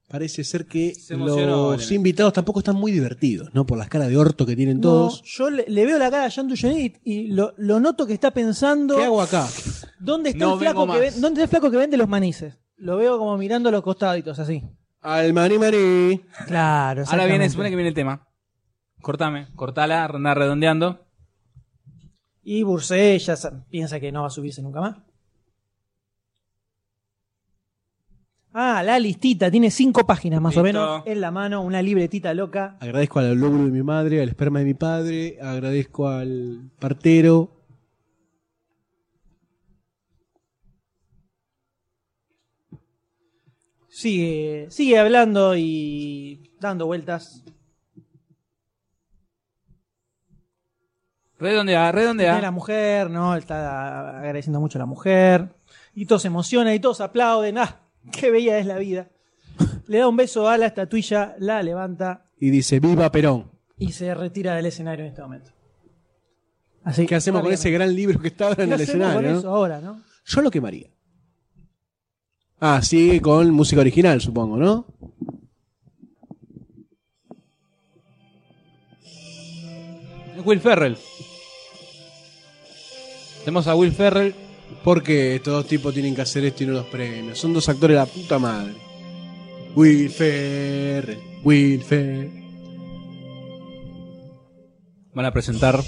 S4: Parece ser que
S2: Se emocionó,
S4: los
S2: Belén.
S4: invitados tampoco están muy divertidos, ¿no? Por las caras de orto que tienen
S3: No,
S4: todos.
S3: yo le, le veo la cara a Jean Dugenit y lo, lo noto que está pensando.
S4: ¿Qué hago acá?
S3: ¿Dónde está,
S2: No
S3: el flaco
S2: vengo
S3: que
S2: más.
S3: ven- ¿Dónde está el flaco que vende los manices? Lo veo como mirando a los costaditos, así.
S4: Al maní maní.
S3: Claro,
S2: Ahora viene,
S3: exactamente.
S2: supone que viene el tema. Cortame, cortala, anda redondeando.
S3: Y Bursé ya sa- piensa que no va a subirse nunca más. Ah, la listita, tiene cinco páginas más o
S2: Listo.
S3: menos en la mano, una libretita loca.
S4: Agradezco al lóbulo de mi madre, al esperma de mi padre, agradezco al partero.
S3: Sigue, sigue hablando y dando vueltas.
S2: Redondea, redondea.
S3: Tiene la mujer, ¿no? Está agradeciendo mucho a la mujer. Y todos se emocionan y todos aplauden. ¡Ah! ¡Qué bella es la vida! Le da un beso a la estatuilla, la levanta
S4: Y dice, viva Perón.
S3: y se retira del escenario en este momento. Así
S4: ¿Qué hacemos con ese gran libro que está ahora en
S3: ¿Qué
S4: el
S3: hacemos con
S4: escenario?
S3: eso
S4: no?
S3: ahora, ¿no?
S4: Yo lo quemaría. Ah, sigue con música original, supongo, ¿no?
S2: Will Ferrell. Tenemos a Will Ferrell.
S4: Porque estos dos tipos tienen que hacer esto y no los premios. Son dos actores de la puta madre. Will Ferrell, Will Ferrell.
S2: Van a presentar.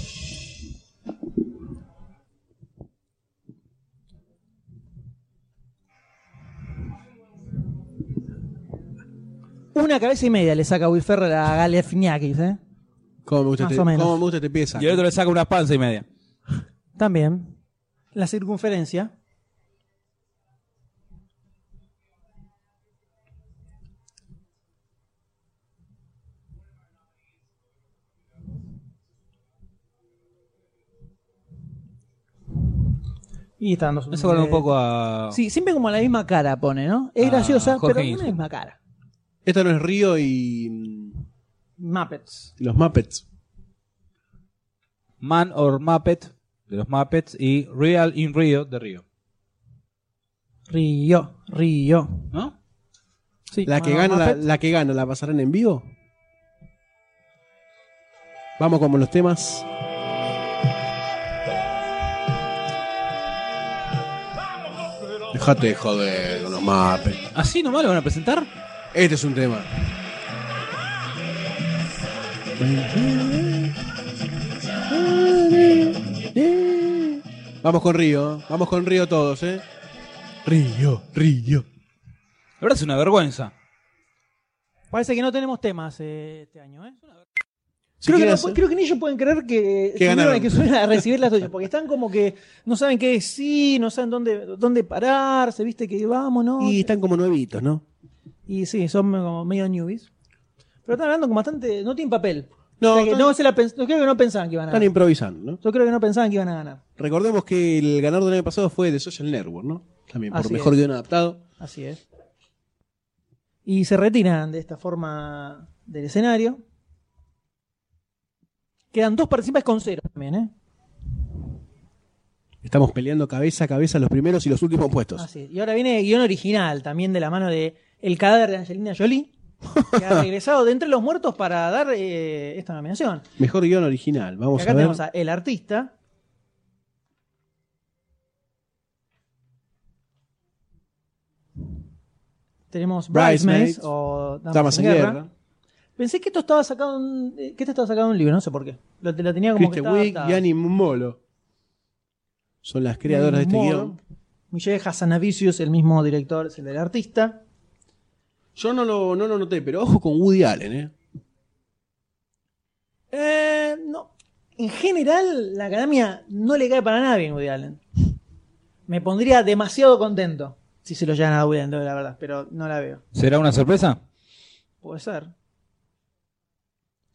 S3: Una cabeza y media le saca Will Ferrell a Galefniakis, ¿eh?
S4: ¿Cómo me gusta,
S3: Más
S4: este,
S3: o menos.
S4: cómo me gusta este pieza?
S2: Y el otro le saca una panza y media.
S3: También. La circunferencia. Y está dando su-
S2: Eso con un poco a.
S3: Sí, siempre como la misma cara pone, ¿no? Es
S2: Ah,
S3: graciosa,
S2: Jorge
S3: pero no la
S2: Ginsburg.
S3: misma cara.
S4: Esta no es Río y mm,
S3: Muppets.
S4: los Muppets.
S2: Man or Muppet de los Muppets y Real in Rio de Río.
S3: Río, Río.
S2: ¿No?
S3: Sí,
S4: La que,
S3: bueno,
S4: gana, la,
S3: Muppets.
S4: la que gana, ¿la pasarán en vivo? Vamos con los temas. Dejate de joder con los Muppets.
S2: ¿Así nomás lo van a presentar?
S4: Este es un tema. Vamos con Río, ¿eh? vamos con Río todos, ¿eh? Río, Río.
S2: La verdad es una vergüenza.
S3: Parece que no tenemos temas eh, este año, ¿eh?
S4: Si
S3: creo, que
S4: quieres,
S3: no-
S4: ¿eh?
S3: creo que ni ellos pueden creer
S4: Que
S3: que subieron
S4: ganaron.
S3: a que subieron a recibir las tuyas, porque están como que no saben qué decir, no saben dónde, dónde pararse, viste que vamos, ¿no?
S4: Y
S3: Y,
S4: están como nuevitos, ¿no?
S3: sí, son como medio newbies. Pero están hablando con bastante. No tienen papel.
S4: No,
S3: O sea que
S4: están-
S3: no se la pens- yo creo que no pensaban que iban a
S4: Están
S3: ganar.
S4: improvisando, ¿no?
S3: Yo creo que no pensaban que iban a ganar.
S4: Recordemos que el ganador del año pasado fue The Social Network, ¿no? También por
S3: Así
S4: mejor
S3: es.
S4: guión adaptado.
S3: Así es. Y se retiran de esta forma del escenario. Quedan dos participantes con cero también, ¿eh?
S4: Estamos peleando cabeza a cabeza los primeros y los últimos puestos.
S3: Así es. Y ahora viene el guión original, también de la mano de El cadáver de Angelina Jolie, que ha regresado de entre los muertos para dar eh, esta nominación.
S4: Mejor guión original.
S3: Y
S4: Vamos
S3: acá
S4: a ver.
S3: tenemos a El Artista. Tenemos Bridesmaids
S4: Bridesmaids,
S3: o Damas,
S4: Damas
S3: en
S4: en
S3: guerra.
S4: Guerra,
S3: Pensé que esto estaba sacado un, eh, que esto estaba sacado de un libro, no sé por qué. Lo, te- lo tenía como
S4: Kristen
S3: que
S4: Wiig
S3: estaba
S4: y Annie Molo. Son las creadoras de este
S3: Moore.
S4: guión.
S3: Michelle Hazanavicius, el mismo director, es el del artista.
S4: Yo no lo, no lo noté, pero ojo con Woody Allen, ¿eh?
S3: Eh, no. En general, la academia no le cae para nada bien a Woody Allen. Me pondría demasiado contento si se lo llevan a Woody Allen, la verdad, pero no la veo.
S10: ¿Será una sorpresa?
S3: Puede ser.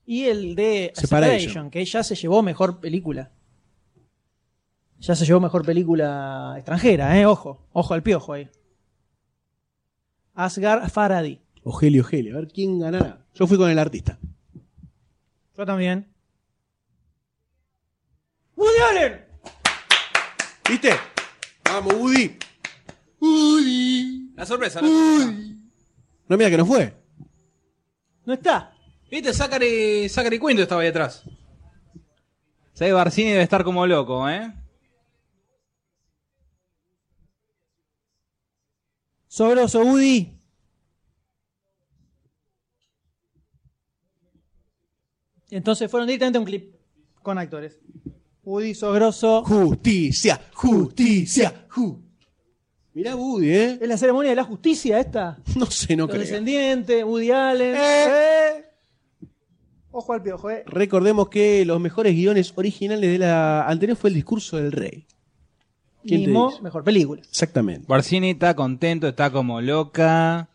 S3: Y el de
S4: Separation.
S3: Separation, que ya se llevó mejor película. Ya se llevó mejor película extranjera, ¿eh? Ojo, ojo al piojo ahí. Asgar Faraday.
S4: Ogelio Ogelio, a ver quién ganará. Yo fui con el artista.
S3: Yo también. ¡Woody Allen!
S4: ¿Viste? Vamos, Woody. Woody.
S2: La sorpresa,
S4: No, mira que no fue.
S3: No está.
S2: Viste, Zachary, Zachary Quinto estaba ahí atrás.
S10: Sé Barcini debe estar como loco, ¿eh?
S3: Sobroso Woody. Entonces fueron directamente a un clip con actores. Woody Sogroso.
S4: Justicia, justicia, ju. Mirá Woody, ¿eh?
S3: Es la ceremonia de la justicia esta.
S4: No sé, no
S3: Los
S4: creo.
S3: descendientes, Woody Allen.
S4: Eh.
S3: Eh. Ojo al piojo, eh.
S4: Recordemos que los mejores guiones originales de la anterior fue el discurso del rey. ¿Quién te
S3: Mismo,
S4: dice?
S3: mejor película.
S4: Exactamente.
S10: Barcini está contento, está como loca.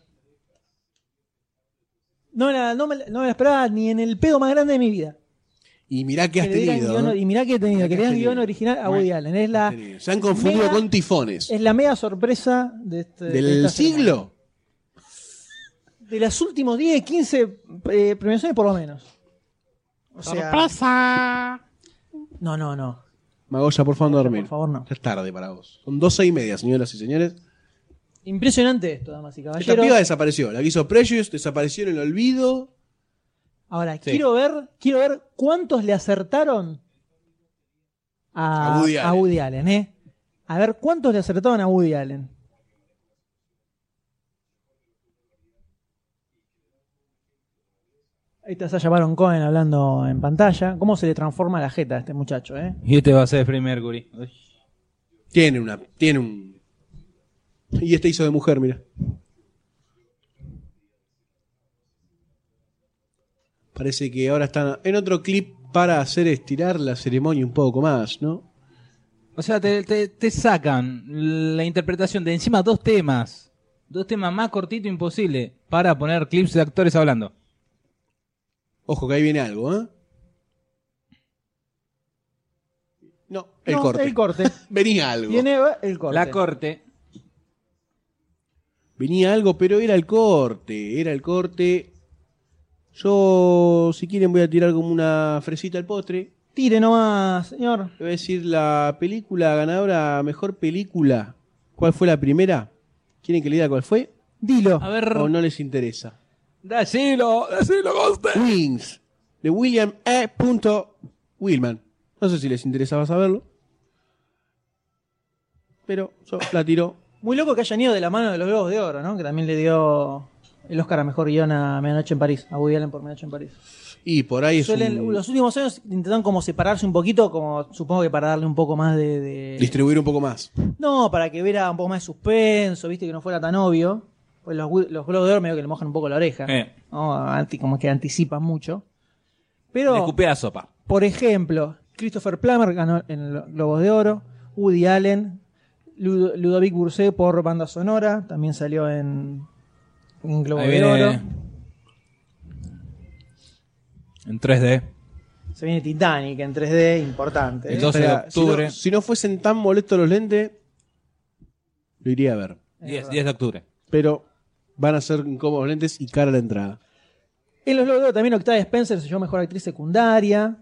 S3: No, me la- no, me, la- no me la esperaba ni en el pedo más grande de mi vida.
S4: Y mirá que has
S3: Que le digan
S4: tenido. eh?
S3: guion-
S4: ¿no?
S3: y mirá que he tenido,
S4: Mirá
S3: que
S4: que
S3: le
S4: has
S3: digan guión
S4: tenido.
S3: original a Woody Allen. Es la,
S4: Se han confundido
S3: Mira-
S4: con tifones.
S3: es la mega sorpresa de este, de
S4: ¿Del
S3: esta ceremonia.
S4: siglo?
S3: de los últimos 10, 15 eh, premiaciones por lo menos. O sea,
S11: Sorpresa.
S3: no, no, no.
S4: Magoya, por favor, no dormir.
S3: Por favor, no.
S4: Ya es tarde para vos. Son doce y media, señoras y señores.
S3: Impresionante esto, damas y
S4: Esta piba
S3: caballeros.
S4: desapareció. La que hizo Precious desapareció en el olvido.
S3: Ahora, quiero ver, quiero ver cuántos le acertaron a,
S4: A Woody
S3: a Woody Allen, eh. A ver cuántos le acertaron a Woody Allen. Ahí está Sasha Baron Cohen hablando en pantalla. ¿Cómo se le transforma la jeta a este muchacho, eh?
S10: Y este va a ser Freddie Mercury. Uy.
S4: Tiene una. Tiene un. Y este hizo de mujer, mira. Parece que ahora están en otro clip para hacer estirar la ceremonia un poco más, ¿no?
S10: O sea, te, te- te sacan la interpretación de encima dos temas. Dos temas más cortito imposible para poner clips de actores hablando.
S4: Ojo que ahí viene algo, ¿eh? No, el
S3: No,
S4: corte.
S3: El corte.
S4: Venía algo.
S3: Tiene el corte.
S10: La corte.
S4: Venía algo, pero era el corte, era el corte. Yo, si quieren, voy a tirar como una fresita al postre.
S3: Tire nomás, señor.
S4: Le voy a decir la película ganadora, mejor película. ¿Cuál fue la primera? ¿Quieren que le diga cuál fue?
S3: Dilo.
S2: A ver.
S4: ¿O no les interesa?
S10: Decilo, decilo, Goste.
S4: Wings, de William E. Willman. No sé si les interesaba saberlo. Pero yo la tiro.
S3: Muy loco que hayan ido de la mano de los Globos de Oro, ¿no? Que también le dio el Oscar a mejor guión a Medianoche en París, a Woody Allen por Medianoche en París.
S4: Y por ahí es
S3: Suelen,
S4: un-
S3: Los últimos años intentan como separarse un poquito, como supongo que para darle un poco más de. de-
S4: distribuir un poco más.
S3: No, para que viera un poco más de suspenso, viste, que no fuera tan obvio. Pues los, Gu- los Globos de Oro medio que le mojan un poco la oreja.
S2: Eh.
S3: ¿no? Anti- como que anticipan mucho. Pero.
S2: Le escupé la sopa.
S3: Por ejemplo, Christopher Plummer ganó en los Globos de Oro, Woody Allen, Lud- Ludovic Burset por banda sonora, también salió en, en Globos
S2: Ahí
S3: de
S2: viene-
S3: Oro.
S2: En
S10: Eh,
S2: 3D.
S3: Se viene Titanic en 3D, importante. ¿eh?
S2: El 12 de
S4: Espera, si no-
S2: octubre.
S4: Si no, fuesen tan molestos los lentes, lo iría a ver.
S2: 10, 10 de octubre.
S4: Pero van a ser incómodos los lentes y cara a la entrada.
S3: En los Globos de Oro también Octavia Spencer se llevó Mejor Actriz Secundaria.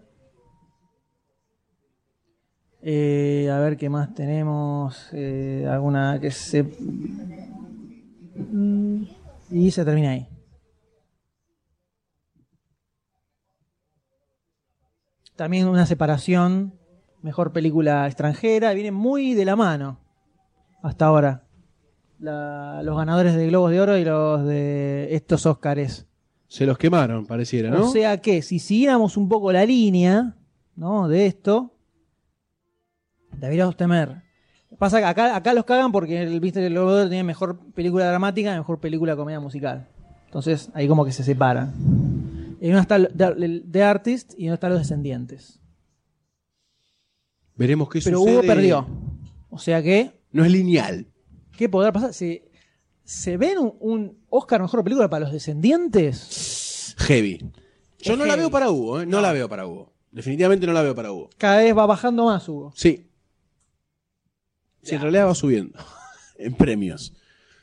S3: Eh, a ver qué más tenemos. Eh, alguna que se. Mm, Y se termina ahí. También una separación. Mejor película extranjera. Viene muy de la mano. Hasta ahora. La- los ganadores de Globos de Oro y los de estos Óscares.
S4: Se los quemaron, pareciera,
S2: Oh,
S4: ¿no?
S3: O sea que si siguiéramos un poco la línea ¿no? de esto, deberíamos temer. Pasa que acá, acá los cagan porque el viste el Globo de Oro tiene mejor película dramática y mejor película comedia musical. Entonces ahí como que se separan. En uno está el- el- The Artist y en uno está Los Descendientes.
S4: Veremos qué
S3: Pero
S4: sucede.
S3: Hugo perdió. O sea que,
S4: No es lineal.
S3: ¿qué podrá pasar? ¿Se, se ven un, un Oscar mejor película para Los Descendientes?
S4: Heavy. Yo
S3: Es
S4: no la
S3: heavy.
S4: veo para Hugo, ¿eh? No la veo para Hugo. Definitivamente no la veo para Hugo.
S3: Cada vez va bajando más Hugo.
S4: Sí. Sí, en realidad va subiendo en premios.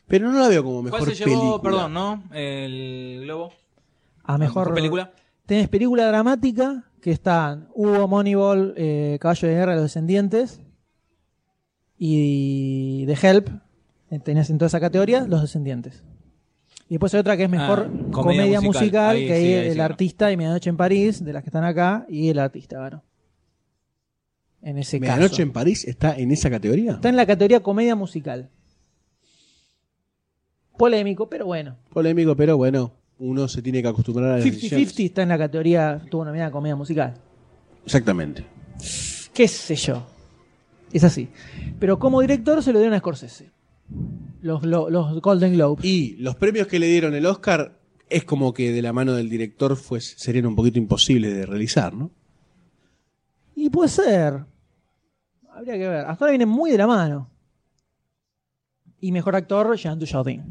S4: Pero no la veo como mejor
S2: ¿Cuál se
S4: película.
S2: llevó, perdón, no? El globo.
S3: A mejor,
S2: mejor película.
S3: Tenés película dramática, que están Hugo, Moneyball, eh, Caballo de Guerra, Los Descendientes y The Help. eh, Tenés en toda esa categoría Los Descendientes. Y después hay otra que es mejor
S2: Ah,
S3: comedia,
S2: comedia
S3: musical,
S2: musical. Ahí
S3: que
S2: sí, ahí
S3: hay El
S2: sí, no.
S3: Artista y Medianoche en París, de las que están acá, y El Artista, bueno. En ese
S4: Medianoche
S3: caso.
S4: en París está en esa categoría.
S3: Está en la categoría comedia musical. Polémico, pero bueno.
S4: Polémico, pero bueno, uno se tiene que acostumbrar a las decisiones.
S3: 50-50 está en la categoría, tuvo nominada a comedia musical.
S4: Exactamente.
S3: qué sé yo. Es así. Pero como director se lo dieron a Scorsese. Los, lo- los Golden Globes.
S4: Y los premios que le dieron el Oscar es como que de la mano del director pues, serían un poquito imposibles de realizar, ¿no?
S3: Y puede ser. Habría que ver. Hasta ahora viene muy de la mano. Y mejor actor, Jean Dujardin.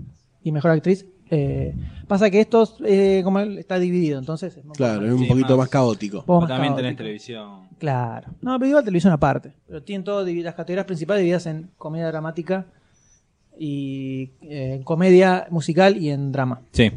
S3: Y mejor actriz. eh, pasa que esto eh, como él, está dividido, entonces. es un poco
S4: Claro,
S3: más-
S4: es un
S2: Sí,
S4: poquito
S2: más-
S4: más caótico.
S3: un poco
S2: O
S3: más
S2: también tenés
S3: caótico.
S2: televisión.
S3: Claro. No, pero igual televisión aparte. Pero tienen todo divi- las categorías principales divididas en comedia dramática y eh, en comedia musical y en drama.
S10: Sí.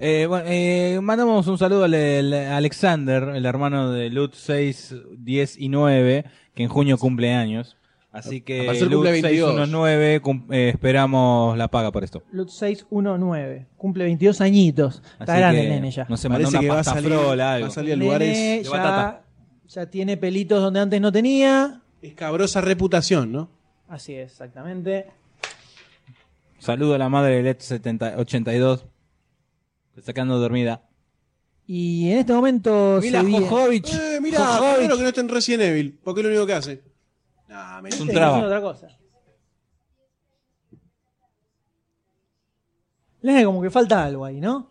S2: Eh, bueno, eh, mandamos un saludo al, al Alexander, el hermano de Lut 6, 10 y 9, que en junio cumple años. Así que
S4: Apareció el
S2: Lut
S4: cumple
S2: 6, 1,
S4: 22.
S2: 9, cum- eh, esperamos la paga por esto.
S3: Lut 619. Cumple 22 añitos. Está
S2: Así
S3: grande
S2: que
S3: el nene ya.
S2: No se mandó
S4: Parece
S2: una
S4: que va a
S2: pasta
S4: salir,
S2: frola,
S4: va
S2: algo.
S4: a salir a
S3: Nene
S4: lugares.
S2: de
S3: ya,
S2: batata.
S3: ya tiene pelitos donde antes no tenía.
S4: Escabrosa reputación, ¿no?
S3: Así es, exactamente.
S2: Saludo a la madre de Led 70 82, sacando dormida.
S3: Y en este momento se viene-
S4: Eh, mirá,
S3: Jojovich.
S4: primero que no estén recién Evil, porque es lo único que hace. Nah, me
S2: Es
S3: Sí,
S2: un
S3: es
S2: traba.
S3: otra cosa. Nene, como que falta algo ahí, ¿no?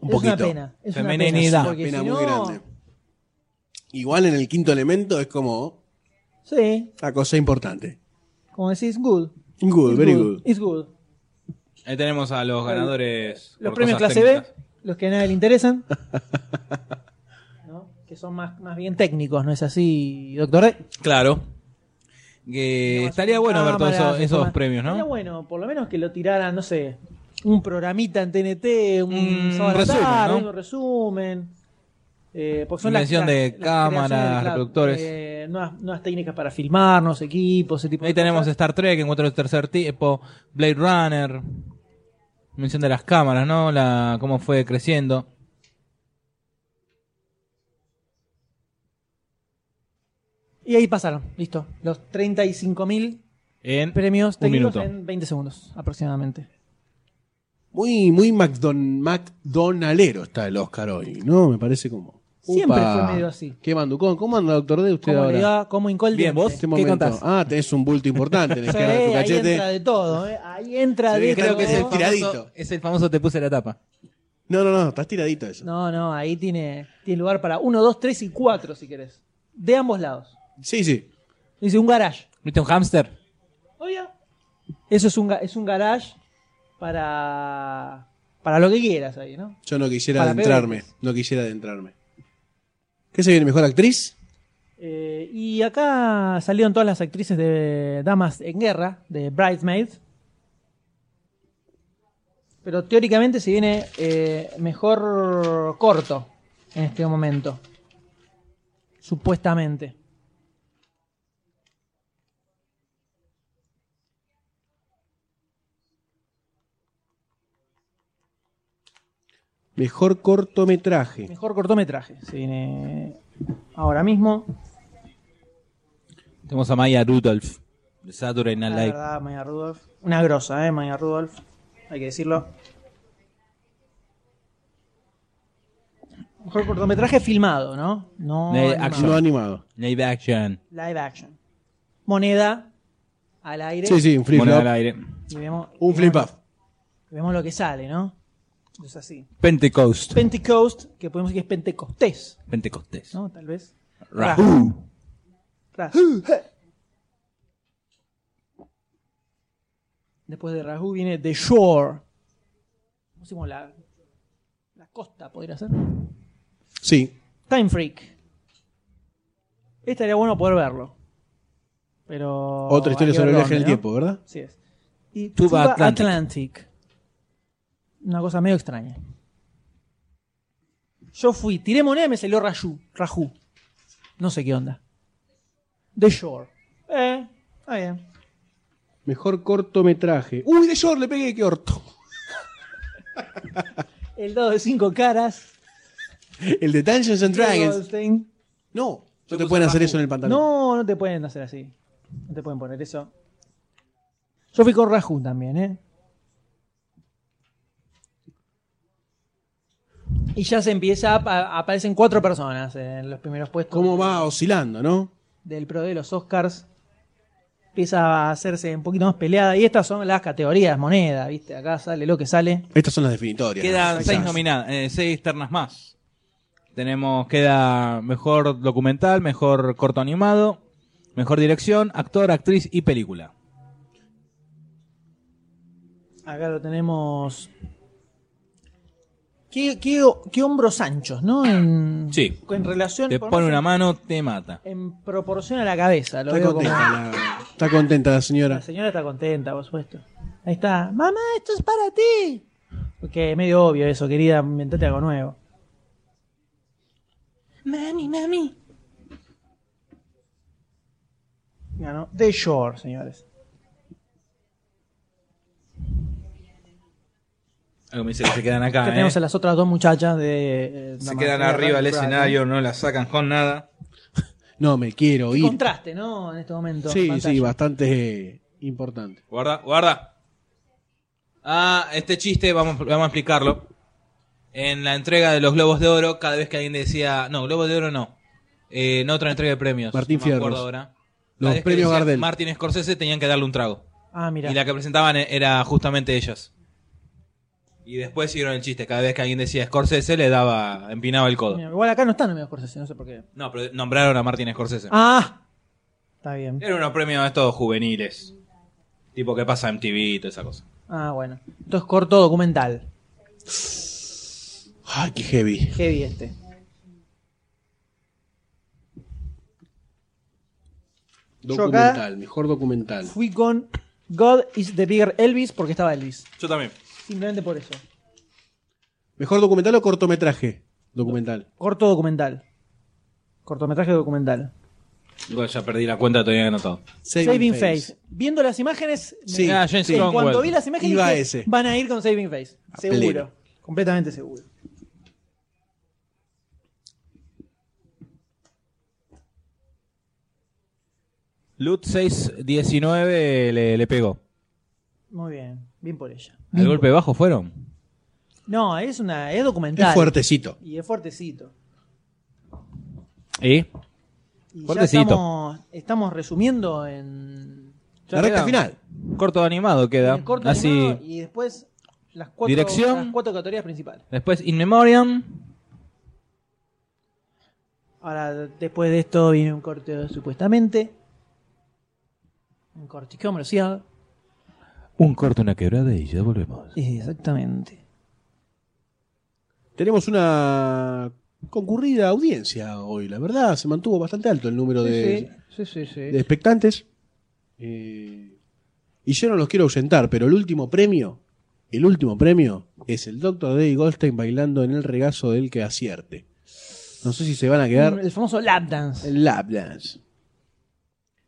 S4: Un
S3: es
S4: poquito.
S3: una pena. Es una
S2: Femeninidad.
S3: pena, porque
S4: Ah, pena
S3: si
S4: muy
S3: no-
S4: grande. Igual en el quinto elemento es como
S3: Sí,
S4: una cosa importante.
S3: como decís, good.
S4: Good,
S3: It's
S4: very
S3: good.
S4: good.
S3: It's good.
S2: Ahí tenemos a los ganadores.
S3: Eh, Los
S2: por
S3: premios
S2: cosas
S3: clase
S2: técnicas.
S3: B, los que a nadie le interesan. ¿no? Que son más, más bien técnicos, ¿no es así, doctor? D?
S2: Claro. Que Eh, estaría bueno ver todos
S3: Cámaras,
S2: esos, esos
S3: formas-
S2: premios,
S3: Estaría
S2: ¿no?
S3: bueno, por lo menos que lo tiraran, no sé, un programita en TNT, un
S2: Un
S3: sábado a la
S2: Mm, resumen,
S3: tarde,
S2: ¿no?
S3: un resumen. Eh, porque son
S2: Invención de cámaras,
S3: creaciones,
S2: reproductores.
S3: eh, nuevas, nuevas técnicas para filmar, nuevos equipos, ese tipo
S2: Ahí
S3: de
S2: tenemos este.
S3: cosas.
S2: Star Trek, Encuentro del Tercer Tipo, Blade Runner. Mención de las cámaras, ¿no? La, cómo fue creciendo.
S3: Y ahí pasaron, listo. Los 35.000
S2: En
S3: premios técnicos
S2: minuto.
S3: en 20 segundos aproximadamente.
S4: Muy, muy McDon- McDonaldero está el Oscar hoy, ¿no? Me parece como.
S3: Siempre fue medio así.
S4: ¿Qué manducón? ¿Cómo anda, doctor D? Usted
S3: Como
S4: ahora.
S3: le iba, como hincó el
S2: Bien,
S3: diente.
S2: ¿vos?
S4: Este
S2: ¿Qué
S4: momento.
S2: contás?
S4: Ah, tenés un bulto importante en la
S3: Sí,
S4: izquierda de tu
S3: ahí
S4: cachete.
S3: entra de todo, ¿eh? Ahí entra
S4: Sí,
S3: de
S4: creo
S3: todo.
S4: que es el tirado. tiradito.
S2: famoso- es el famoso te puse la tapa.
S4: No, no, no, estás tiradito eso.
S3: No, no, ahí tiene, tiene lugar para 1, 2, 3 y 4 si querés. De ambos lados.
S4: Sí, sí.
S3: Dice un garage.
S2: ¿Viste un hamster?
S3: Oye. Eso es un, ga- es un garage para, para lo que quieras ahí, ¿no?
S4: Yo no quisiera
S3: Para
S4: adentrarme.
S3: peores.
S4: No quisiera adentrarme. ¿Qué se viene? ¿Mejor actriz?
S3: Eh, y acá salieron todas las actrices de Damas en Guerra, de Bridesmaids. Pero teóricamente se viene eh, mejor corto en este momento. Supuestamente.
S4: Mejor cortometraje.
S3: Mejor cortometraje. Se viene ahora mismo.
S2: Tenemos a Maya Rudolph de Saturday
S3: La
S2: Night Live.
S3: verdad, Maya Rudolph. Una grosa, ¿eh? Maya Rudolph. Hay que decirlo. Mejor cortometraje filmado, ¿no? No.
S2: Eh,
S3: animado.
S2: action.
S4: No animado.
S2: Live action.
S3: Live action. Moneda al aire.
S4: Sí, sí, un flip
S10: Moneda al
S4: flop.
S10: aire.
S3: Y vemos,
S4: Un flip up.
S3: y vemos lo que sale, ¿no? Es así.
S2: Pentecost.
S3: Pentecost, que podemos decir que es pentecostés,
S2: Pentecostés.
S3: ¿no? Tal vez.
S2: Ra.
S3: Ras. Después de Rahu viene The Shore. ¿Cómo decimos la, la costa, podría ser?
S4: Sí.
S3: Time Freak. Este Estaría bueno poder verlo. Pero.
S4: Otra historia
S3: hay que
S4: sobre el
S3: ver
S4: viaje en el
S3: dónde, Oh, ¿no?
S4: tiempo, ¿verdad?
S3: Así es. Y
S2: Tuba
S3: Tuba Atlantic.
S2: Atlantic.
S3: Una cosa medio extraña. Yo fui, tiré moneda y me salió Raju. Raju. No sé qué onda. The Shore. Eh, está bien.
S4: Mejor cortometraje. Uy, de short le pegué, qué orto.
S3: El dado de cinco caras.
S4: El de Dungeons and Dragons.
S3: Goldstein.
S4: No. No te pueden hacer eso en el pantalón.
S3: No, no te pueden hacer así. No te pueden poner eso. Yo fui con Raju también, ¿eh? Y ya se empieza, a- aparecen cuatro personas en los primeros puestos
S4: Cómo va oscilando, ¿no?
S3: del pro de los Oscars. Empieza a hacerse un poquito más peleada. Y estas son las categorías, moneda, ¿viste? Acá sale lo que sale.
S4: Estas son las definitorias.
S2: Quedan
S4: Quizás.
S2: seis nominadas, eh, seis ternas más. Tenemos, queda mejor documental, mejor corto animado, mejor dirección, actor, actriz y película.
S3: Acá lo tenemos. Qué, qué- qué hombros anchos, ¿no? En,
S2: Sí.
S3: En relación.
S2: Te
S3: por
S2: pone
S3: más-
S2: una mano, te mata.
S3: En proporción a la cabeza, lo
S4: Está
S3: veo como-
S4: contenta, la, está contenta la
S3: La
S4: señora.
S3: señora está contenta, por supuesto. Ahí está. Mamá, esto es para ti. Porque medio obvio eso, querida, inventate algo nuevo. Mami, mami. Ganó The Shore, señores.
S2: Algo me dice que se quedan acá.
S3: Acá
S2: eh.
S3: tenemos a las otras dos muchachas de... eh,
S2: Se
S3: la
S2: quedan
S3: María
S2: arriba del
S3: Ralph Brad,
S2: escenario, no la sacan con nada.
S4: No, me quiero
S3: ¿no?
S4: ir.
S3: Contraste, ¿no? En este momento.
S4: Sí,
S3: pantalla.
S4: sí, bastante eh, importante.
S2: Guarda, guarda. Ah, este chiste vamos, vamos a explicarlo. En la entrega de los Globos de Oro, cada vez que alguien decía, no, Globos de Oro no. Eh, en otra entrega de premios.
S4: Martín
S2: no me acuerdo
S4: Fierros.
S2: ahora.
S4: Los
S2: Cada vez que
S4: premios
S2: decían
S4: Gardel.
S2: Martin Scorsese tenían que darle un trago.
S3: Ah, mira.
S2: Y la que presentaban e- era justamente ellas. Y después siguieron el chiste. Cada vez que alguien decía Scorsese, le daba, empinaba el codo.
S3: Igual acá no están los medios Scorsese, no sé por qué.
S2: No, pero nombraron a Martin Scorsese.
S3: Ah, está bien.
S2: Era unos premios de estos juveniles. Tipo que pasa en MTV y toda esa cosa.
S3: Ah, bueno. Esto es corto documental.
S4: Ay, qué heavy.
S3: Heavy este. Yo acá-
S4: Documental, mejor documental.
S3: Fui con God is the bigger Elvis porque estaba Elvis.
S2: Yo también.
S3: Simplemente por eso.
S4: ¿Mejor documental o cortometraje? Documental.
S3: Corto documental. Cortometraje documental.
S2: Igual ya perdí la cuenta, todavía anotado.
S3: Saving, Face. Viendo las imágenes,
S4: Sí,
S2: Ah, James
S4: sí.
S3: en
S2: Cromwell.
S3: cuanto vi las imágenes,
S4: Iba
S3: dije,
S4: ese.
S3: van a ir con Saving Face.
S4: A
S3: Seguro.
S4: pleno.
S3: Completamente seguro.
S2: Loot 619 le, le pegó.
S3: Muy bien. Bien por ella.
S2: ¿Al golpe bajo fueron?
S3: No, es una es documental.
S4: Es fuertecito.
S3: Y es fuertecito.
S2: ¿Y?
S3: Y ya
S2: Fuertecito.
S3: estamos, estamos resumiendo en,
S2: Ya
S4: La recta
S2: queda.
S4: final.
S2: Corto animado
S3: en
S2: queda.
S3: el corto
S2: Así.
S3: animado y después las cuatro,
S2: Dirección.
S3: las cuatro categorías principales.
S2: Después In Memoriam.
S3: Ahora, después de esto viene un corte supuestamente. Un corte comercial.
S2: Un corto, una quebrada y ya volvemos.
S3: Sí, Exactamente.
S4: Tenemos una concurrida audiencia hoy, la verdad. Se mantuvo bastante alto el número de,
S3: sí, sí, sí.
S4: de expectantes. Eh, y yo no los quiero ahuyentar, pero el último premio, el último premio es el Dr. Dave Goldstein bailando en el regazo del que acierte. No sé si se van a quedar
S3: El famoso lap dance.
S4: en lap dance.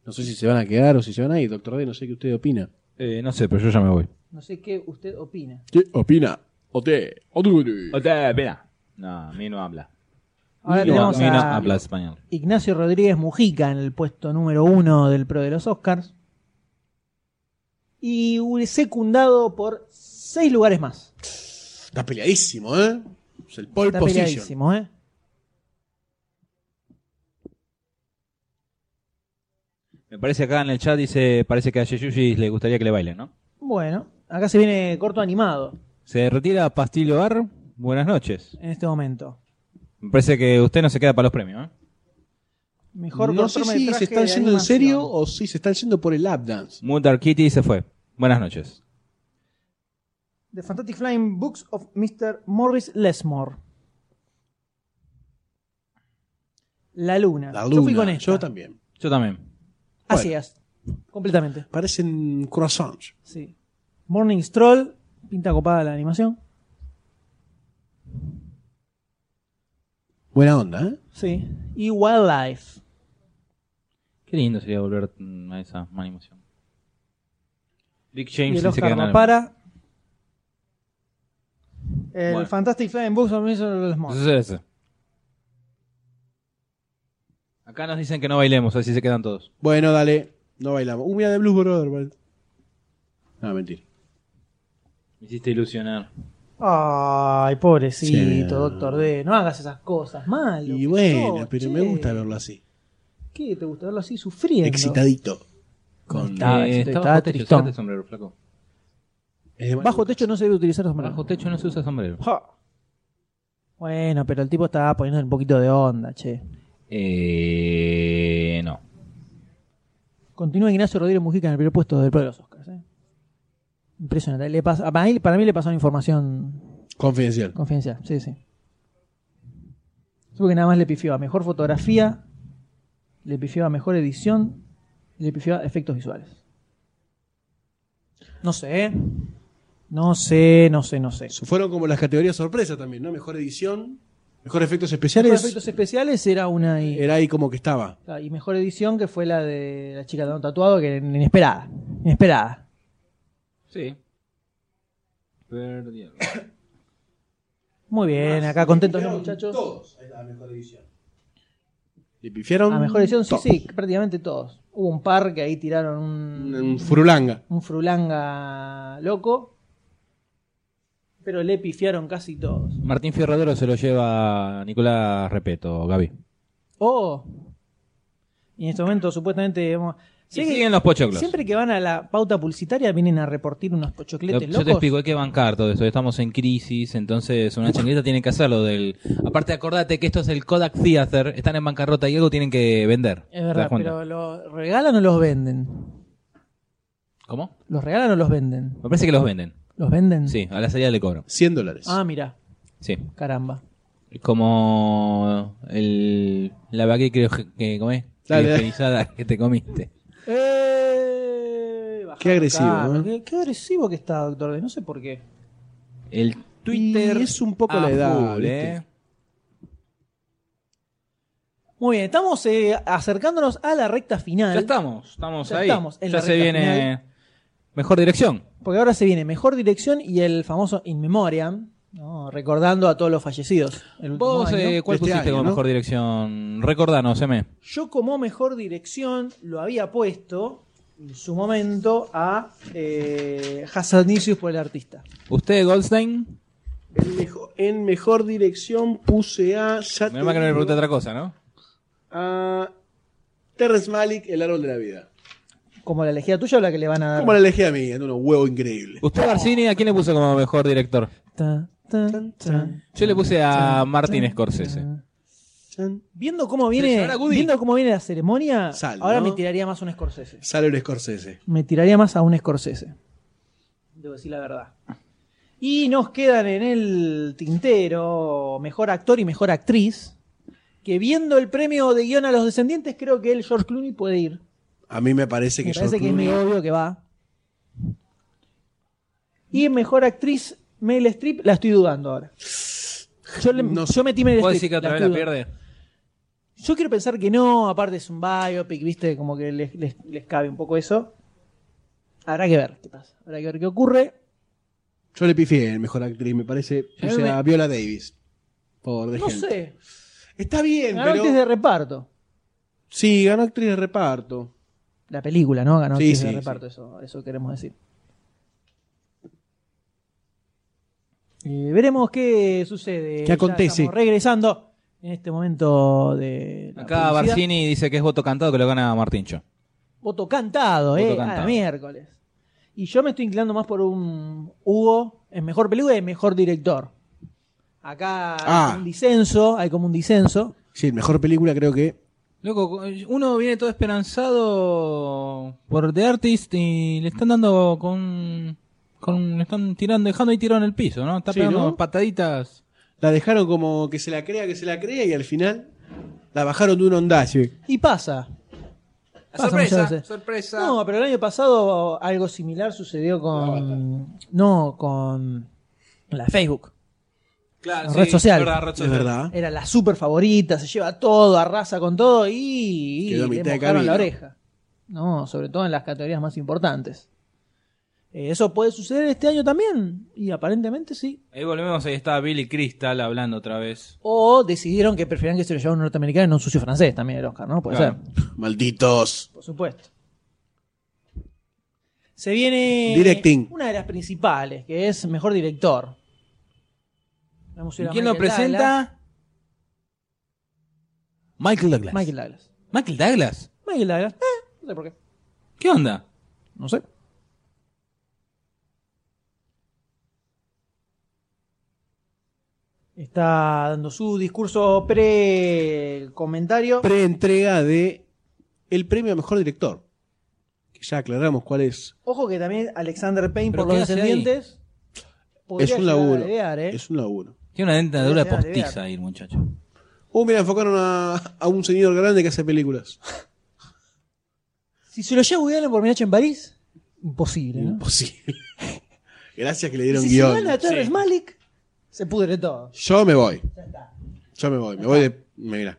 S4: No sé si se van a quedar o si se van a ir,
S2: Eh,
S4: Doctor D, no sé qué usted opina.
S2: no sé, pero yo ya me voy.
S3: No sé qué usted opina.
S4: ¿Qué opina
S12: Ote, Oduri.
S2: Espera. No, a mí no habla.
S3: Ahora
S2: No,
S3: tenemos
S2: a mí no
S3: a
S2: habla español.
S3: Ignacio Rodríguez Mujica en el puesto número uno del Pro de los Oscars. Y secundado por seis lugares más.
S4: Está peleadísimo, ¿eh? Es el pole
S3: Está
S4: position.
S3: peleadísimo, ¿eh?
S2: Me parece acá en el chat dice, parece que a Yeyushi le gustaría que le bailen, ¿no?
S3: Bueno, acá se viene corto animado
S2: Se retira Pastillo Bar. Buenas noches.
S3: en este momento.
S2: Me parece que usted no se queda para los premios, ¿eh?
S3: Mejor
S4: no sé si se
S3: cortometraje
S4: están
S3: de
S4: yendo en
S3: animación.
S4: serio o si se están yendo por el lap dance.
S2: Mutar Kitty se fue. Buenas noches.
S3: The Fantastic Flying Books of Mr. Morris Lesmore. La luna.
S4: La
S3: Yo fui
S4: luna.
S3: con esta.
S4: Yo también.
S2: Yo también.
S3: Así es. Completamente.
S4: Parecen croissants.
S3: Sí. Morning Stroll. Pinta copada la animación.
S4: Buena onda, ¿eh?
S3: Sí. Y Wildlife.
S2: Qué lindo sería volver mm, a esa animación. Dick
S3: Y
S2: James
S3: el
S2: dice que
S3: Oscar
S2: gana
S3: no
S2: el-
S3: para. El
S2: Bueno.
S3: Fantastic Flying Books of Mr. Lesmore.
S2: Ese, ese. Acá nos dicen que no bailemos, así se quedan todos.
S4: Bueno, dale. No bailamos. Uh, mira de Blues Brother. vale. No, mentira.
S2: Me hiciste ilusionar.
S3: Ay, pobrecito,
S4: Sí, mira.
S3: Doctor D. No hagas esas cosas mal.
S4: Y
S3: loco,
S4: bueno,
S3: sos,
S4: pero
S3: che.
S4: me gusta verlo así.
S3: ¿Qué? ¿Te gusta verlo así sufriendo?
S4: Excitadito. Con...
S3: Está-
S2: Eh,
S3: está-
S2: estaba
S3: está
S2: techo,
S3: tristón.
S2: sacate el sombrero, flaco.
S4: es de-
S3: Bajo techo no se debe utilizar los
S2: Bajo techo no se usa sombrero.
S3: Bueno, pero el tipo estaba poniendo un poquito de onda, che.
S2: Eh, no.
S3: Continúa Ignacio Rodríguez Mujica en el primer puesto del Pro de los Oscars. ¿eh? Impresionante. Le pas- para, mí, para mí le pasó información
S4: Confidencial.
S3: confidencial. Sí, sí. Supongo que nada más le pifió a mejor fotografía, le pifió a mejor edición, le pifió a efectos visuales. No sé. ¿eh? No sé, no sé, no sé.
S4: Fueron como las categorías sorpresa también, ¿no? Mejor edición, mejor efectos
S3: Mejor
S4: especiales.
S3: efectos especiales era una y,
S4: Era ahí como que estaba.
S3: Ah, Y mejor edición que fue la de la chica de un tatuado, que era inesperada. Inesperada.
S2: Sí.
S3: Muy bien, acá contentos los muchachos.
S4: Ah, Todos a la mejor edición. Le pifiaron.
S3: A Ah, mejor edición, sí,
S4: todos.
S3: sí, prácticamente todos. Hubo un par que ahí tiraron un,
S4: Un furulanga.
S3: un frulanga loco, pero le pifiaron casi todos.
S2: Martín Fierradero se lo lleva a Nicolás Repeto, Gaby.
S3: Oh, y en este momento supuestamente. Digamos,
S2: Sí,
S3: sí,
S2: siguen los pochoclos.
S3: siempre que van a la pauta publicitaria vienen a reportir unos pochocletes
S2: Yo-
S3: locos.
S2: Yo te explico, hay que bancar todo esto. Estamos en crisis, entonces una changuita tiene que hacerlo. Del... Aparte, acordate que esto es el Kodak Theater, están en bancarrota y algo tienen que vender.
S3: Es
S2: ¿Te
S3: verdad,
S2: das cuenta?
S3: pero ¿los regalan o los venden?
S2: ¿Cómo?
S3: ¿Los regalan o los venden?
S2: Me parece que los venden.
S3: ¿Los
S4: Mm.
S3: venden?
S2: Sí, a la salida le cobro.
S4: 100 dólares.
S3: Ah, mira,
S2: Sí.
S3: caramba.
S2: Como el, la vaca creo que comés.
S4: Dale, dale.
S2: que te comiste.
S3: Eh, bajá
S4: Qué agresivo,
S3: acá.
S4: ¿no?
S3: Qué, qué agresivo que está, doctor D. No sé por qué.
S2: El Twitter.
S4: Y es un poco la
S2: a
S4: edad,
S2: full,
S4: ¿viste?
S2: ¿eh?
S3: Muy bien, estamos eh, acercándonos a la recta final.
S2: Ya estamos, estamos
S3: Ya
S2: ahí.
S3: estamos en
S2: ya
S3: la
S2: se
S3: recta
S2: viene mejor dirección.
S3: Porque ahora se viene mejor dirección y el famoso In Memoriam, ¿no? recordando a todos los fallecidos. el último
S2: ¿Vos
S3: año.
S2: eh, cuál
S4: de este
S2: pusiste
S4: año,
S2: como
S4: ¿no?
S2: mejor dirección? Recordanos, M.
S3: Yo como mejor dirección lo había puesto en su momento a eh, Hazanisius por el artista.
S2: ¿Usted, Goldstein?
S4: En, mejo- en mejor dirección puse a. ya
S2: Menos
S4: te
S2: mal que no le
S4: digo,
S2: pregunté otra cosa, ¿no?
S4: A Terrence Malick, El árbol de la vida.
S3: Como la elegida tuya o la que le van a dar.
S4: Como la elegí a mí, en unos huevos increíbles.
S2: ¿Usted, Barcini, a quién le puso como mejor director?
S3: Tan, tan, tan.
S2: Yo le puse a Martin Scorsese.
S4: Chan.
S3: Viendo cómo viene,
S2: Señora Goody.
S3: viendo cómo viene la ceremonia,
S4: Sal,
S3: ahora
S4: ¿no?
S3: me tiraría más un Scorsese.
S4: Sale un Scorsese.
S3: Me tiraría más a un Scorsese. Debo decir la verdad. Y nos quedan en el tintero mejor actor y mejor actriz. Que viendo el premio de guión a los descendientes, creo que el George Clooney puede ir.
S4: A mí me parece que
S3: Me
S4: yo
S3: parece que es medio obvio que va. Y mejor actriz, Meryl Streep, la estoy dudando ahora. Yo, le-
S4: No sé.
S3: yo metí Meryl
S2: ¿Puedo decir
S3: Streep.
S2: que otra
S3: la
S2: vez
S3: estoy
S2: la
S3: dudando.
S2: pierde?
S3: Yo quiero pensar que no, aparte es un biopic, viste, como que les, les- les cabe un poco eso. Habrá que ver qué pasa, habrá que ver qué ocurre.
S4: Yo le pifié en mejor actriz, me parece. O
S2: mí
S4: sea,
S2: me-
S4: Viola Davis. Por The
S3: No
S4: Hand.
S3: sé.
S4: Está bien,
S3: Ganó
S4: pero.
S3: actriz de reparto.
S4: Sí, ganó actriz de reparto.
S3: La película, ¿no? Ganó
S4: Sí,
S3: actriz de
S4: sí,
S3: reparto, eso, eso queremos decir. Eh, veremos qué sucede.
S4: ¿Qué
S3: Ya
S4: acontece?
S3: estamos regresando en este momento de. la
S10: Acá
S3: publicidad.
S10: Barcini dice que es voto cantado que lo gana Martincho.
S3: Voto cantado, ¿eh?
S10: Voto
S3: A la
S10: cantado.
S3: miércoles. Y yo me estoy inclinando más por un Hugo en mejor película y en mejor director.
S4: Ah.
S3: Acá hay como un disenso, hay como un disenso.
S4: Sí, mejor película creo que.
S2: Loco, uno viene todo esperanzado por The Artist y le están dando con. con le están tirando, dejando ahí tirado en el piso, ¿no? Está
S4: Sí,
S2: pegando
S4: ¿no?
S2: pataditas.
S4: La dejaron como que se la crea, que se la crea, y al final la bajaron de un ondaje.
S3: Y pasa. Pasa muchas veces.
S2: sorpresa.
S3: No, pero el año pasado algo similar sucedió con. No, con la de Facebook.
S2: claro,
S3: red social.
S2: verdad, red
S4: Es
S2: social.
S4: verdad.
S3: Era la super favorita, se lleva todo, arrasa con todo y, y
S4: Quedó a
S3: le
S4: mitad de
S3: mojaron la
S4: camino.
S3: oreja. No, sobre todo en las categorías más importantes. Eh, Eso puede suceder este año también. Y aparentemente sí.
S2: Ahí volvemos, ahí está Billy Crystal hablando otra vez.
S3: O decidieron que preferían que se lo llevara un norteamericano y no un sucio francés también el Oscar, ¿no? Puede
S2: Claro.
S3: ser,
S4: Malditos.
S3: por supuesto. Se viene
S4: Directing.
S3: una de las principales, que es mejor director. Vamos a ir
S2: ¿Y
S3: a
S2: quién lo
S3: Michael Douglas.
S2: presenta? Michael Douglas.
S3: Michael Douglas.
S2: Michael Douglas.
S3: Michael Douglas. Eh, no sé por qué.
S2: ¿Qué onda?
S3: No sé. Está dando su discurso pre-comentario.
S4: Preentrega de el premio a mejor director. Que ya aclaramos cuál es.
S3: Ojo que también Alexander Payne
S2: ¿Pero
S3: por
S2: qué
S3: los
S2: hace ahí?
S3: descendientes. podría
S4: es un
S3: llegar a
S4: laburo.
S3: devear, ¿eh?
S4: Es un laburo.
S2: Tiene una dentadura
S3: Debe ser, debe
S2: postiza ahí el muchacho.
S4: Uh, mira, enfocaron a, a un señor grande que hace películas.
S3: Si se lo lleva Woody Allen por mi noche en París, imposible. ¿no?
S4: Imposible. Gracias que le
S3: Y
S4: dieron
S3: si se
S4: guión.
S3: van a Terrence Malick, se pudre todo.
S4: Yo me voy.
S3: Ya está.
S4: Yo me voy. Me voy de. Mira.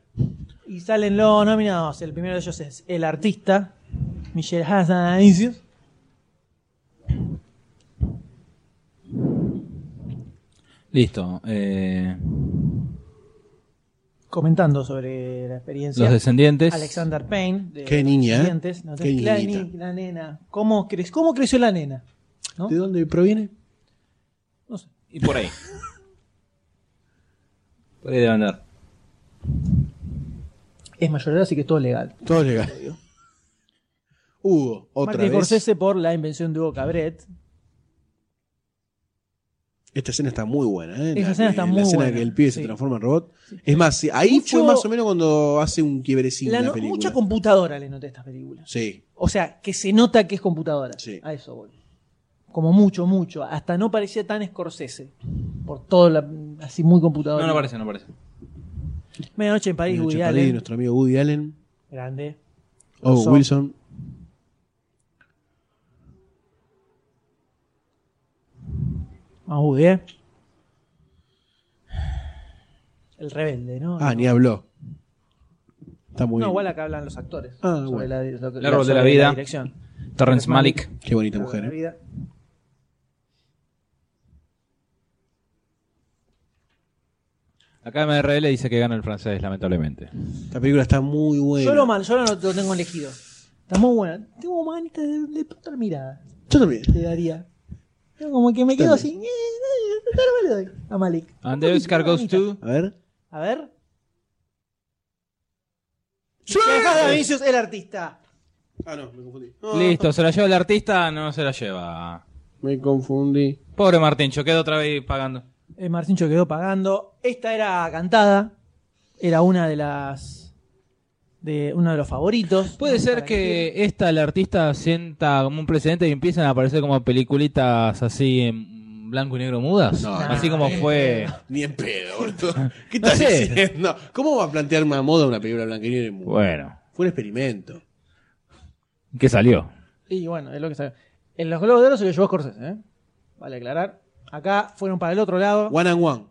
S3: Y salen los nominados. El primero de ellos es el artista, Michelle Hassan Anisius.
S2: Listo. eh,
S3: comentando sobre la experiencia.
S2: los descendientes.
S3: Alexander Payne. de
S4: Qué niña, ¿eh?
S3: Los Dientes, ¿no?
S4: qué
S3: la,
S4: niñita.
S3: ni- la nena. ¿Cómo, cre- ¿Cómo creció la nena? ¿No?
S4: ¿De dónde proviene?
S3: No sé.
S2: Y por ahí. por ahí debe andar.
S3: Es mayorera, así que todo legal.
S4: Todo legal. Hugo, otra
S3: Martin
S4: vez.
S3: Scorsese por la invención de Hugo Cabret.
S4: Esta escena está muy buena, ¿eh?
S3: Esa
S4: La
S3: escena
S4: que-
S3: está
S4: la
S3: muy
S4: escena
S3: buena,
S4: que el pibe
S3: sí.
S4: se transforma en robot. Es más, sí, ahí
S3: Mucho-
S4: fue más o menos cuando hace un quiebrecín
S3: La
S4: la,
S3: no-
S4: película.
S3: mucha computadora le noté a estas películas.
S4: Sí,
S3: O sea, que se nota que es computadora.
S4: Sí.
S3: A eso voy. Como mucho, mucho. Hasta no parecía tan Scorsese. Por todo la- así muy computadora.
S2: No, no parece, no parece.
S3: Medianoche en París,
S4: Nacho
S3: Woody
S4: París,
S3: Allen.
S4: nuestro amigo Woody Allen.
S3: Grande.
S4: O
S3: Oso.
S4: Wilson.
S3: Más Woody, ¿eh? El rebelde, ¿no?
S4: Ah,
S3: No.
S4: ni habló. Está muy
S3: No,
S4: bien.
S3: igual acá hablan los actores.
S4: Ah,
S3: sobre
S4: bueno.
S3: la, lo que-
S2: El árbol de
S3: sobre
S2: la vida.
S3: dirección.
S2: Terrence Malick.
S4: Qué bonita
S3: El árbol de
S4: mujer,
S3: la
S4: ¿eh?
S3: vida.
S10: Acá MRL dice que gana el francés, lamentablemente.
S4: Esta ¿eh? película está muy buena.
S3: Yo lo mal, yo no lo tengo elegido. Está muy buena. Tengo manita de, de puta la mirada.
S4: Yo también.
S3: Te daría. Yo como que me quedo
S4: Dale.
S3: así. eh, eh, Pero me lo doy a Malik.
S10: And the Oscar goes to...
S4: A ver.
S3: A ver. Dejad a Vinicius el artista.
S4: Ah, no, me confundí.
S2: Listo, se la lleva el artista, no se la lleva.
S4: Me confundí.
S2: Pobre Martincho, queda otra vez pagando.
S3: Eh, Martincho quedó pagando. Esta era cantada. Era una de las. De uno de los favoritos.
S2: Puede ser
S3: Para
S2: que esta, el artista, sienta como un precedente y empiecen a aparecer como peliculitas así en blanco y negro mudas.
S4: No,
S2: así
S3: no,
S2: como
S3: eh.
S2: fue.
S4: Ni en pedo, boludo. ¿Qué estás
S2: No sé.
S4: diciendo? ¿Cómo va a plantear una moda una película blanca y negro y muda?
S2: Bueno,
S4: Fue un experimento.
S2: ¿qué salió?
S3: Y bueno, es lo que está. En los Globos de Oro se lo llevó Scorsese, ¿eh? Vale aclarar. Acá fueron para el otro lado.
S4: One and one.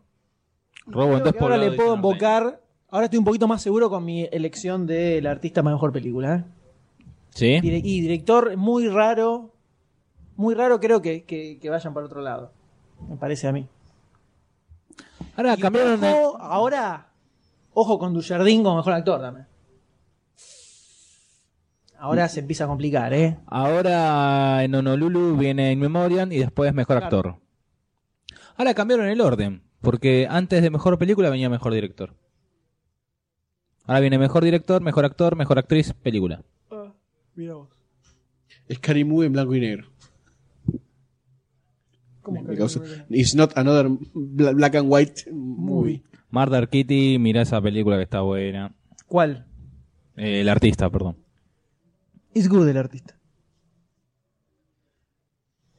S2: Robo en
S3: Creo
S2: dos
S3: que ahora
S2: poblados,
S3: le puedo
S2: dice Norteño.
S3: invocar. Ahora estoy un poquito más seguro con mi elección del artista más mejor película. ¿eh?
S2: ¿Sí?
S3: Dire- Y director muy raro. Muy raro creo que, que- que vayan para otro lado. me parece a mí.
S2: Ahora
S3: Y
S2: Ah, cambiaron de-
S3: ojo, ahora, ojo con Dujardín como mejor actor también. Ahora se empieza a complicar, ¿eh?
S2: Ahora en Honolulu viene In Memoriam y después Mejor
S3: Claro.
S2: Actor. Ahora cambiaron el orden, porque antes de Mejor Película venía Mejor Director. Ahora viene Mejor Director, Mejor Actor, Mejor Actriz, Película.
S3: Mira vos.
S4: Scary Movie en blanco y negro.
S3: ¿Cómo
S4: Me causa- It's not another bla- black and white movie.
S2: Murder Kitty, mirá esa película que está buena.
S3: ¿Cuál?
S2: Eh, el artista, perdón.
S3: It's good el artista.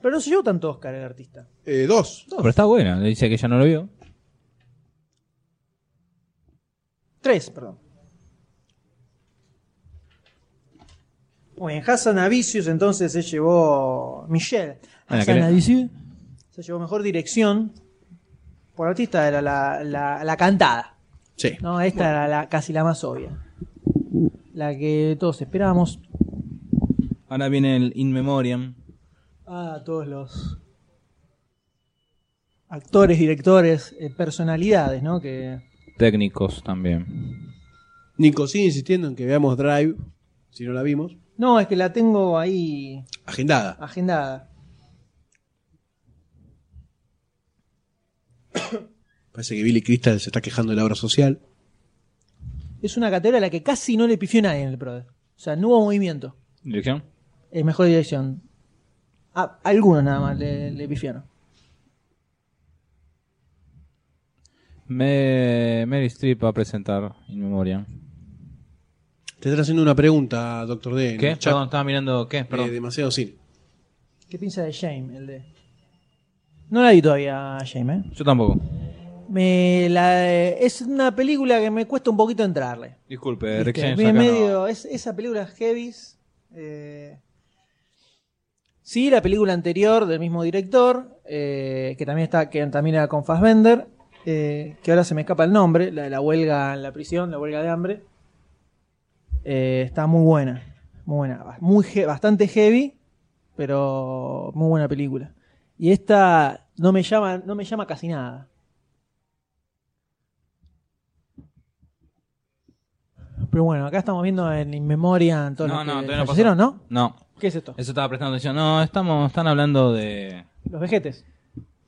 S3: Pero no se llevó tanto Oscar el artista.
S4: Eh, dos.
S2: No, pero está buena. Le dice que ya no lo vio.
S3: Tres, perdón. Muy bien, Hassan Avicius entonces se llevó Michelle.
S2: Bueno,
S3: Hassan
S2: ¿querés?
S3: Avicius se llevó mejor dirección. Por artista era la, la- la cantada.
S4: Sí.
S3: No, esta era la, casi la más obvia. La que todos esperábamos.
S2: Ahora viene el In Memoriam.
S3: Ah, todos los actores, directores, eh, personalidades, ¿no? Que
S2: Técnicos también.
S4: Nico sigue insistiendo en que veamos Drive, si no la vimos.
S3: No, es que la tengo ahí
S4: Agendada.
S3: agendada.
S4: Parece que Billy Crystal se está quejando de la obra social.
S3: Es una categoría a la que casi no le pifió nadie en el PRODE. O sea, no hubo movimiento.
S2: ¿Dirección?
S3: Es mejor dirección. Ah, algunos nada más le, le pifiaron.
S2: Me... Mary Streep va a presentar In Memoriam.
S4: Te están haciendo una pregunta, doctor D. en
S2: ¿Qué?
S4: el chat.
S2: Perdón, estaba mirando. ¿Qué?
S4: Eh,
S2: Perdón.
S4: demasiado cine.
S3: ¿Qué piensa de Shame, el de? No la vi todavía, Shame, ¿eh?
S2: Yo tampoco.
S3: Me la- eh, es una película que me cuesta un poquito entrarle.
S2: Disculpe, Rick
S3: Viste,
S2: James
S3: me-
S2: acá
S3: medio,
S2: no.
S3: es, esa película Heavis. eh, sí, la película anterior del mismo director, eh, que también está, que también era con Fassbender, eh, que ahora se me escapa el nombre, la de la huelga en la prisión, la huelga de hambre. Eh, está muy buena, muy buena, ba- muy he- bastante heavy, pero muy buena película. Y esta no me llama, no me llama casi nada. Pero bueno, acá estamos viendo en In Memoria todo
S2: No,
S3: lo que
S2: no, todavía no pasó.
S3: fallecieron, ¿no?
S2: No,
S3: ¿Qué es esto?
S2: eso estaba prestando atención. No, estamos, están hablando de,
S3: Los vejetes.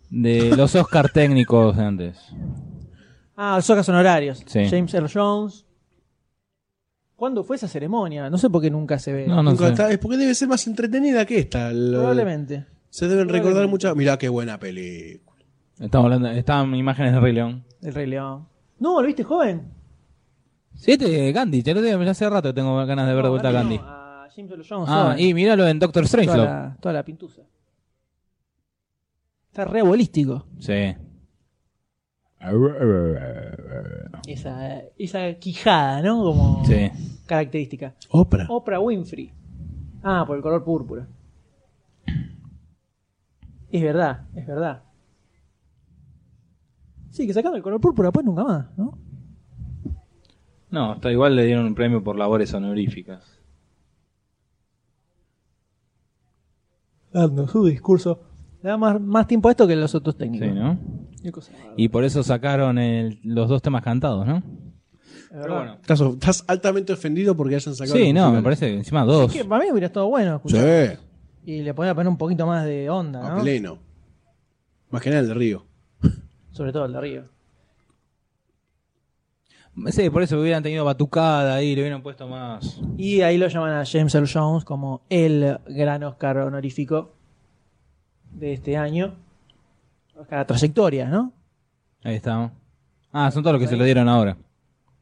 S2: de los Oscar técnicos de antes.
S3: Ah, los Oscars honorarios.
S2: Sí.
S3: James Earl Jones. ¿Cuándo fue esa ceremonia? No sé por qué nunca se ve.
S2: No, no
S4: Nunca
S2: sé.
S4: está- es porque debe ser más entretenida que esta. Lo-
S3: Probablemente.
S4: Se deben recordar
S3: Probablemente.
S4: muchas. Mirá qué buena película.
S2: Estamos hablando, estaban imágenes de Rey León.
S3: El Rey León. No, ¿lo viste joven?
S2: Sí, este, Gandhi, te lo digo, ya hace rato que tengo ganas de ver de
S3: No,
S2: vuelta a
S3: no,
S2: Gandhi.
S3: a James Earl Jones.
S2: Ah,
S3: joven.
S2: y míralo en Doctor
S3: toda
S2: Strangelove.
S3: la, toda la pintusa. Está re bolístico.
S2: Sí.
S3: Esa, eh, esa quijada, ¿no? Como
S2: Sí.
S3: característica.
S4: Oprah.
S3: Oprah Winfrey. Ah, por el color púrpura. Es verdad, es verdad. Sí, que sacaron el color púrpura, pues nunca más, ¿no?
S2: No, está igual le dieron un premio por labores honoríficas.
S3: Dando su discurso. Le da más, más tiempo a esto que a los otros técnicos.
S2: Sí, ¿no?
S3: Qué cosa bárbara,
S2: Y por eso sacaron el- los dos temas cantados, ¿no?
S3: es verdad.
S4: Estás, estás altamente ofendido porque hayan sacado.
S2: Sí,
S4: los
S2: no, me
S4: musicales.
S2: parece que encima dos.
S3: Que para mí hubiera estado bueno escuchar.
S4: Sí,
S3: Y le podía poner un poquito más de onda,
S4: a
S3: ¿no?
S4: pleno. Más que nada el de Río.
S3: Sobre todo el de arriba.
S2: Sí, por eso hubieran tenido batucada ahí, le hubieran puesto más.
S3: Y ahí lo llaman a James Earl Jones como el gran Oscar honorífico de este año. Oscar a trayectoria, ¿no?
S2: Ahí está. Ah, son todos los que se lo dieron ahora.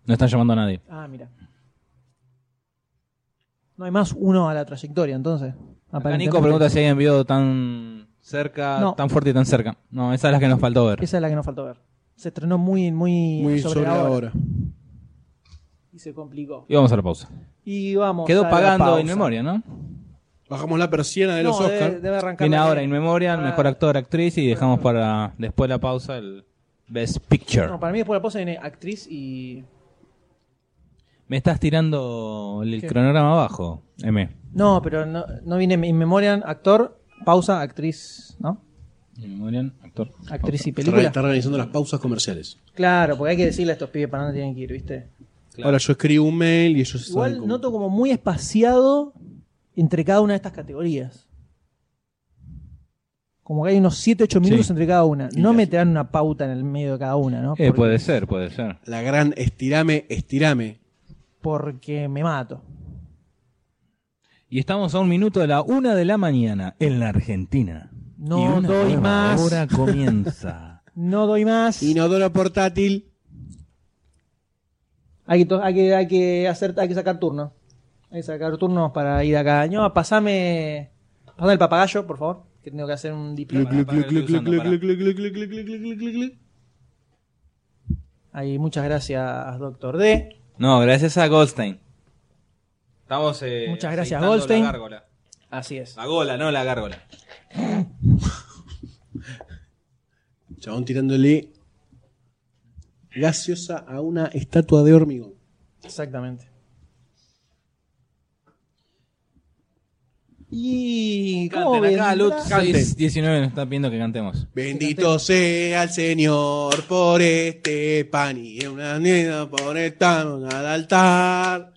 S2: No están llamando a nadie.
S3: Ah, mira. No hay más uno a la trayectoria, entonces.
S2: Acá
S3: aparentemente.
S2: Nico pregunta si alguien vio tan cerca,
S3: No.
S2: tan fuerte y tan cerca. No, esa es la que nos faltó ver.
S3: Esa es la que nos faltó ver. Se estrenó muy, muy,
S4: Muy
S3: sobre, la hora y se complicó.
S2: Y vamos a la pausa.
S3: Y vamos.
S2: Quedó
S3: a la
S2: pagando
S3: pausa.
S2: In Memoria, ¿no?
S4: Bajamos la persiana de
S3: No,
S4: los
S3: debe-
S4: Oscar.
S3: debe arrancar
S2: Viene
S3: la-
S2: ahora In Memoria,
S3: Ah.
S2: mejor actor, actriz y dejamos para después de la pausa el Best Picture.
S3: No, para mí después de la pausa viene actriz y.
S2: Me estás tirando el
S3: ¿Qué?
S2: cronograma abajo, M.
S3: No, pero no, no viene In Memoriam, actor, pausa, actriz, ¿no?
S2: Memorial, actor.
S3: Actriz y
S4: Está,
S3: película.
S4: está organizando las pausas comerciales.
S3: Claro, porque hay que decirle a estos pibes para dónde tienen que ir, ¿viste?
S4: Ahora yo escribo un mail y ellos saben
S3: Igual
S4: cómo.
S3: noto como muy espaciado entre cada una de estas categorías. Como que hay unos 7-8 minutos
S2: Sí.
S3: entre cada una.
S4: Y
S3: No
S4: las-
S3: meterán una pauta en el medio de cada una, ¿no?
S2: Eh,
S3: Porque-
S2: puede ser, puede ser.
S4: La gran estirame, estirame.
S3: Porque me mato.
S2: Y estamos a un minuto de la una de la mañana en la Argentina.
S3: No
S2: Y una
S3: doy
S2: nueva
S3: más.
S2: Hora comienza.
S3: No doy más.
S4: Inodoro portátil.
S3: Hay, que to- hay, que, hay, que hacer, hay que sacar turno. Hay que sacar turnos para ir acá. No, pasame, pasame el papagayo, por favor. Que tengo que hacer un diploma. Ahí, muchas gracias, doctor D.
S2: no, gracias a Goldstein. Estamos. eh,
S3: Muchas gracias,
S2: aceitando
S3: Goldstein.
S2: La gárgola.
S3: Así es.
S2: La gola, no la gárgola.
S4: Chabón tirándole gaseosa a una estatua de hormigón.
S3: Exactamente. Y. ¿Cómo
S2: Canten acá,
S3: vendrá?
S2: Lut 619 nos están pidiendo que cantemos.
S4: Bendito sea el Señor por este pan y una nena por esta al altar.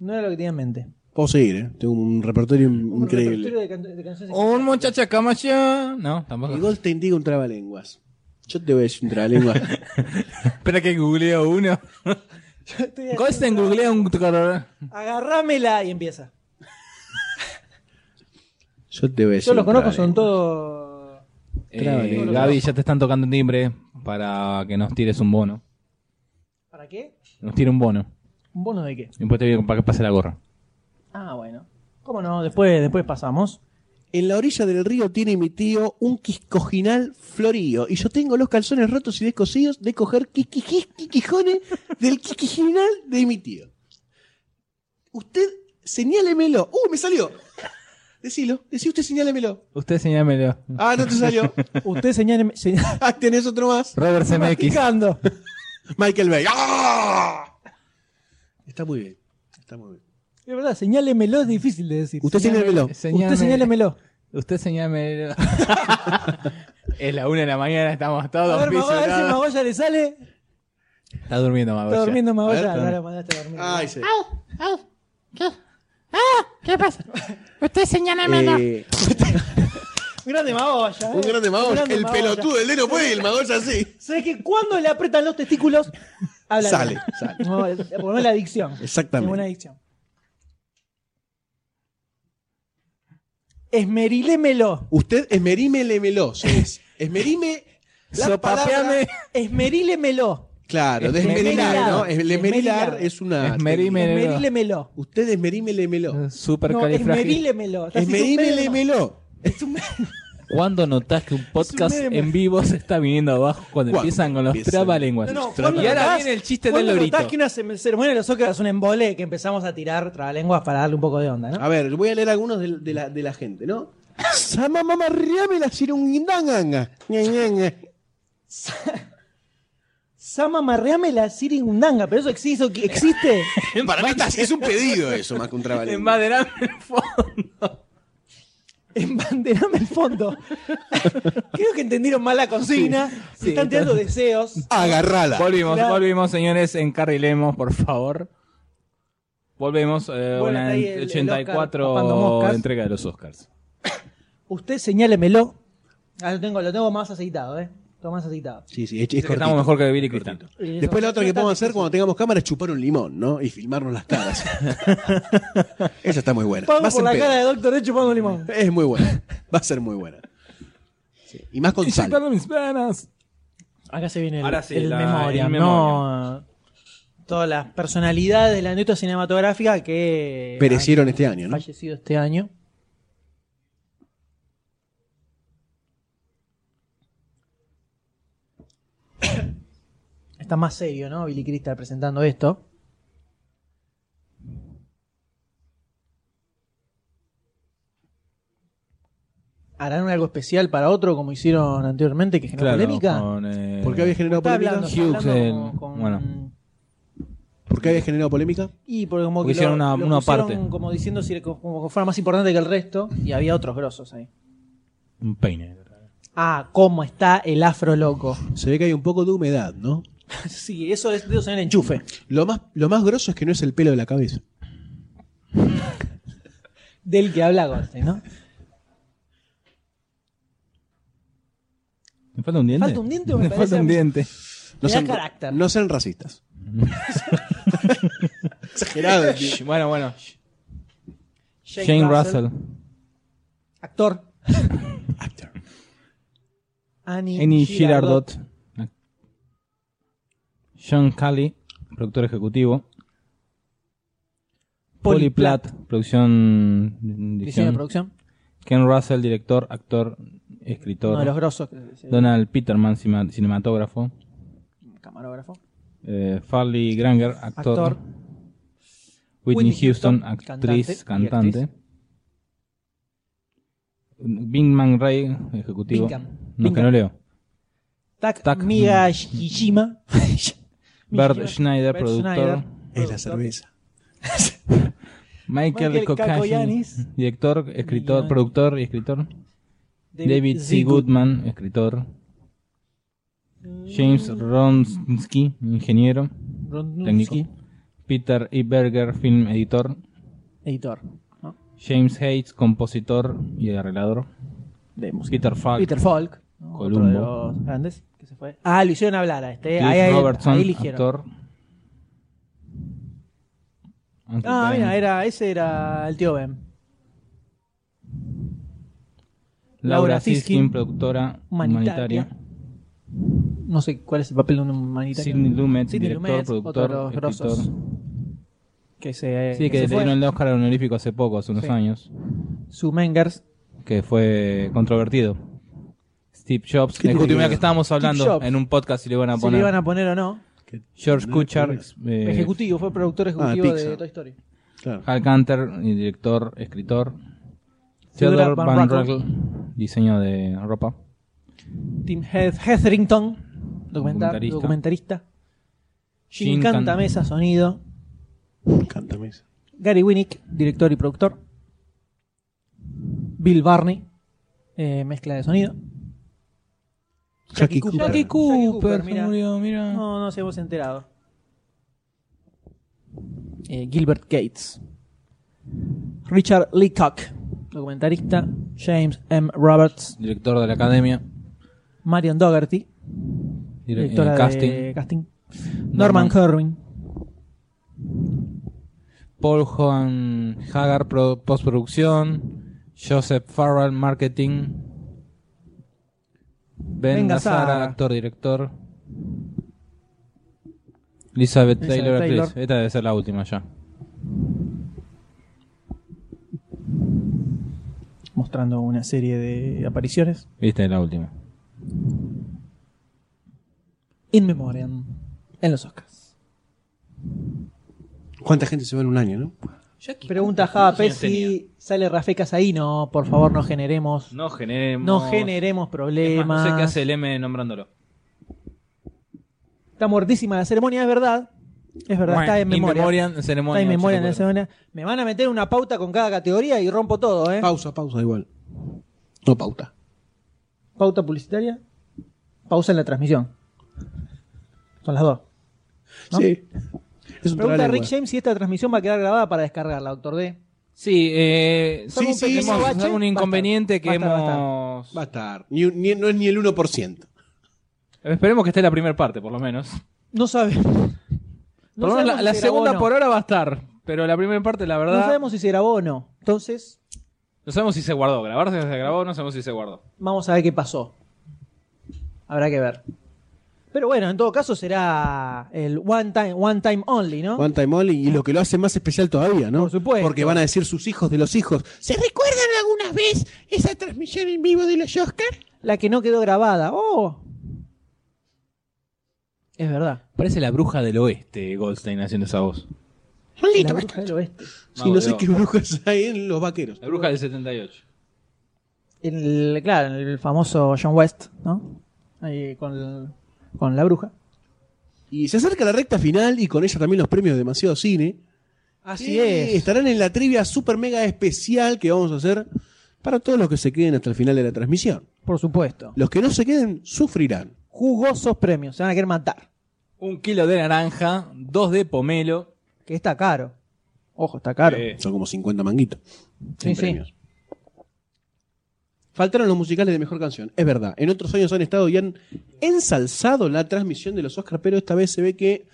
S3: No era lo que tenía en mente.
S4: Puedo seguir, ¿eh? Tengo un repertorio
S3: Un repertorio
S4: increíble.
S3: de can- de canciones
S2: Un muchacho camaya. No,
S4: Y
S2: tampoco.
S4: Goldstein digo un trabalenguas. Yo te voy a decir un trabalenguas.
S2: Espera que googleo uno.
S3: que- Estoy haciendo-
S2: Goldstein googlea un.
S3: Agarrámela y empieza.
S4: Yo te voy a decir
S3: Yo
S4: un
S3: los conozco,
S4: trabalenguas.
S3: son todos.
S2: Eh, Gaby, ya te están tocando un timbre para que nos tires un bono.
S3: ¿Para qué?
S2: Nos tire un bono.
S3: ¿Un bono de qué?
S2: Y después te voy a para que pase la gorra.
S3: Ah, bueno. ¿Cómo no? Después, después pasamos.
S4: En la orilla del río tiene mi tío un quiscojinal florío y yo tengo los calzones rotos y descosidos de coger quisquijis- quiquijones del quisquijinal de mi tío. Usted señálemelo. ¡Uh, me salió! Decilo, decí usted señálemelo.
S2: Usted señámelo.
S4: Ah, no te salió.
S3: Usted señale. señale-
S4: Ah, tenés otro más.
S2: Robert CMX.
S3: masticando.
S4: Michael Bay. ¡Ah! Está muy bien. Está muy bien.
S3: Es verdad, señálemelo es difícil de decir.
S4: Usted señálemelo.
S3: Usted señálemelo.
S2: Usted señámelo. es la una de la mañana, estamos
S3: A
S2: todos
S3: ver, Mago- a ver si
S2: pisonados.
S3: Magoya le sale.
S2: Está durmiendo, Mago.
S3: Está durmiendo
S4: A ver,
S3: Magoya. No
S4: dale.
S3: la mandaste a dormir.
S4: Ay, sí.
S13: Ah, ¿Qué pasa? Usted señálamelo.
S4: Eh,
S3: Un grande Magoya. eh.
S4: un grande
S3: mago
S4: magoya. El pelotudo, el dedo puede y el magoya así.
S3: ¿Sabes que cuando le apretan los testículos, habla
S4: Sale,
S3: bien.
S4: sale.
S3: No, es- por lo menos la adicción.
S4: Exactamente.
S3: Es una adicción. Esmerilémelo.
S4: Usted esmerímelemelo, es. Esmerime. la palabra-
S3: Sopapeame. Esmerilémelo.
S4: Claro, de esmerilar,
S3: Esmerilar.
S4: ¿no? El esmerilar
S3: Esmerilar.
S4: es una.
S2: Esmerime- Esmerilémelo.
S3: Esmerilémelo.
S4: Usted esmerimelemelo.
S2: Super
S3: No, esmerilémelo. Estás diciendo medio,
S4: Esmerimelemelo.
S2: ¿Cuándo notás que un podcast
S3: Es un meme.
S2: en vivo se está viniendo abajo cuando
S4: ¿Cuándo
S2: empiezan con los
S4: empiezan?
S2: trabalenguas?
S3: No, no,
S2: y
S3: ¿cuándo
S2: ahora
S3: notás-
S2: viene el chiste del
S3: ¿cuándo
S2: lorito.
S3: notás que una ce- ceremonia de los Óscar es un embole que empezamos a tirar trabalenguas para darle un poco de onda, ¿no?
S4: A ver, voy a leer algunos de, de la, de la gente, ¿no? Sama mamá riame la sirungindanganga. Ña, ña, ña.
S3: Sama marreame la siringundanga, pero eso existe. existe.
S4: Para mí está- es un pedido eso, más que un trabalenguas.
S2: Embaderame el fondo.
S3: Embanderame el fondo. Creo que entendieron mal la consigna. Se
S2: sí,
S3: están tirando deseos.
S4: Agarrala.
S2: Volvimos,
S3: Claro.
S2: volvimos, señores. Encarrilemos, por favor. Volvemos. Eh,
S3: Bueno,
S2: una
S3: está ahí el- el
S2: 84
S3: Oscar tapando moscas.
S2: entrega de los Oscars.
S3: Usted señálemelo. Ah, lo tengo, lo tengo más aceitado, eh. Lo más aceitado.
S4: Sí, sí, es, es
S2: Es que
S4: cortito.
S2: estamos mejor que Billy Crystal.
S3: Eh,
S4: Después la
S3: no-
S4: otra
S3: no
S4: que
S3: está
S4: podemos hacer
S3: difícil.
S4: cuando tengamos cámara es chupar un limón, ¿no? Y filmarnos las caras. Esa está muy buena.
S3: Pago
S4: Más
S3: por
S4: en
S3: la
S4: pedo.
S3: cara de Doctor D chupando limón.
S4: Es muy buena. Va a ser muy buena. Sí, Y más con sal.
S2: mis venas.
S3: Acá se viene el,
S2: Ahora sí,
S3: el
S2: la-
S3: memoria,
S2: el
S3: no todas las personalidades de la industria cinematográfica que
S4: Perecieron este año,
S3: han
S4: ¿no?
S3: fallecido este año. Está más serio, ¿no? Billy Crystal presentando esto. ¿Harán algo especial para otro como hicieron anteriormente que generó
S2: Claro,
S3: polémica?
S2: con, eh,
S4: ¿Por qué había generado
S3: Está
S4: polémica?
S3: hablando, está
S2: Hughes,
S3: hablando
S2: el-
S3: como con-
S2: bueno.
S4: ¿Por qué había generado polémica?
S3: Y porque como que
S2: Porque hicieron una- una
S3: pusieron
S2: parte.
S3: Como diciendo si, como que fuera más importante que el resto. Y había otros grosos ahí.
S2: Un peine.
S3: Ah, cómo está el afro loco.
S4: Se ve que hay un poco de humedad, ¿no?
S3: Sí, eso es dedos en el enchufe.
S4: Lo más, lo más grosso es que no es el pelo de la cabeza.
S3: Del que habla Goldstein, ¿no?
S2: ¿Me falta un diente?
S3: ¿Falta un diente o me
S2: Me
S3: parece
S2: falta
S3: a
S2: un
S3: mí?
S2: diente.
S4: No
S3: Le da
S4: sean,
S3: carácter.
S4: no sean racistas. Exagerado, tío.
S2: Shh, Bueno, bueno. Shane Russell.
S3: Actor.
S4: Actor.
S3: Annie,
S2: Annie
S3: Girardot.
S2: Girardot. Sean Kelly, productor ejecutivo. Polly Platt, producción.
S3: Diseño de
S2: dirección.
S3: producción.
S2: Ken Russell, director, actor, escritor.
S3: Uno de los grosos. que dice,
S2: Donald Peterman, cima- cinematógrafo.
S3: Camarógrafo.
S2: Eh, Farley Granger, actor.
S3: Actor.
S2: Whitney,
S3: Whitney
S2: Houston,
S3: Houston,
S2: actriz,
S14: cantante y
S2: cantante. Bingman Ray, ejecutivo.
S3: Bingham.
S2: No, que no
S3: Bingham.
S2: leo.
S3: Tak,
S2: Tak-
S3: Migashijima.
S2: Bert Schneider,
S3: Bert
S2: productor.
S3: Schneider.
S4: Es la
S3: Productor.
S4: cerveza.
S2: Michael,
S3: Michael
S2: Kokashi,
S3: Kakoyanis.
S2: director, escritor,
S3: Guion.
S2: productor y escritor. David, C. Goodman, escritor. James Ronsky, ingeniero.
S3: Rondunzo.
S2: Técnico. Peter E. Berger, film editor.
S3: Editor. ¿no?
S2: James Hayes, compositor y arreglador.
S3: De música.
S2: Peter Falk.
S3: Peter Falk. ¿no?
S2: Columbo.
S3: Otro de los grandes que se fue. Ah, lo hicieron hablar a este.
S2: Cliff
S3: Ahí, ahí-
S2: Robertson,
S3: ahí eligieron.
S2: actor. Uncle
S3: Ah,
S2: Ben.
S3: mira, era, ese era el tío Ben.
S2: Laura
S3: Laura Siskin,
S2: Siskin, productora humanitaria.
S3: humanitaria. No sé cuál es el papel de un humanitario.
S2: Sidney Lumet,
S3: Sidney
S2: director,
S3: Lumet,
S2: productor,
S3: otro de los
S2: escritor.
S3: grosos. Que se,
S2: Sí, que
S3: se
S2: le
S3: fue.
S2: dieron el Oscar honorífico hace poco, hace unos
S3: Sí.
S2: años,
S3: Su Mengers.
S2: que fue controvertido. Steve Jobs,
S4: ¿Qué
S2: el
S4: tiene que
S2: último
S4: ver?
S2: que estábamos hablando
S3: Jobs.
S2: en un podcast si le iban a
S3: Si le
S2: poner.
S3: iban a poner o no.
S2: George Kuchar, eh,
S3: Ejecutivo, fue productor ejecutivo de
S4: Pixar.
S3: Toy Story.
S4: Claro.
S3: Ah.
S2: Hal Canter, eh, director, escritor.
S3: Theodore
S2: Theodore
S3: Van
S2: Van
S3: Rackle.
S2: Rackle, diseño de ropa.
S3: Tim Heath- Hetherington, documentar-
S2: Documentarista.
S3: documentarista.
S2: Jim
S3: Jim
S2: Can-
S3: Cantamesa, sonido.
S4: Cántame eso.
S3: Gary Winnick, director y productor. Bill Barney, eh, mezcla de sonido.
S4: Jackie Cooper.
S3: Jackie Cooper, mira.
S2: murió, mira.
S3: No, no se hemos enterado. Eh, Gilbert Gates. Richard Leacock, documentarista. James M. Roberts.
S2: Director de la academia.
S3: Marion Dougherty,
S2: dire-
S3: directora
S2: eh, casting.
S3: de casting. Norman Herwin.
S2: Paul Johan Hagar, pro- postproducción. Joseph Farrell, marketing. Ben
S3: Ben
S2: Gazzara,
S3: Gazzara.
S2: actor, director. Elizabeth
S3: Elizabeth
S2: Taylor, actriz.
S3: Taylor.
S2: Esta debe ser la última ya.
S3: mostrando una serie de apariciones.
S2: Esta es la última.
S3: In Memoriam, en los Oscars.
S4: ¿Cuánta gente se va en un año, no?
S3: Pregunta Java Pez si sale Rafe Casaino. Por favor, no generemos,
S2: No generemos.
S3: no generemos
S2: Es más,
S3: problemas.
S2: no sé qué hace el M nombrándolo.
S3: Está muertísima la ceremonia, es verdad. Es verdad, está en
S2: In
S3: memoria.
S2: memoriam, en ceremonia.
S3: Está en memoria en la
S2: chico,
S3: ceremonia. Me van a meter una pauta con cada categoría y rompo todo, ¿eh?
S4: Pausa, pausa, igual. No pauta.
S3: pauta publicitaria, pausa en la transmisión. Son las dos. ¿No?
S4: Sí. Es un
S3: Pregunta a Rick
S4: tragalengua.
S3: James si esta transmisión va a quedar grabada para descargarla, doctor D.
S2: Sí, eh,
S4: Sí,
S2: somos-
S4: sí,
S2: tenemos
S4: sí,
S3: bache.
S2: algún inconveniente que
S3: Basta, basta, basta.
S2: hemos...
S4: Va a estar. Ni, un- ni- no es ni el 1%.
S2: Esperemos que esté la primera parte, por lo menos.
S3: No sabemos. No
S2: Por lo menos
S3: sabemos
S2: la,
S3: si
S2: la
S3: se grabó o
S2: segunda
S3: no.
S2: por ahora va a estar, pero la primera parte, la verdad,
S3: No sabemos si se grabó o no. Entonces,
S2: si se guardó. Grabarse se grabó, no sabemos si se guardó.
S3: vamos a ver qué pasó. Habrá que ver. Pero bueno, en todo caso será el one time, one time only, ¿no?
S4: One Time Only. Y lo que lo hace más especial todavía, ¿no?
S3: Por supuesto.
S4: Porque van a decir sus hijos de los hijos. ¿Se recuerdan alguna vez esa transmisión en vivo de los Oscar?
S3: La que no quedó grabada. ¡Oh! Es verdad.
S14: Parece la bruja del oeste, Goldstein, haciendo esa voz.
S3: La bruja del oeste.
S4: Sí, no sé
S2: Dios.
S4: qué brujas hay en los vaqueros.
S2: La bruja del 78.
S3: En el- claro, en el famoso John West, ¿no? Ahí con, el- con la bruja.
S4: Y se acerca la recta final y con ella también los premios de demasiado cine.
S3: Así
S4: Eh,
S3: es.
S4: Estarán en la trivia super mega especial que vamos a hacer para todos los que se queden hasta el final de la transmisión.
S3: por supuesto.
S4: Los que no se queden sufrirán.
S3: Jugosos premios, se van a querer matar.
S2: Un kilo de naranja, dos de pomelo.
S3: Que está caro. Ojo, está caro.
S2: Eh,
S4: Son como 50 manguitos.
S3: Sí,
S4: en
S3: sí.
S4: premios. Faltaron los musicales de mejor canción, es verdad. En otros años han estado y han ensalzado la transmisión de los Oscars, pero esta vez se ve que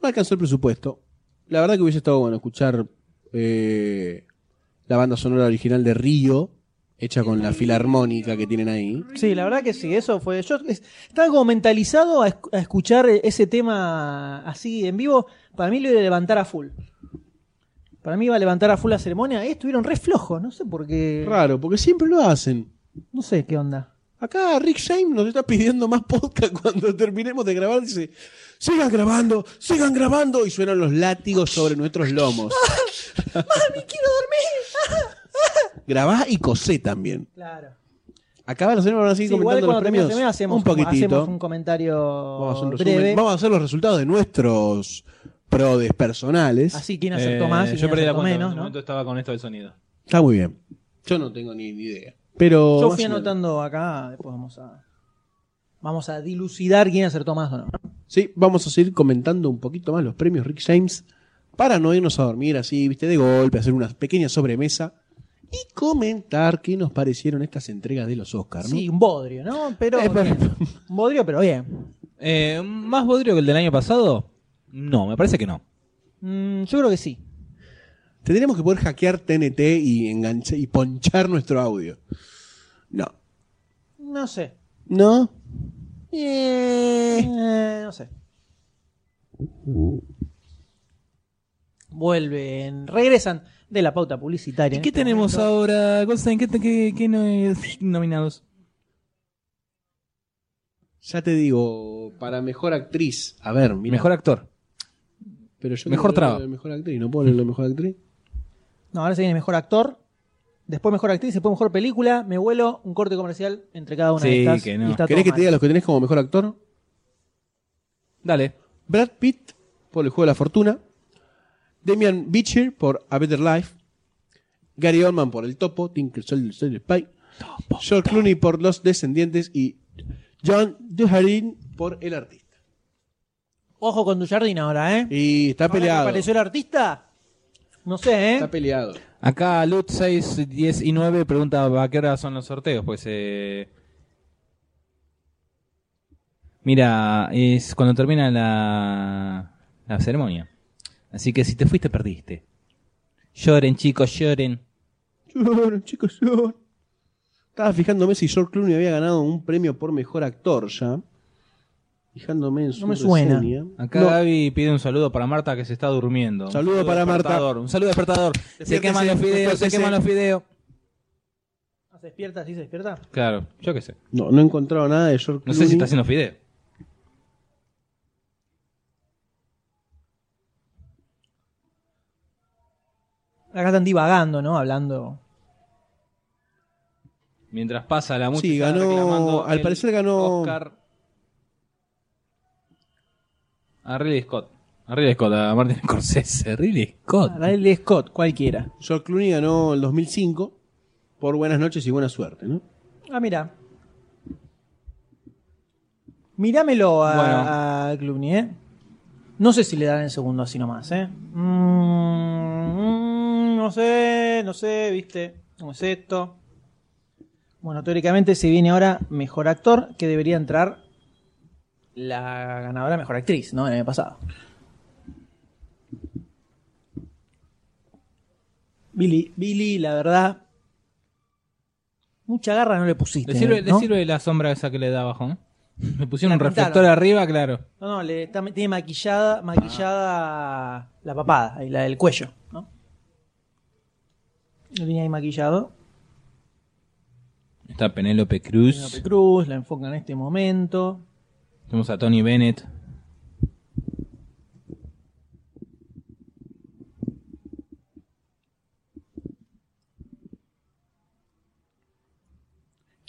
S4: no alcanzó el presupuesto. La verdad que hubiese estado bueno escuchar eh, la banda sonora original de Río, hecha con la filarmónica que tienen ahí.
S3: Sí, la verdad que sí, eso fue. Yo es- estaba como mentalizado a, esc- a escuchar ese tema así en vivo. Para mí lo iba a levantar a full. Para mí iba a levantar a full la ceremonia. Eh, estuvieron re flojos, no sé por qué.
S4: Raro, porque siempre lo hacen.
S3: No sé qué onda.
S4: Acá Rick James nos está pidiendo más podcast cuando terminemos de grabar. Dice, sigan grabando, sigan grabando. Y suenan los látigos sobre nuestros lomos.
S3: ¡Mami, quiero dormir!
S4: Grabá y cosé también.
S3: claro.
S4: Acá van a seguir, van a seguir
S3: Sí, igual
S4: comentando los
S3: cuando termine
S4: premios.
S3: la ceremonia hacemos,
S4: un poquitito.
S3: hacemos un comentario
S4: vamos, a hacer un resumen.
S3: breve.
S4: Vamos a hacer los resultados de nuestros prodes personales.
S3: Así, quién acertó más y
S2: eh,
S3: quién
S2: yo perdí la
S3: acertó
S2: cuenta. en
S4: este
S3: menos,
S2: ese
S3: ¿no?
S2: momento estaba con esto del sonido.
S4: Está muy bien. Yo no tengo ni, ni idea. Pero.
S3: Yo
S4: más
S3: fui
S4: o menos.
S3: anotando acá, después vamos a. Vamos a dilucidar quién acertó más o no.
S4: Sí, vamos a seguir comentando un poquito más los premios Rick James para no irnos a dormir así, viste, de golpe, hacer una pequeña sobremesa y comentar qué nos parecieron estas entregas de los Oscars, ¿no?
S3: Sí, un bodrio, ¿no? Pero.
S4: Eh, pero-
S3: bien. Un bodrio, pero bien.
S2: Eh, ¿Más bodrio que el del año pasado? No, me parece que no.
S3: Mm, yo creo que sí.
S4: Tendríamos que poder hackear TNT y enganche- y ponchar nuestro audio. No.
S3: No sé.
S4: ¿No?
S3: Eh, no sé. Vuelven. Regresan de la pauta publicitaria. este
S2: ¿Y qué tenemos ahora, Goldstein? ¿Qué, te- qué- qué no es- nominados?
S4: Ya te digo, para mejor actriz. A ver, mira.
S2: Mejor actor.
S4: pero yo
S2: mejor
S4: quiero
S2: traba.
S4: leer Mejor actriz, ¿no puedo leer la mejor actriz?
S3: No, ahora se viene mejor actor. Después mejor actriz, después mejor película. Me vuelo un corte comercial entre cada una de
S2: Sí,
S3: estas.
S2: que no.
S3: y está
S4: ¿Querés que
S3: todo
S4: te diga
S3: mal.
S4: los que tenés como mejor actor?
S2: Dale.
S4: Brad Pitt por El Juego de la Fortuna, Damian Beecher por A Better Life, Gary Oldman por El Topo, Tinker Soldier Soldier Spy, George Clooney por Los Descendientes y John Dujardin por El Artista.
S3: Ojo con tu jardín ahora, ¿eh?
S4: Y está
S3: Ahora que
S4: peleado.
S3: apareció el artista? No sé, ¿eh?
S4: Está peleado.
S2: Acá Lut 6, 10 y 9 pregunta a qué hora son los sorteos. Pues eh... Mira, es cuando termina la, la ceremonia. Así que si te fuiste, perdiste. Lloren, chicos, lloren.
S4: Lloran, chicos, lloran. Estaba fijándome si George Clooney había ganado un premio por mejor actor ya. Fijándome en su
S3: No me suena.
S4: reseña.
S2: Acá
S4: No,
S2: Gaby pide un saludo para Marta que se está durmiendo. Un
S4: Saludo para Marta.
S2: despertador, Un saludo despertador. Se
S4: Despiértese,
S2: queman los fideos, se
S4: despiértese.
S2: queman los fideos.
S3: Ah, ¿Se despierta? ¿Sí se despierta?
S2: Claro, yo qué sé.
S4: no, no he encontrado nada de George Clooney.
S2: No sé si está haciendo fideo.
S3: Acá están divagando, ¿no? Hablando.
S2: Mientras pasa la música.
S4: Sí, ganó-
S2: reclamando
S4: al
S2: el
S4: parecer ganó-
S2: Oscar a Ridley Scott. A Ridley Scott, a Martin Scorsese. Ridley Scott.
S3: Riley Scott, cualquiera.
S4: George Clooney ganó el 2005 por Buenas noches y buena suerte, ¿no?
S3: Ah, mira. Mirámelo a,
S2: Bueno.
S3: a Clooney, ¿eh? No sé si le dan el segundo así nomás, ¿eh? Mm, mm, no sé, no sé, ¿viste? ¿Cómo es esto? Bueno, teóricamente se viene ahora mejor actor, que debería entrar la ganadora mejor actriz, ¿no? El año pasado. Billy, Billy, la verdad. Mucha garra no le pusiste.
S2: le, sirve,
S3: ¿no?
S2: le sirve la sombra esa que le da abajo. ¿no? Le pusieron un
S3: La pintaron.
S2: reflector arriba, claro.
S3: No, no, le, está- tiene maquillada, maquillada la papada, ahí, la del cuello, ¿no? Lo tiene ahí maquillado.
S2: Está Penélope Cruz.
S3: Penélope Cruz, la enfoca en este momento.
S2: Tenemos a Tony Bennett.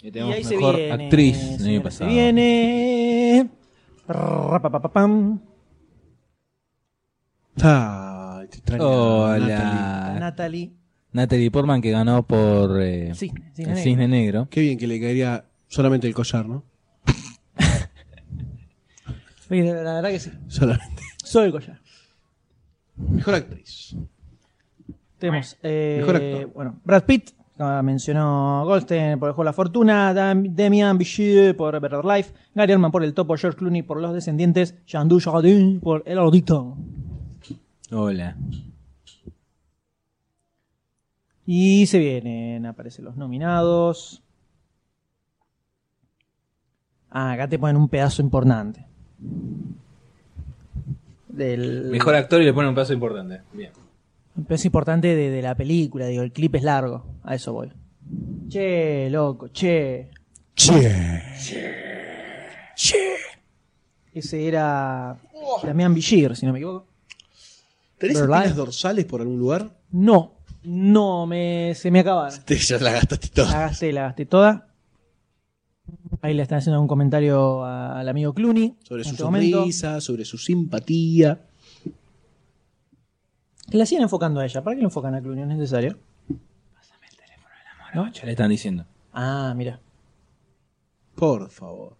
S2: Y tenemos
S3: y ahí
S2: mejor
S3: se viene,
S2: actriz del año
S3: señores,
S2: pasado.
S3: Se viene. Rapapapapam.
S4: Ah,
S2: este
S4: te extrañaba, Natalie.
S2: Hola.
S3: Natalie.
S2: Natalie Portman que ganó por eh,
S3: Cisne,
S2: El
S3: Cisne
S2: Cisne Negro.
S4: Qué bien que le caería Solamente el collar, ¿no?
S3: Sí, La verdad que sí.
S4: Solamente.
S3: Soy el collar.
S4: Mejor actriz.
S3: Tenemos. eh,
S4: Mejor actor.
S3: Bueno, Brad Pitt, como mencionó Goldstein por el juego La Fortuna, Dam- Damian Bichir por Better Life, Gary Oldman por El Topo, George Clooney por Los Descendientes, Jean-Du Jardin por El Ordito.
S2: Hola.
S3: Y se vienen, aparecen los nominados. Ah, acá te ponen un pedazo importante. Del
S2: Mejor actor y le pone un paso importante. Bien.
S3: Un pedazo importante de, de la película, digo, el clip es largo, a eso voy. Che, loco, che.
S4: Che.
S3: Ese era Damián Villir, si no me equivoco.
S4: ¿Tenés
S3: Verlife.
S4: espinas dorsales por algún lugar?
S3: No, no, me, se me acabaron.
S4: Te, ya la gastaste
S3: La
S4: toda.
S3: gasté, la gasté toda. Ahí le están haciendo un comentario a- al amigo Clooney.
S4: Sobre
S3: en
S4: su
S3: este momento.
S4: sonrisa, sobre su simpatía.
S3: Que la siguen enfocando a ella. ¿Para qué lo enfocan a Clooney? ¿Es necesario?
S2: No, ya le están diciendo.
S3: Ah, mira.
S4: Por favor.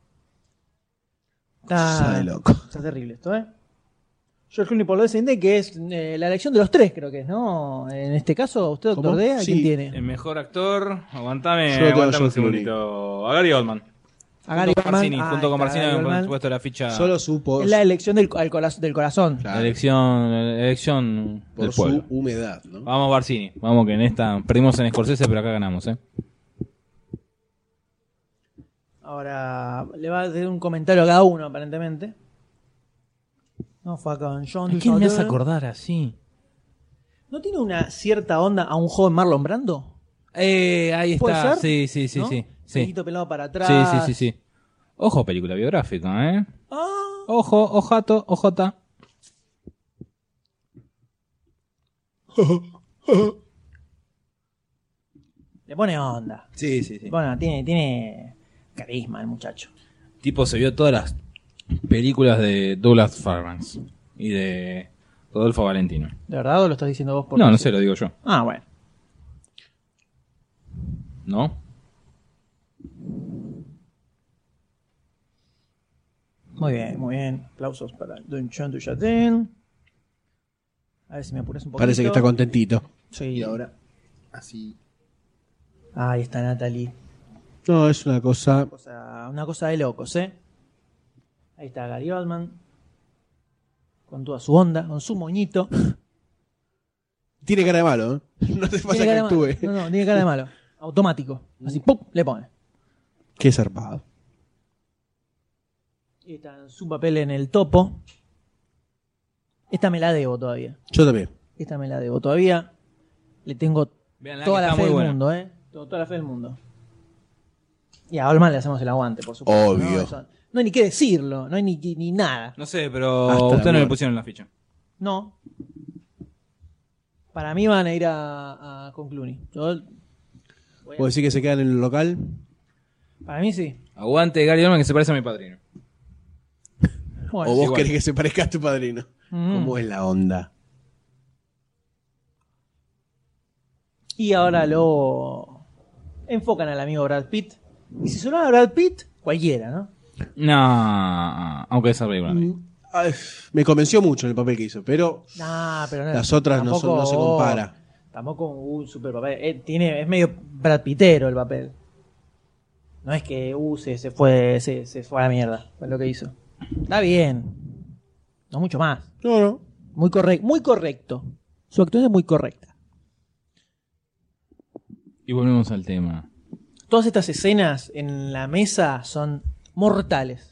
S4: Cosa
S3: Está,
S4: de loco.
S3: está terrible esto, ¿eh? George Clooney por lo descendente, que es eh, la elección de los tres, creo que es, ¿no? En este caso, usted, doctor
S4: ¿Cómo?
S3: D, ¿a quién
S4: Sí.
S3: tiene?
S2: El mejor actor, aguantame,
S4: Yo lo tengo a
S2: aguantame
S4: George
S2: un segundito. A Gary Oldman.
S3: A Gary
S2: junto con
S3: Oldman.
S2: Marcini,
S3: Ah,
S2: junto con
S3: está, Gary
S2: Marcini me
S3: Oldman.
S2: han puesto la ficha.
S4: Solo supo
S3: Es la elección del, al coraz- del corazón.
S4: Claro.
S2: la elección, la elección
S4: por
S2: del
S4: su
S2: pueblo. Ah.
S4: humedad, ¿no?
S2: Vamos Barcini, vamos que en esta perdimos en Scorsese, pero acá ganamos, ¿eh?
S3: Ahora le va a hacer un comentario a cada uno, aparentemente. No, fue con John Dujardin.
S2: acordar así?
S3: ¿No tiene una cierta onda a un joven Marlon Brando?
S2: Eh, ahí
S3: ¿Puede
S2: está.
S3: ser?
S2: Sí, sí, sí,
S3: ¿No?
S2: sí. Sí.
S3: Pelito pelado para atrás.
S2: sí, sí, sí, sí. Ojo, película biográfica, ¿eh?
S3: Ah,
S2: Ojo, ojato, ojota.
S3: le pone onda.
S2: Sí, sí, sí.
S3: Bueno, tiene, tiene carisma el muchacho.
S2: Tipo se vio todas las películas de Douglas Fairbanks y de Rodolfo Valentino.
S3: ¿De verdad o lo estás diciendo vos? por
S2: No, no
S3: decir?
S2: sé, lo digo yo.
S3: Ah, bueno.
S2: ¿No?
S3: Muy bien, muy bien. Aplausos para Don John Dujardin. A ver si me apuras un poquito.
S4: Parece que está contentito.
S3: Sí.
S4: Y ahora, así.
S3: Ahí está Natalie.
S4: No, es una cosa.
S3: Cosa- una cosa de locos, ¿eh? Ahí está Gary Oldman. Con toda su onda, con su moñito.
S4: Tiene cara de malo, ¿eh? No te pasa
S3: Tiene
S4: que
S3: cara de malo.
S4: actúe.
S3: No, no, tiene cara de malo. Automático. Así, ¡pum! Le pone.
S4: Qué zarpado.
S3: Y está en su papel en el topo. Esta me la debo todavía.
S4: Yo también.
S3: Esta me la debo todavía. Le tengo
S2: Veanla,
S3: toda
S2: que
S3: la
S2: está
S3: fe
S2: muy
S3: del
S2: buena.
S3: mundo, ¿eh? Tengo toda la fe del mundo. Y a Olman le hacemos el aguante, por supuesto.
S4: Obvio.
S3: No, Eso- no hay ni qué decirlo, no hay ni, ni nada.
S2: No sé, pero
S4: Hasta la
S2: ustedes no le
S4: muerte.
S2: pusieron la ficha.
S3: No. Para mí van a ir a, a- con Clooney. Yo-
S4: ¿Puedo decir que se quedan en el local?
S3: para mí sí.
S2: Aguante Gary Oldman que se parece a mi padrino.
S3: Bueno,
S4: ¿O vos
S2: igual.
S4: querés que se parezca a tu padrino?
S3: Mm.
S4: ¿Cómo es la onda?
S3: Y ahora lo enfocan al amigo Brad Pitt. Y si sonaba Brad Pitt, cualquiera, ¿no?
S2: No, aunque esa película. no.
S4: Ay, me convenció mucho en el papel que hizo, pero
S3: Nah, pero no-
S4: las otras no, son- no se
S3: Eh, tampoco-
S4: compara.
S3: Tampoco un super papel. Eh, tiene, es medio Brad Pittero el papel. No es que uh, se, se fue, se, se fue a la mierda con lo que hizo. Está bien. No mucho más.
S4: No, no.
S3: Muy, correcto muy correcto. Su actuación es muy correcta.
S2: Y volvemos al tema.
S3: Todas estas escenas en la mesa son mortales.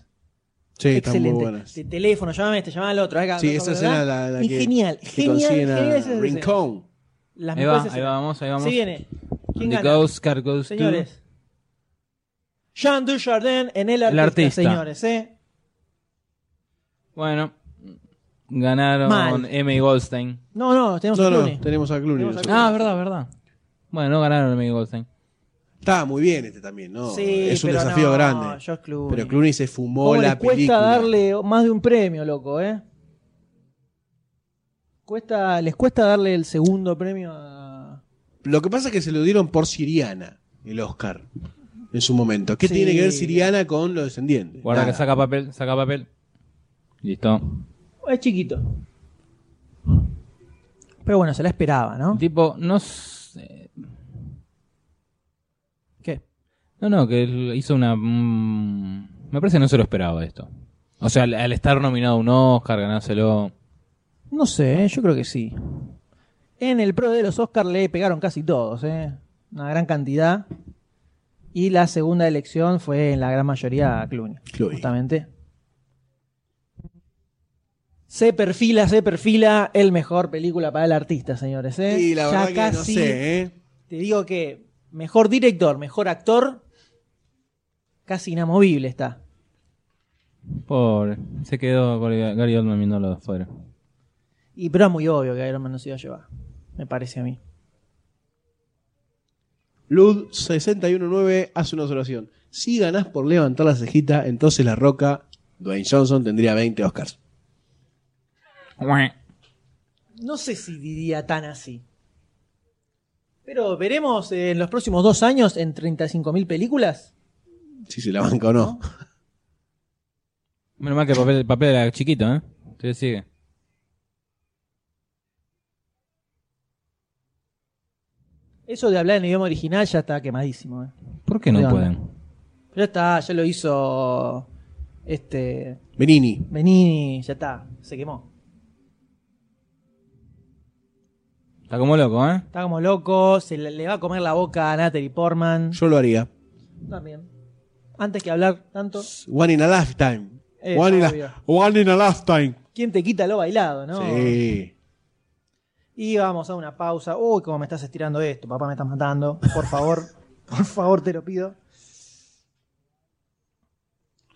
S4: Sí, están muy
S3: Excelente.
S4: buenas.
S3: De teléfono, llamame a este, llamame al otro. acá,
S4: Sí,
S3: acá,
S4: esa
S3: acá,
S4: escena
S3: acá.
S4: la, la
S3: Y
S4: que,
S3: genial,
S4: que
S3: genial,
S4: consiguen
S3: genial
S4: a
S3: esas escenas.
S4: Rincón.
S3: Las
S2: Ahí
S3: mejores
S2: va, ahí
S3: escenas.
S2: vamos, ahí vamos.
S3: Se viene. ¿Quién
S2: The
S3: gana?
S2: Ghost Car Goes to-
S3: Señores. Jean Dujardin en
S2: El
S3: el artista,
S2: artista.
S3: señores, ¿eh?
S2: Bueno, ganaron
S3: Mal.
S2: Emmy Goldstein.
S3: No, no, tenemos
S4: No,
S3: a
S4: no,
S3: Clooney.
S4: tenemos a Clooney.
S3: Tenemos a
S4: nosotros.
S2: Ah, verdad, verdad. Bueno, no ganaron Emmy Goldstein.
S4: Está muy bien este también, ¿no?
S3: Sí,
S4: es un
S3: pero
S4: desafío
S3: no,
S4: grande.
S3: George Clooney.
S4: Pero Clooney se fumó
S3: ¿Cómo les
S4: la
S3: cuesta
S4: película.
S3: darle más de un premio, loco, eh? Cuesta, les cuesta darle el segundo premio a...
S4: Lo que pasa es que se lo dieron por Siriana, el Oscar. en su momento. ¿Qué
S3: Sí.
S4: tiene que ver Siriana con los descendientes?
S2: Guarda
S4: Nada.
S2: que saca papel, saca papel. Listo.
S3: Es chiquito. Pero bueno, se la esperaba, ¿no?
S2: Tipo, no sé.
S3: ¿Qué?
S2: No, no, que él hizo una. mm, Me parece que no se lo esperaba esto. O sea, al, al estar nominado a un Oscar, ganárselo.
S3: No sé, ¿eh? yo creo que sí. En el pro de los Oscars le pegaron casi todos, ¿eh? Una gran cantidad. Y la segunda elección fue en la gran mayoría a Clooney.
S4: Chloe.
S3: Justamente. Se perfila, se perfila el mejor película para el artista, señores. ¿eh?
S4: Y la
S3: Ya
S4: verdad que no
S3: casi-
S4: sé, ¿eh?
S3: Te digo que mejor director, mejor actor, casi inamovible está.
S2: Pobre. Se quedó Gary Gary Oldman mirándolo de afuera.
S3: Y pero es muy obvio que Iron Man no se iba a llevar, me parece a mí.
S4: Lud619 hace una observación. Si ganás por levantar la cejita, entonces La Roca, Dwayne Johnson, tendría 20 Oscars.
S3: No sé si diría tan así. Pero veremos eh, en los próximos dos años en 35.000 películas.
S4: Si se la banca o no.
S2: Menos mal que el papel, el papel era chiquito, ¿eh? Entonces sigue.
S3: Eso de hablar en idioma original ya está quemadísimo. eh.
S2: ¿Por qué no
S3: Dios.
S2: pueden?
S3: Ya está, ya lo hizo este
S4: Benini.
S3: Benini, ya está, se quemó.
S2: Está como loco, ¿eh?
S3: Está como loco, se le, le va a comer la boca a Natalie Portman.
S4: Yo lo haría.
S3: También. Antes que hablar tanto,
S4: One in a lifetime.
S3: Eh,
S4: one, in
S3: obvio.
S4: a, one in a lifetime.
S3: ¿quién te quita lo bailado, no?
S4: Sí.
S3: Y vamos a una pausa. Uy, cómo me estás estirando esto, papá, me estás matando. Por favor, por favor, te lo pido.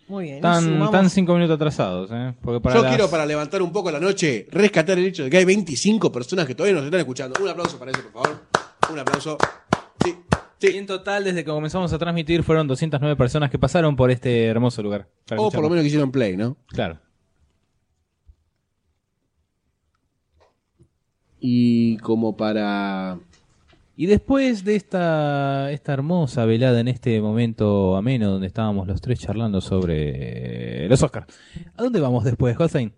S3: Muy bien. y
S2: Están,
S3: sumamos-
S2: están cinco minutos atrasados, ¿eh? Porque para
S4: Yo
S2: las-
S4: quiero para levantar un poco la noche rescatar el hecho de que hay 25 personas que todavía nos están escuchando. Un aplauso para eso, por favor. Un aplauso. Sí,
S2: Y
S4: sí.
S2: en total, desde que comenzamos a transmitir, fueron 209 personas que pasaron por este hermoso lugar. para
S4: O Oh, por lo
S2: escucharnos.
S4: menos que hicieron play, ¿no?
S2: Claro.
S4: Y como para.
S2: Y después de esta, esta hermosa velada en este momento ameno donde estábamos los tres charlando sobre eh, los Oscars, ¿a dónde vamos después, Goldstein?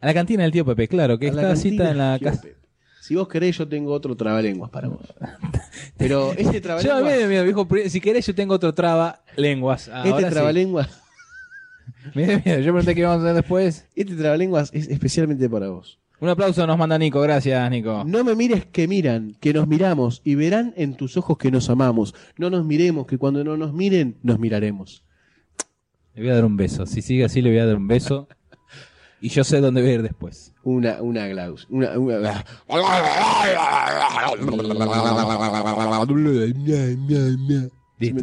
S2: A la cantina del tío Pepe, claro, que
S4: a la
S2: está
S4: cantina
S2: cita en la
S4: Gio
S2: casa.
S4: Pepe. Si vos querés, yo tengo otro trabalenguas para vos. Pero este
S2: Yo a mí,
S4: trabalenguas.
S2: mira, viejo, pri- si querés yo tengo otro traba lenguas. Ahora
S4: Este
S2: sí.
S4: trabalenguas,
S2: Mira, mira, yo pregunté qué íbamos a hacer después.
S4: este trabalenguas es especialmente para vos.
S2: Un aplauso nos manda Nico, gracias Nico.
S4: No me mires que miran, que nos miramos y verán en tus ojos que nos amamos. No nos miremos, que cuando no nos miren, nos miraremos.
S2: Le voy a dar un beso, si sigue así le voy a dar un beso. Y yo sé dónde voy a ir después.
S4: Una, una glaus. Una, una- Se
S2: Listo,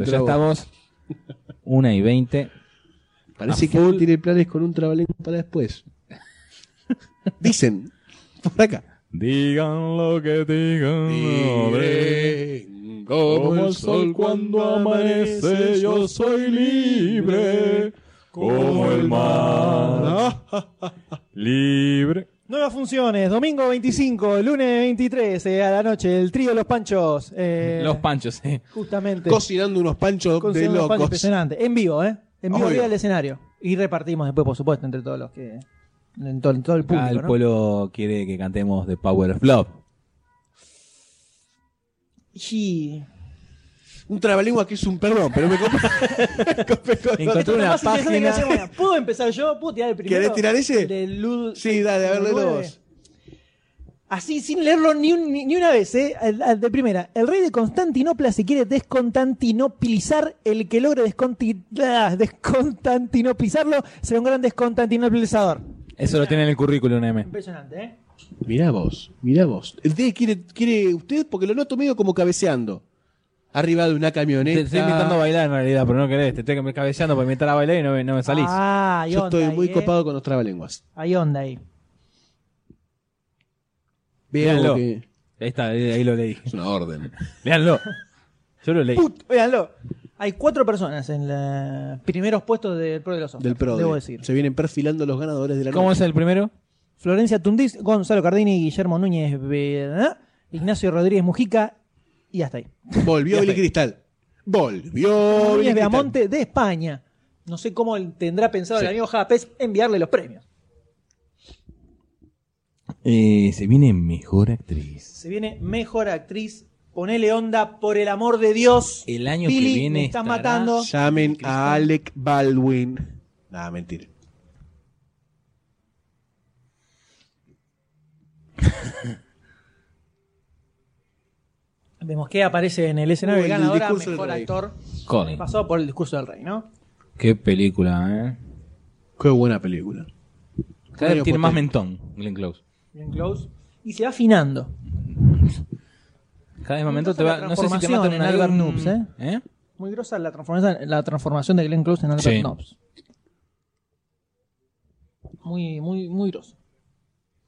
S4: me
S2: ya
S4: trabó.
S2: estamos. Una y veinte.
S4: Parece
S2: A
S4: que
S2: full.
S4: no tiene planes con un trabalenguas para después. Dicen, por acá.
S2: Digan lo que digan.
S4: Como el sol cuando amanece, yo soy libre.
S11: Como el
S4: Ah,
S11: mar. Libre.
S3: Nuevas funciones, domingo 25, lunes 23, eh, a la noche, el trío Los Panchos. eh,
S2: Los panchos, eh.
S3: Justamente.
S4: Cocinando unos panchos
S3: con
S4: de
S3: Sebastián Pan,
S4: locos.
S3: Impresionante. En vivo, ¿eh? En vivo
S4: Obvio.
S3: arriba del escenario. Y repartimos después, por supuesto, entre todos los que. En todo, en todo el
S2: Acá
S3: público.
S2: el
S3: ¿no?
S2: pueblo quiere que cantemos The Power of Love.
S3: Y.
S4: Un trabalenguas que es un perdón, pero me compré. me compré con
S2: Encontré
S4: otro.
S3: Esto es lo
S2: una
S3: más interesante que
S2: página.
S3: hacemos. Bueno, ¿Puedo empezar yo? ¿Puedo tirar el primero?
S4: ¿Querés tirar ese?
S3: Del Lud-
S4: Sí, dale, a ver,
S3: del
S4: léelo
S3: nueve.
S4: vos.
S3: Así, sin leerlo ni, un- ni, ni una vez, ¿eh? Al- al De primera. El rey de Constantinopla se quiere descontantinopilizar. El que logre desconti- ah, descontantinopilizarlo será un gran descontantinopilizador.
S2: Eso lo tiene en el currículum, M.
S3: Impresionante, ¿eh?
S4: Mirá vos, mirá vos. Usted quiere, quiere usted porque lo noto medio como cabeceando. Arriba de una
S2: Te
S4: camioneta.
S2: estoy invitando a bailar en realidad, pero no querés. Te estoy cabeceando para invitar a bailar y no, me- no me salís.
S3: Ah, hay
S4: Yo
S3: onda
S4: estoy
S3: ahí,
S4: muy
S3: ¿eh?
S4: copado con los trabalenguas.
S3: Hay onda ahí.
S4: Vean
S2: Míralo.
S4: que
S2: Ahí está, ahí ahí lo leí.
S4: es una orden.
S2: Leanlo. Yo lo leí.
S3: Put, véanlo. Hay cuatro personas en los primeros puestos del Pro de los Oscars,
S4: Del PRO.
S3: Debo decir.
S4: Se vienen perfilando los ganadores de la
S2: ¿Cómo es
S4: noche.
S2: el primero?
S3: Florencia Tundiz, Gonzalo Cardini, Guillermo ¿eh? Núñez, ¿verdad? Ignacio Rodríguez Mujica y hasta ahí.
S4: Volvió Billy Cristal. volvió.
S3: Núñez
S4: Villalquistán.
S3: Beamonte de España. No sé cómo tendrá pensado el amigo Japes enviarle los premios.
S2: se viene mejor actriz.
S3: Se viene mejor actriz. Ponele onda, por el amor de Dios.
S2: El año
S3: Pili,
S2: que viene
S3: me estás
S2: estará-
S3: matando.
S4: Llamen a Alec Baldwin. Nada, mentira.
S3: Vemos que aparece en el escenario
S4: Uh,
S3: de
S4: el del
S3: ganadora,
S4: discurso del
S3: mejor
S4: rey.
S3: actor.
S2: Colin.
S3: Pasó por el discurso del rey, ¿no?
S2: Qué película, eh.
S4: Qué buena película.
S2: Cada vez
S4: Medio
S2: tiene más
S4: potente.
S2: mentón, Glenn Close.
S3: Bien close. Y se va afinando.
S2: Cada vez más mentón te va.
S3: Entonces, la
S2: No sé si te
S3: transformación
S2: matan
S3: en
S2: una-
S3: Albert
S2: un-
S3: Noobs, ¿eh?
S2: ¿eh?
S3: Muy grosa la transformación, la transformación de Glenn Close en Albert
S2: Sí.
S3: Nobbs. Muy, muy, muy groso.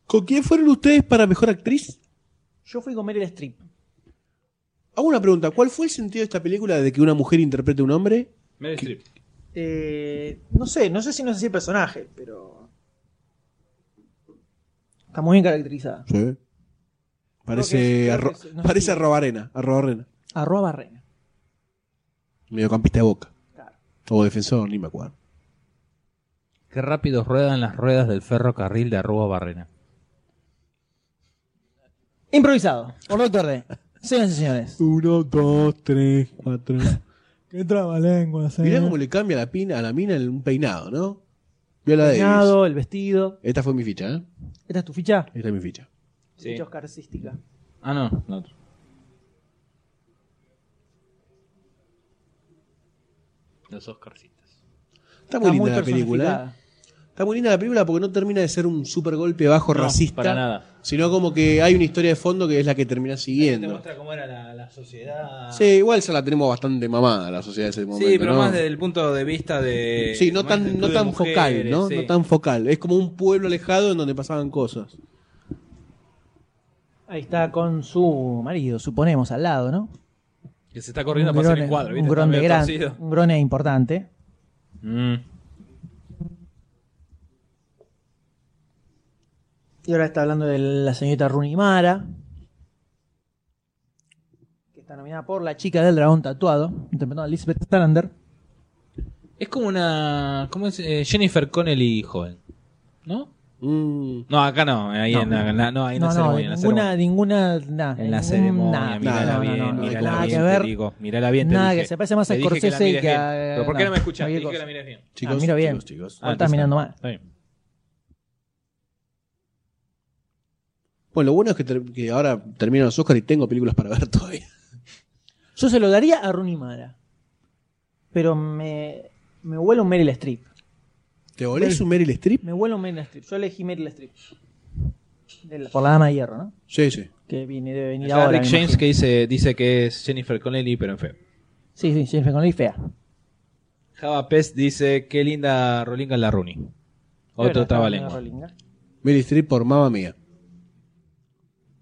S4: ¿Con quién fueron ustedes para mejor actriz?
S3: Yo fui con Meryl Streep.
S4: Hago una pregunta. ¿Cuál fue el sentido de esta película de que una mujer interprete a un hombre?
S3: Eh, no sé, no sé si no es así el personaje, pero. Está muy bien caracterizada.
S4: Sí. Parece,
S3: Creo que-
S4: a
S3: creo
S4: Ro-
S3: que es- no sé si-
S4: parece a Robarena. A Robarena.
S3: Arroba Barrena.
S4: Mediocampista de boca.
S3: Claro.
S4: O defensor, ni me acuerdo.
S2: Qué rápido ruedan las ruedas del ferrocarril de Arroba Barrena.
S3: Improvisado. Por Doctor D. Señoras y señores.
S4: Uno, dos, tres, cuatro.
S3: Qué trabalenguas,
S4: Mirá cómo le cambia la pina, a la mina en un peinado, ¿no? Viola
S3: El
S4: Davis.
S3: peinado, el vestido.
S4: Esta fue mi ficha, ¿eh?
S3: ¿Esta es tu ficha?
S4: Esta es mi ficha.
S2: Sí.
S3: Ficha oscarcística.
S2: Ah, no, la otra. Los Oscarcitas.
S4: Está muy linda
S3: muy
S4: la película. ¿eh?
S3: personificada.
S4: Está muy linda la película porque no termina de ser un super golpe bajo racista.
S2: para nada.
S4: Sino como que hay una historia de fondo que es la que termina siguiendo.
S2: cómo era la, sociedad.
S4: Sí, igual se la tenemos bastante mamada la sociedad de ese momento.
S2: Sí, pero
S4: ¿no?
S2: más desde el punto de vista de.
S4: Sí, no
S2: más
S4: tan,
S2: del
S4: no
S2: Eh, este club de
S4: tan
S2: mujeres,
S4: focal, ¿no?
S2: sí.
S4: No tan focal. Es como un pueblo alejado en donde pasaban cosas.
S3: Ahí está con su marido, suponemos, al lado, ¿no?
S2: Que se está corriendo a pasar el cuadro, ¿viste?
S3: un grone
S2: Está medio
S3: gran-
S2: torcido.
S3: un grone importante.
S2: Mm.
S3: Y ahora está hablando de la señorita Runimara. Que está nominada por La chica del dragón tatuado, interpretando a Elizabeth Salander.
S2: Es como una. ¿Cómo es? Eh, Jennifer Connelly joven. ¿No?
S4: Mm,
S2: No, acá no. Ahí
S3: No.
S2: en la, la- no, ahí en la
S3: No, no,
S2: ceremonia. en la ceremonia.
S3: ninguna, ninguna, nada.
S2: En la
S3: ningún-
S2: ceremonia,
S3: nada.
S2: mírala
S3: No, no,
S2: bien,
S3: no, no,
S2: mírala
S3: nada
S2: bien,
S3: que
S2: te
S3: ver.
S2: digo, mírala bien, te
S3: nada que
S2: dije.
S3: se parece más
S2: Te
S3: a
S2: dije que la
S3: Scorsese
S2: mires
S3: que
S2: bien.
S3: a-
S2: ¿Pero por qué no me escuchás? Te
S3: cualquier
S2: dije que la Ah,
S3: cosa.
S2: mires bien.
S4: chicos,
S3: miro bien.
S4: chicos, chicos.
S3: Ahora estás mirando mal.
S2: Está bien.
S4: Bueno, lo bueno es que, ter- que ahora terminan los Oscar y tengo películas para ver todavía.
S3: Yo se lo daría a Runimara. Pero me, me huele un Meryl Streep.
S4: ¿Te volvés un Meryl Streep?
S3: Me huele un Meryl Streep. Yo elegí Meryl Streep. De la- por la dama de hierro, ¿no?
S4: Sí, sí.
S3: Que viene, debe venir
S2: Está
S3: ahora.
S2: Rick
S3: me
S2: James
S3: imagino.
S2: que dice, dice que es Jennifer Connelly, pero en feo.
S3: Sí, sí, Jennifer Connelly fea.
S2: Java Pest dice, qué linda Rolinga la Rooney.
S3: Pero
S2: Otro
S3: está
S2: trabalengua.
S3: hablando de Rolinga.
S4: Meryl Streep por mamá mía.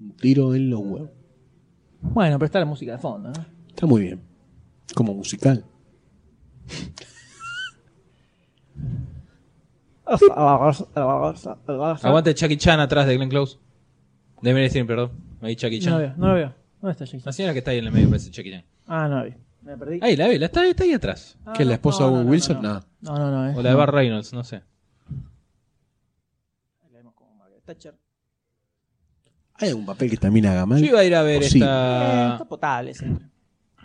S4: Un tiro en los huevos.
S3: Bueno, pero está la música de fondo, ¿no?
S4: Está muy bien. Como musical.
S3: No
S2: Aguante Chucky Chan atrás de Glenn Close. De Meryl Streep, perdón. Ahí Chucky
S3: lo
S2: Chan.
S3: veo, no lo veo. ¿Dónde está Jason?
S2: La señora que está ahí en el medio parece Chucky Chan.
S3: Ah, no la vi. Me perdí.
S2: Ahí la ve, la está, está ahí atrás.
S3: Ah,
S4: ¿Qué es la
S3: no,
S4: esposa
S3: no,
S4: de
S3: no, no,
S4: Wilson?
S3: No,
S4: No.
S3: no, no. no, eh.
S2: O la de Bar Reynolds, no sé.
S3: Thatcher.
S4: ¿Hay algún papel que también haga mal?
S2: Yo iba a ir a ver
S4: Sí.
S3: Eh,
S2: esta...
S3: está potable siempre.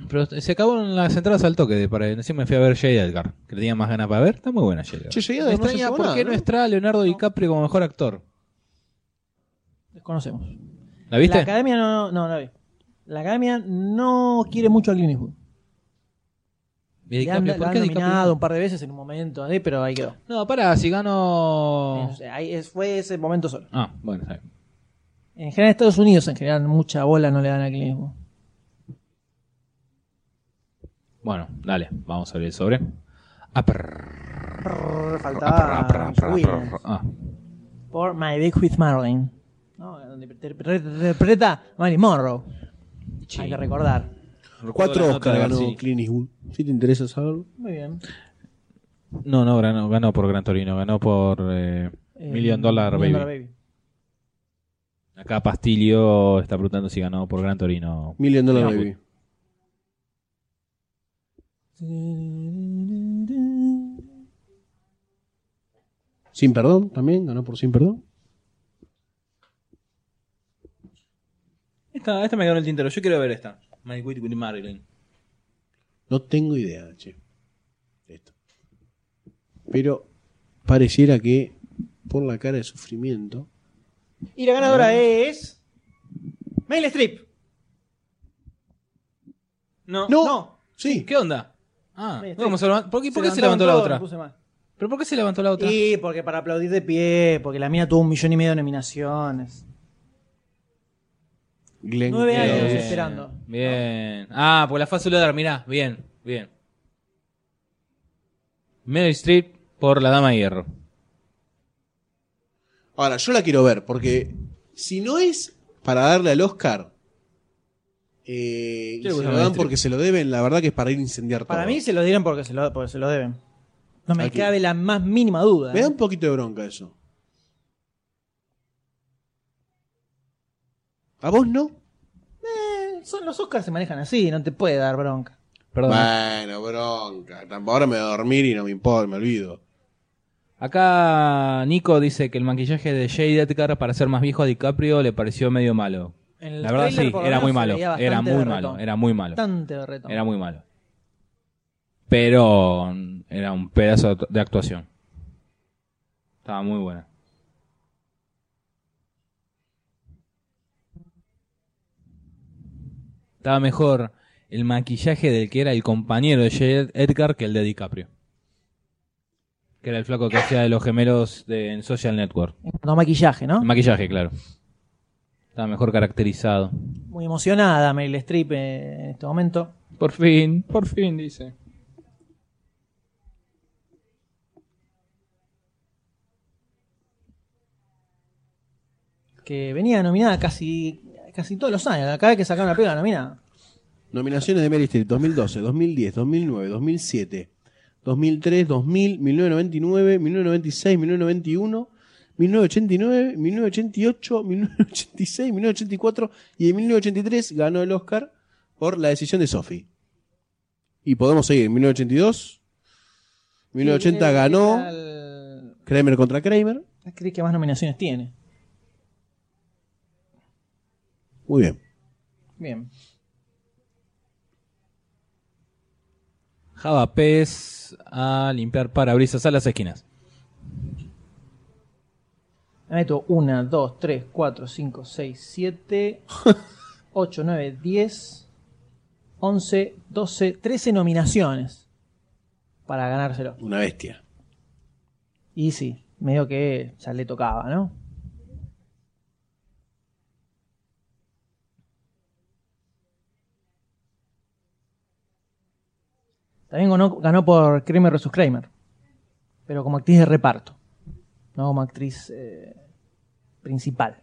S2: Pero se acabaron las entradas al toque de para encima me fui a ver Jay Edgar, que le tenía más ganas para ver. Está muy buena Jay Edgar.
S4: Che, llegado,
S2: Me
S4: no se
S2: extraña
S4: llevó
S2: por
S4: nada,
S2: qué
S4: ¿no?
S2: no está Leonardo DiCaprio como mejor actor.
S3: Desconocemos.
S2: ¿La viste?
S3: La academia no, no, no la vi. La academia no quiere mucho a Clint Eastwood.
S2: ¿Y
S3: Le han,
S2: DiCaprio?
S3: lo
S2: ¿Por
S3: han
S2: qué DiCaprio?
S3: nominado un par de veces en un momento, eh, pero ahí quedó.
S2: No, pará, si gano.
S3: Eh, ahí es- fue ese momento solo.
S2: Ah, bueno, está bien.
S3: En general, Estados Unidos, en general, mucha bola no le dan a Clint Eastwood.
S2: Bueno, dale, vamos a abrir el sobre. Ah, prr, ah,
S3: Prrr,
S2: prr,
S3: Faltaba
S2: ah, prr, ah,
S3: Williams.
S2: prr, ah.
S3: por My Dick with Marlene. ¿no? Donde interpre- interpreta Marilyn Monroe.
S2: Sí.
S3: Hay que recordar.
S2: Recuerdo
S4: Cuatro
S2: la nota
S4: Oscar
S2: de
S4: ganó
S2: Garci.
S4: Clint Eastwood. Si te interesa saberlo.
S3: Muy bien.
S2: No, no, ganó, ganó por Gran Torino, ganó por eh,
S3: Eh,
S2: Million Dollar Baby.
S3: Dollar
S2: Acá Pastilio está preguntando si ganó por Gran Torino.
S4: Million Dollar
S2: Eastwood.
S4: Baby. Sin perdón también, ganó por sin perdón.
S2: Esta, esta me quedó en el tintero. Yo quiero ver esta. My Wit with Marilyn.
S4: No tengo idea, che. de esto. Pero pareciera que por la cara de sufrimiento.
S3: Y la ganadora es. Mail Strip. No, no.
S4: Sí.
S2: ¿Qué onda? Ah,
S3: Ahí está.
S2: ¿cómo se levantó? ¿Por qué, por qué se, levantó la
S3: levantaron todos,
S2: otra?
S3: me puse mal.
S2: ¿Pero por qué se levantó la otra?
S3: Y porque para aplaudir de pie, porque la mía tuvo un millón y medio de nominaciones.
S4: Glenn
S3: Nueve
S4: Close.
S3: años esperando.
S2: Bien. Ah, por la fase Lodar, mirá. Bien, bien. Meryl Streep por la Dama de Hierro.
S4: Ahora, yo la quiero ver, porque si no es para darle al Oscar, eh, y
S2: Yo le
S4: se
S2: gusta
S4: lo dan
S2: Maestro.
S4: porque se lo deben, la verdad que es para ir a incendiar
S3: Para
S4: todo.
S3: mí se lo dieron porque se lo, porque se lo deben. No me
S4: Aquí.
S3: cabe la más mínima duda.
S4: Me da
S3: ¿eh?
S4: un poquito de bronca eso. ¿A vos no?
S3: Eh, son, los Oscars se manejan así, no te puede dar bronca.
S2: Perdón. eh.
S4: Bueno, bronca. Tampoco ahora me voy a dormir y no me importa, me olvido.
S2: Acá Nico dice que el maquillaje de Jade Edgar para ser más viejo a DiCaprio le pareció medio malo.
S3: En el
S2: La verdad
S3: tráiler,
S2: sí,
S3: por lo
S2: era
S3: menos,
S2: muy
S3: se
S2: malo. Era
S3: veía bastante
S2: muy
S3: berretón.
S2: malo, era muy malo.
S3: Bastante berretón.
S2: Era muy malo. Pero mm, era un pedazo de act- de actuación. Estaba muy buena. Estaba mejor el maquillaje del que era el compañero de J. Edgar que el de DiCaprio. Que era el flaco que hacía de los gemelos de, en Social Network.
S3: No maquillaje, ¿no?
S2: El maquillaje, claro. Estaba mejor caracterizado.
S3: Muy emocionada Meryl Streep eh, en este momento.
S10: Por fin, por fin, dice.
S3: Que venía nominada casi casi todos los años. Cada vez que sacaban una película nominada.
S4: Nominaciones de Meryl Streep 2012, 2010, 2009, 2007, 2003, 2000, 1999, 1996, 1991, 1989, 1988, 1986, 1984 y en 1983 ganó el Oscar por la decisión de Sophie. Y podemos seguir. 1982, 1980
S3: Y, eh,
S4: ganó
S3: al-
S4: Kramer contra Kramer.
S3: la actriz que más nominaciones tiene.
S4: Muy bien.
S3: Bien.
S2: Java Pez a limpiar parabrisas a las esquinas.
S3: Me meto 1, 2, 3, 4, 5, 6, 7, 8, 9, 10, 11, 12, 13 nominaciones para ganárselo.
S4: Una bestia.
S3: Y sí, medio que ya le tocaba, ¿no? También ganó, ganó por Kramer vs. Kramer, pero como actriz de reparto, no como actriz eh, principal.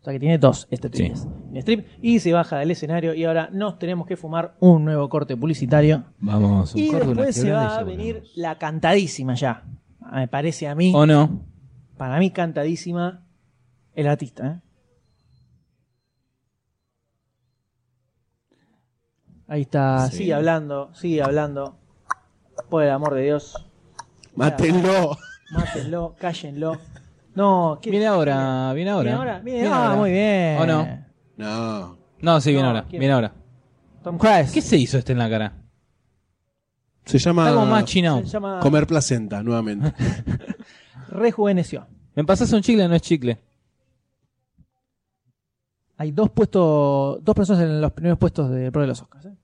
S3: O sea que tiene dos este
S2: Sí.
S3: strip. strip y se baja del escenario y ahora nos tenemos que fumar un nuevo corte publicitario.
S2: Vamos,
S3: Y después se va a venir la cantadísima ya. Ah, Me parece a mí,
S2: ¿O no?
S3: para mí cantadísima el artista. ¿eh? Ahí está,
S2: Sí.
S3: sigue hablando, sigue hablando. Por el amor de Dios,
S4: Mátenlo.
S3: mátenlo, cállenlo. No, ¿qué-
S2: Viene ahora, viene ahora.
S3: Viene ahora, viene-
S2: Viene
S3: ah,
S2: ahora.
S3: muy bien.
S2: ¿O no?
S4: No.
S2: No, sí, viene
S3: No,
S2: ahora,
S3: ¿quién?
S2: viene ahora.
S3: Tom Cruise.
S2: ¿Qué se hizo este en la cara?
S4: Se
S3: Ah.
S4: llama
S2: Está como más chinado.
S3: se llama?
S4: Comer placenta nuevamente.
S3: Rejuveneció.
S2: ¿Me pasas un chicle? No es chicle.
S3: Hay dos puestos, dos personas en los primeros puestos de Pro de los Oscars. ¿eh?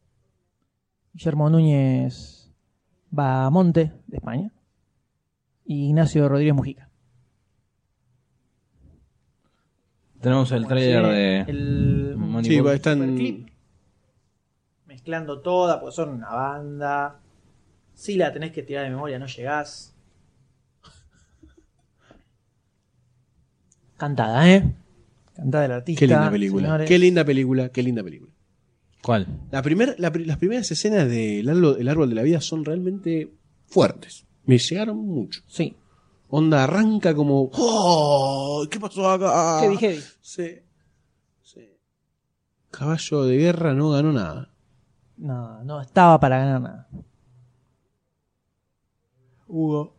S3: Guillermo Núñez Bamonte, de España, y Ignacio Rodríguez Mujica.
S2: Tenemos el trailer de... Mm.
S3: El- este.
S2: Money-
S4: sí,
S2: Ningún
S4: va, están.
S3: superclip. Mezclando toda, porque son una banda. Si la tenés que tirar de memoria, no llegás. Cantada, ¿eh? Cantada del artista.
S4: Qué linda película.
S3: señores.
S4: Qué linda película, qué linda película.
S2: ¿Cuál?
S4: La primer, la pri- las primeras escenas del árbol, El árbol de la vida son realmente fuertes. Me llegaron mucho.
S3: Sí.
S4: Onda arranca como. ¡Oh! ¿Qué pasó acá?
S3: Heavy, heavy.
S4: Sí. Sí. Caballo de guerra no ganó nada.
S3: No, no estaba para ganar nada. Hugo,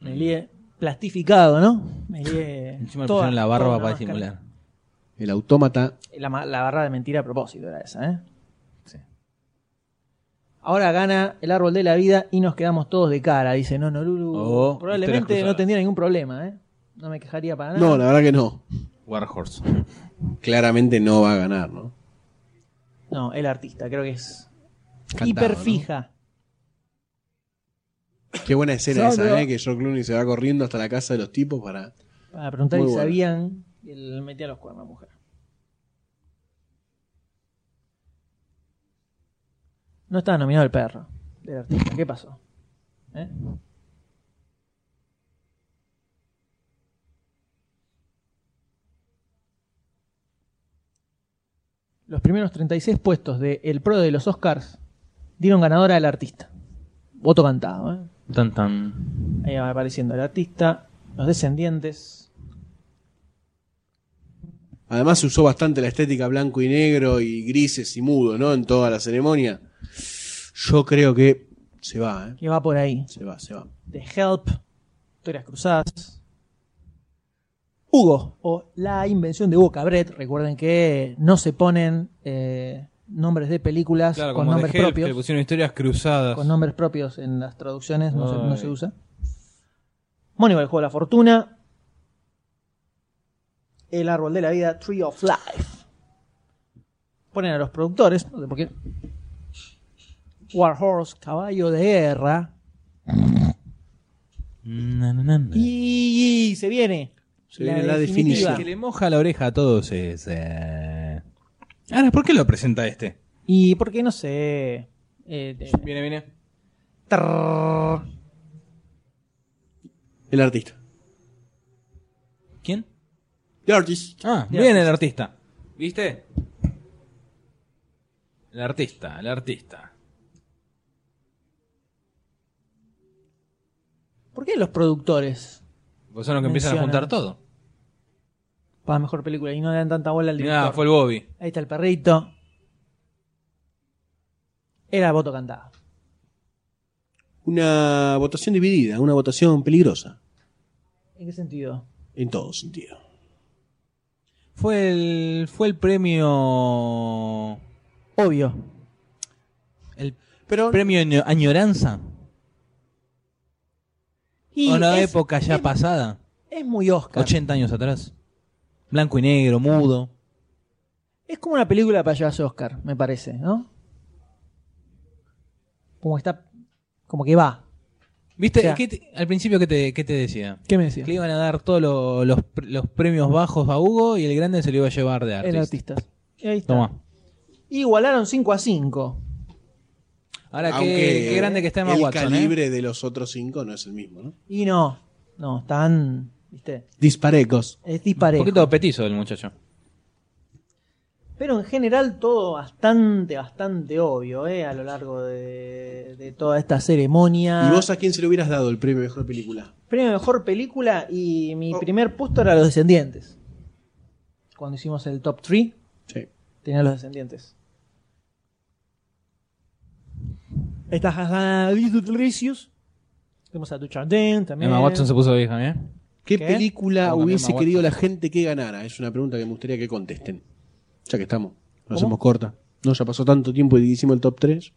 S3: me lié plastificado, ¿no? Me lié.
S2: Encima le
S3: toda-
S2: pusieron la barba
S3: toda
S2: para
S3: una máscara.
S2: disimular.
S4: El autómata.
S3: La, ma- la barra de mentira a propósito era esa, ¿eh? Ahora gana el árbol de la vida y nos quedamos todos de cara, dice no, no, Lulu.
S2: Oh, historias
S3: Probablemente
S2: cruzadas.
S3: no tendría ningún problema, ¿eh? No me quejaría para nada.
S4: No, la verdad que no.
S2: Warhorse.
S4: Claramente no va a ganar, ¿no?
S3: No, el artista, creo que es
S4: Cantado,
S3: hiperfija.
S4: Qué buena escena
S3: Solo-
S4: esa, ¿eh? Que George Clooney se va corriendo hasta la casa de los tipos para.
S3: Para preguntar
S4: Muy
S3: si
S4: bueno.
S3: sabían y le metía los cuernos a la mujer. No estaba nominado el perro del artista. ¿Qué pasó? ¿Eh? Los primeros 36 puestos del El Pro de los Oscars dieron ganadora al artista. Voto cantado, ¿eh?
S2: Tan tan.
S3: Ahí va apareciendo el artista, los descendientes.
S4: Además se usó bastante la estética blanco y negro y grises y mudo, ¿no? En toda la ceremonia. Yo creo que se va, ¿eh?
S3: que va por ahí.
S4: Se va, se va.
S3: The Help, Historias Cruzadas. Hugo, o La Invención de Hugo Cabret. Recuerden que no se ponen eh, nombres de películas
S2: Claro,
S3: con
S2: como de
S3: nombres
S2: Help, que le
S3: propios.
S2: pusieron historias cruzadas.
S3: Con nombres propios en las traducciones no se, no
S2: Ay.
S3: se usa. Moneyball, Juego de la Fortuna. El Árbol de la Vida, Tree of Life. Ponen a los productores, no sé por qué. War Horse, Caballo de Guerra.
S2: Na, na, na, na.
S3: Y, y se viene.
S4: Se viene la definición.
S2: Que le moja la oreja a todos es. eh. Ahora, ¿por qué lo presenta este?
S3: Y porque no sé. eh, te-
S2: Viene, viene.
S3: Trrr.
S4: El artista.
S2: ¿Quién?
S4: El artist.
S2: Ah,
S3: Ya.
S2: viene el artista. ¿Viste? El artista, el artista.
S3: ¿Por qué los productores
S2: Pues son los que empiezan a
S3: Mencionan.
S2: juntar todo.
S3: para mejor película y no le dan tanta bola al director?
S2: Mirá, fue el Bobby.
S3: Ahí está el perrito. Era voto cantado.
S4: Una votación dividida, una votación peligrosa.
S3: ¿En qué sentido?
S4: En todo sentido.
S2: Fue el, fue el premio.
S3: Obvio.
S2: El
S4: Pero
S2: premio año- Añoranza.
S3: Y
S2: o la
S3: es,
S2: época ya pasada.
S3: es muy Oscar.
S2: 80 años atrás. Blanco y negro, mudo.
S3: Es como una película para llevarse Oscar, me parece, ¿no? Como está. Como que va.
S2: ¿Viste?
S3: O sea-
S2: ¿Qué te- al principio, ¿qué te, qué te decía?
S3: ¿Qué me decía?
S2: Que le iban a dar todos lo- los, pr- los premios bajos a Hugo y el grande se lo iba a llevar de
S3: El
S2: arte.
S3: artista. Y ahí está.
S2: Toma.
S3: Igualaron 5 a 5.
S2: Ahora,
S4: aunque
S2: qué, qué grande que está Emma
S4: el
S2: Watson. ¿eh?
S4: calibre de los otros cinco no es el mismo, ¿no?
S3: Y no, no, están, viste,
S4: Disparecos.
S3: es
S2: Un
S3: disparejo.
S2: poquito petizo el muchacho.
S3: Pero en general todo bastante, bastante obvio, ¿eh? A lo largo de, de toda esta ceremonia.
S2: Ah.
S4: ¿Y vos a quién se le hubieras dado el premio mejor película?
S3: Premio a Mejor Película y mi
S4: Oh.
S3: primer puesto era Los Descendientes. Cuando hicimos el top 3,
S4: Sí.
S3: tenía Los Descendientes. Está Hassan Dricius. Tenemos a Duchardin también.
S2: Emma Watson se puso vieja, ¿eh?
S4: ¿Qué,
S3: ¿Qué?
S4: película
S2: Póngame
S4: hubiese
S2: Emma
S4: querido la gente que ganara? Es una pregunta que me gustaría que contesten. Ya que estamos, lo
S3: ¿Cómo?
S4: hacemos corta. No, ya pasó tanto tiempo y hicimos el top 3.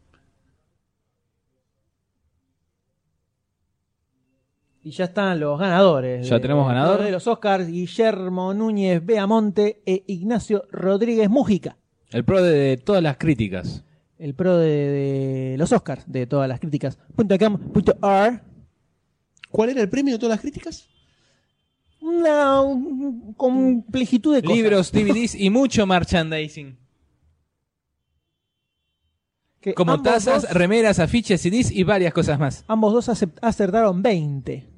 S3: Y ya están los ganadores.
S2: Ya tenemos ganador.
S3: De los Oscars, Guillermo Núñez Beamonte e Ignacio Rodríguez Mújica.
S2: El pro de, de todas las críticas.
S3: El pro de, de los Oscars, de todas las críticas. Punto .com, punto .ar.
S4: ¿Cuál era el premio de todas las críticas?
S3: Una un- complejitud de cosas.
S2: Libros, DVDs y mucho merchandising.
S3: Que
S2: Como
S3: ambos
S2: tazas,
S3: dos-
S2: remeras, afiches, CDs y varias cosas más.
S3: ambos dos acept- acertaron 20.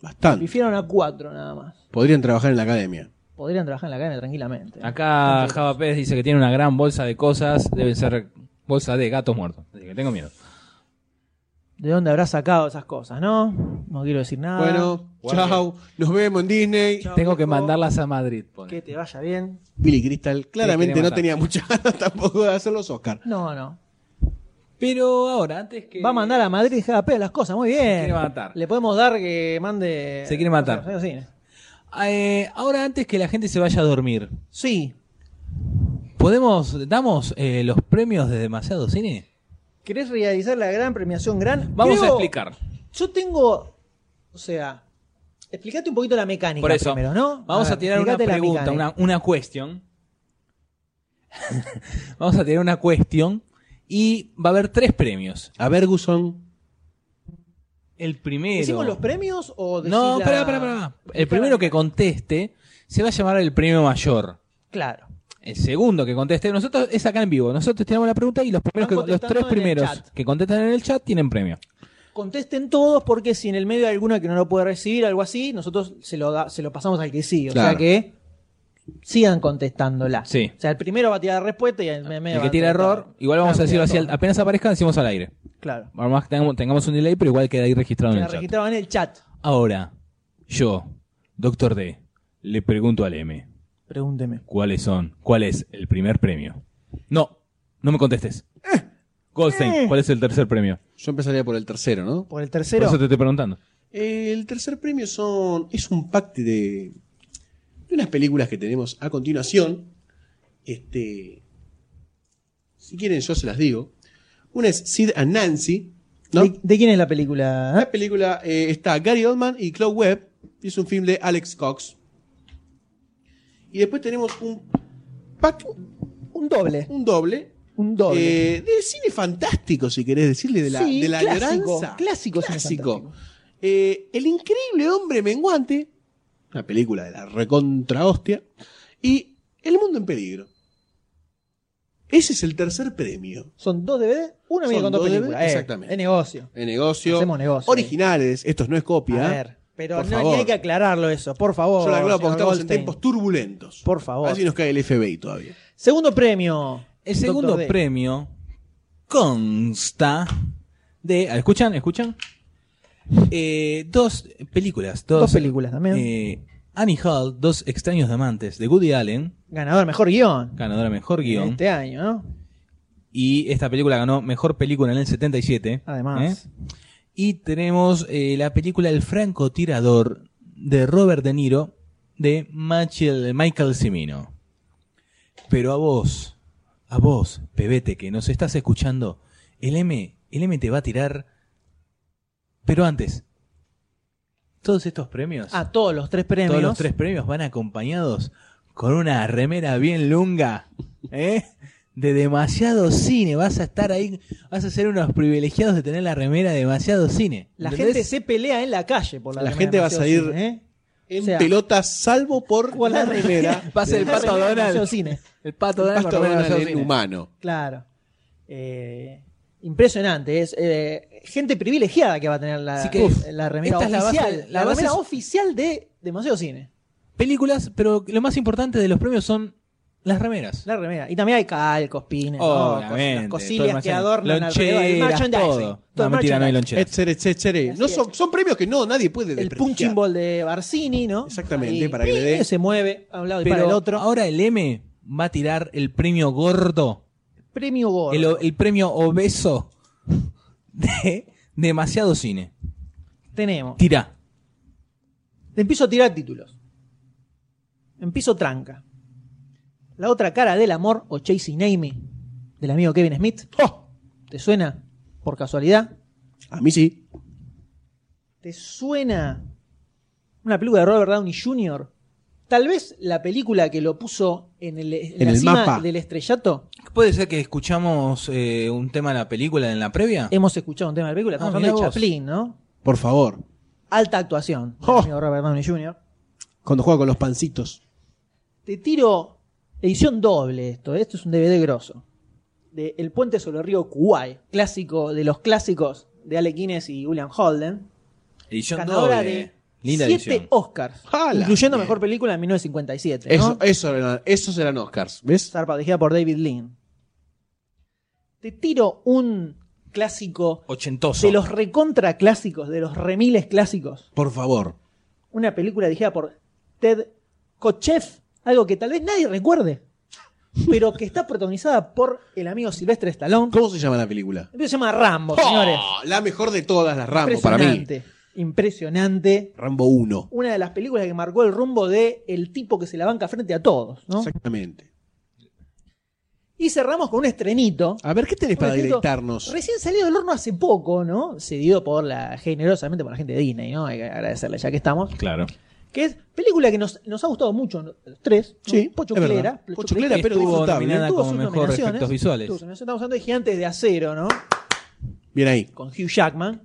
S4: Bastante.
S3: Bifieron a 4 nada más.
S4: Podrían trabajar en la academia.
S3: Podrían trabajar en la cadena tranquilamente.
S2: Acá Java Pérez dice que tiene una gran bolsa de cosas. Deben ser bolsa de gatos muertos. Así que tengo miedo.
S3: de dónde habrá sacado esas cosas, ¿no? No quiero decir nada.
S4: Bueno,
S11: Guardia.
S4: chao. Nos vemos en Disney.
S3: Ah. Chao,
S2: Tengo que
S3: viejo.
S2: mandarlas a Madrid. pone.
S3: Que te vaya bien.
S4: Billy Crystal claramente
S2: quería
S4: no
S2: matar.
S4: tenía muchas ganas tampoco de hacer los Oscar.
S3: No, no.
S2: Pero ahora, antes que.
S3: Va a mandar a Madrid y a pedo las cosas, muy bien.
S2: quiere matar.
S3: Le podemos dar que mande.
S2: Se quiere matar.
S3: Sí, sí.
S2: Eh, ahora, antes que la gente se vaya a dormir,
S3: Sí.
S2: ¿podemos. damos eh, los premios de demasiado cine?
S3: ¿Querés realizar la gran premiación gran?
S2: Vamos a
S3: Creo-
S2: explicar.
S3: Yo tengo. O sea. Explicate un poquito la mecánica
S2: Por eso,
S3: primero, ¿no?
S2: vamos a,
S3: ver,
S2: tirar una
S3: explicate la eh.
S2: pregunta,
S3: mecánica.
S2: una, una cuestión. vamos a tirar una cuestión y va a haber tres premios.
S4: A ver, Guzón.
S2: El primero.
S3: ¿Decimos los premios o decís
S2: No,
S3: la-
S2: espera, espera, espera. El
S3: explicar
S2: primero
S3: la
S2: que
S3: mecánica?
S2: conteste se va a llamar el premio mayor.
S3: Claro.
S2: El segundo que conteste, nosotros es acá en vivo. Nosotros tiramos la pregunta y los primeros
S3: Van
S2: que- los tres
S3: contestando en el
S2: primeros
S3: chat.
S2: que contestan en el chat tienen premio.
S3: Contesten todos porque si en el medio hay alguno que no lo puede recibir, algo así, nosotros se lo, da- se lo pasamos al que sí. O sea
S4: Claro.
S3: que sigan contestándola.
S2: Sí.
S3: O sea, el primero va a tirar respuesta y el medio
S2: El
S3: va
S2: que tira
S3: a tirar
S2: error,
S3: todo.
S2: igual vamos a
S3: Claro,
S2: decirlo
S3: tira
S2: así, al-
S3: todo.
S2: apenas aparezca decimos al aire.
S3: Claro.
S2: Por más que tengamos, tengamos un delay, pero igual queda ahí registrado en
S3: Queda
S2: el chat.
S3: registrado en el chat.
S2: Ahora, yo, Doctor D, le pregunto al M,
S3: Pregúnteme.
S2: ¿cuáles son? ¿Cuál es el primer premio? No, no me contestes.
S3: Eh,
S2: Goldstein, ¿cuál es el tercer premio?
S4: Yo empezaría por el tercero, ¿no?
S3: Por el
S2: Por
S3: tercero.
S2: eso te estoy preguntando.
S4: El tercer premio son es un pack de, de unas películas que tenemos a continuación. Este, si quieren yo se las digo. Una es Sid and Nancy, ¿no?
S3: ¿De, de quién es la película? ¿Ah?
S4: La película eh, está Gary Oldman y Chloe Webb. y Es un film de Alex Cox. Y después tenemos un pack,
S3: Un doble.
S4: un doble,
S3: Un doble.
S4: eh, de cine fantástico, si querés decirle, de la,
S3: Sí,
S4: de la
S3: clásico,
S4: añoranza.
S3: clásico cine fantástico.
S4: Eh, el increíble hombre menguante, una película de la recontra hostia, y El mundo en peligro. Ese es el tercer premio.
S3: Son dos DVD, una
S4: Son
S3: media con dos
S4: dos DVD,
S3: películas. Eh,
S4: exactamente.
S3: Es negocio.
S4: El negocio.
S3: Hacemos negocio.
S4: Originales, estos no es copia.
S3: A ver. Pero
S4: Por
S3: no, ni
S4: favor.
S3: hay que aclararlo eso, por favor.
S4: Yo la aclaro porque
S3: señor
S4: estamos en
S3: Goldstein.
S4: tiempos turbulentos.
S3: Por favor.
S4: Así nos cae el FBI todavía.
S3: Segundo premio.
S2: El segundo
S3: Doctor D.
S2: premio consta de... ah, ¿Escuchan? ¿Escuchan? Eh, dos películas. Dos,
S3: Dos películas también.
S2: eh, Annie Hall, Dos extraños amantes, de Woody Allen,
S3: Ganador mejor guión.
S2: ganadora a mejor guión.
S3: Este año, ¿no?
S2: Y esta película ganó mejor película en el 77.
S3: Además.
S2: ¿eh? Y tenemos eh, la película El francotirador de Robert De Niro de Michael, Michael Cimino. Pero a vos, a vos, pebete que nos estás escuchando, el M, el M te va a tirar. Pero antes, todos estos premios,
S3: Ah, todos los tres premios.
S2: todos los tres premios van acompañados con una remera bien lunga, ¿eh? De demasiado cine, vas a estar ahí, vas a ser unos privilegiados de tener la remera de demasiado cine.
S3: La
S2: ¿entendés?
S3: gente se pelea en la calle por la
S4: La
S3: remera
S4: gente va a
S3: Demasiado
S4: salir-
S3: Cine, ¿eh?
S4: En
S3: O sea,
S4: pelotas, salvo por
S3: Por la remera.
S2: Va a ser el
S3: Por la
S2: pato
S3: remera
S2: Donald.
S3: Demasiado Cine.
S2: El pato
S4: el
S2: Donald
S4: pasto
S2: con remera de
S4: Donald
S2: demasiado
S4: en
S2: cine.
S4: humano.
S3: Claro. Eh, impresionante. Es eh, gente privilegiada que va a tener la,
S2: Así que,
S3: uf, la remera
S2: esta es la
S3: oficial. la,
S2: base- la
S3: remera
S2: base es-
S3: oficial de Demasiado Cine.
S2: Películas, pero lo más importante de los premios son las remeras.
S3: La remera. Y también hay calcos, pines, ¿no?
S2: Obviamente,
S3: Cos- las
S2: todo el
S3: cosillas que
S2: merchandising.
S3: adornan alrededor del
S2: Loncheras,
S3: merchandising.
S2: todo.
S3: Todo
S2: No,
S3: el
S2: mentira, no hay
S3: merchandising.
S2: loncheras.
S4: Etcétera, etcétera.
S3: Así
S4: No
S3: es.
S4: son, son premios que no, nadie puede
S3: El
S4: despreciar.
S3: punching ball de Barcini, ¿no?
S4: Exactamente,
S3: Ahí,
S4: para que le dé-
S3: Se mueve a un lado y
S2: Pero
S3: para el otro.
S2: ahora el M va a tirar el premio gordo,
S3: Premio Gordo.
S2: el, o- el premio obeso de demasiado cine.
S3: Tenemos.
S2: Tira.
S3: Te empiezo a tirar títulos. Empiezo Tranca. La otra cara del amor o Chasing Amy del amigo Kevin Smith. ¿Te suena por casualidad?
S4: A mí sí.
S3: ¿Te suena una película de Robert Downey Jr.? Tal vez la película que lo puso en, el, en
S4: En
S3: la
S4: el
S3: cima
S4: mapa.
S3: del estrellato.
S2: ¿Puede ser que escuchamos eh, un tema de la película en la previa?
S3: Hemos escuchado un tema de la película. Estamos
S2: Ah,
S3: hablando de
S2: mirá vos.
S3: Chaplin, ¿no?
S4: Por favor.
S3: Alta actuación del
S4: Oh.
S3: amigo Robert Downey Jr.
S4: Cuando juega con los pancitos.
S3: Te tiro edición doble esto, ¿eh? esto es un DVD grosso. De El puente sobre el río Kuwait, clásico de los clásicos de Ale Guinness y William Holden.
S2: Edición
S3: Ganadora
S2: doble. eh.
S3: de
S2: Linda
S3: siete
S2: edición. eh.
S3: Oscars,
S4: ¡Jala!
S3: incluyendo
S4: Bien.
S3: Mejor Película en 1957. ¿no?
S4: Eso, eso eran, esos eran Oscars, ¿ves?
S3: Zarpa, dirigida por David Lean. Te tiro un clásico,
S2: Ochentoso.
S3: de los recontra clásicos, de los remiles clásicos.
S4: Por favor.
S3: Una película dirigida por Ted Kochev, algo que tal vez nadie recuerde, pero que está protagonizada por el amigo Silvestre Stallone.
S4: ¿Cómo se llama la película?
S3: Se llama Rambo, señores.
S4: Oh, la mejor de todas las Rambo, para mí.
S3: Impresionante. Impresionante.
S4: Rambo 1.
S3: Una de las películas que marcó el rumbo de el tipo que se la banca frente a todos, ¿no?
S4: Exactamente.
S3: Y cerramos con un estrenito.
S4: A ver, ¿qué tenés para
S3: Bueno, Tito,
S4: directarnos?
S3: Recién salido del horno hace poco, ¿no? Cedido por la, generosamente por la gente de Disney, ¿no? Hay que agradecerle ya que estamos.
S2: Claro.
S3: Que es película que nos, nos ha gustado mucho, ¿no? los tres. ¿no?
S4: Sí,
S3: Pocho
S4: es
S3: Clera.
S4: verdad. Pocho Clera, pero
S2: Estuvo
S4: disfrutable.
S2: nominada
S3: ¿eh? tuvo
S2: como
S3: sus
S2: mejor
S3: nominaciones,
S2: efectos visuales.
S3: tuvo sus nominaciones. Estamos hablando de Gigantes de Acero, ¿no?
S4: Bien ahí.
S3: Con Hugh Jackman.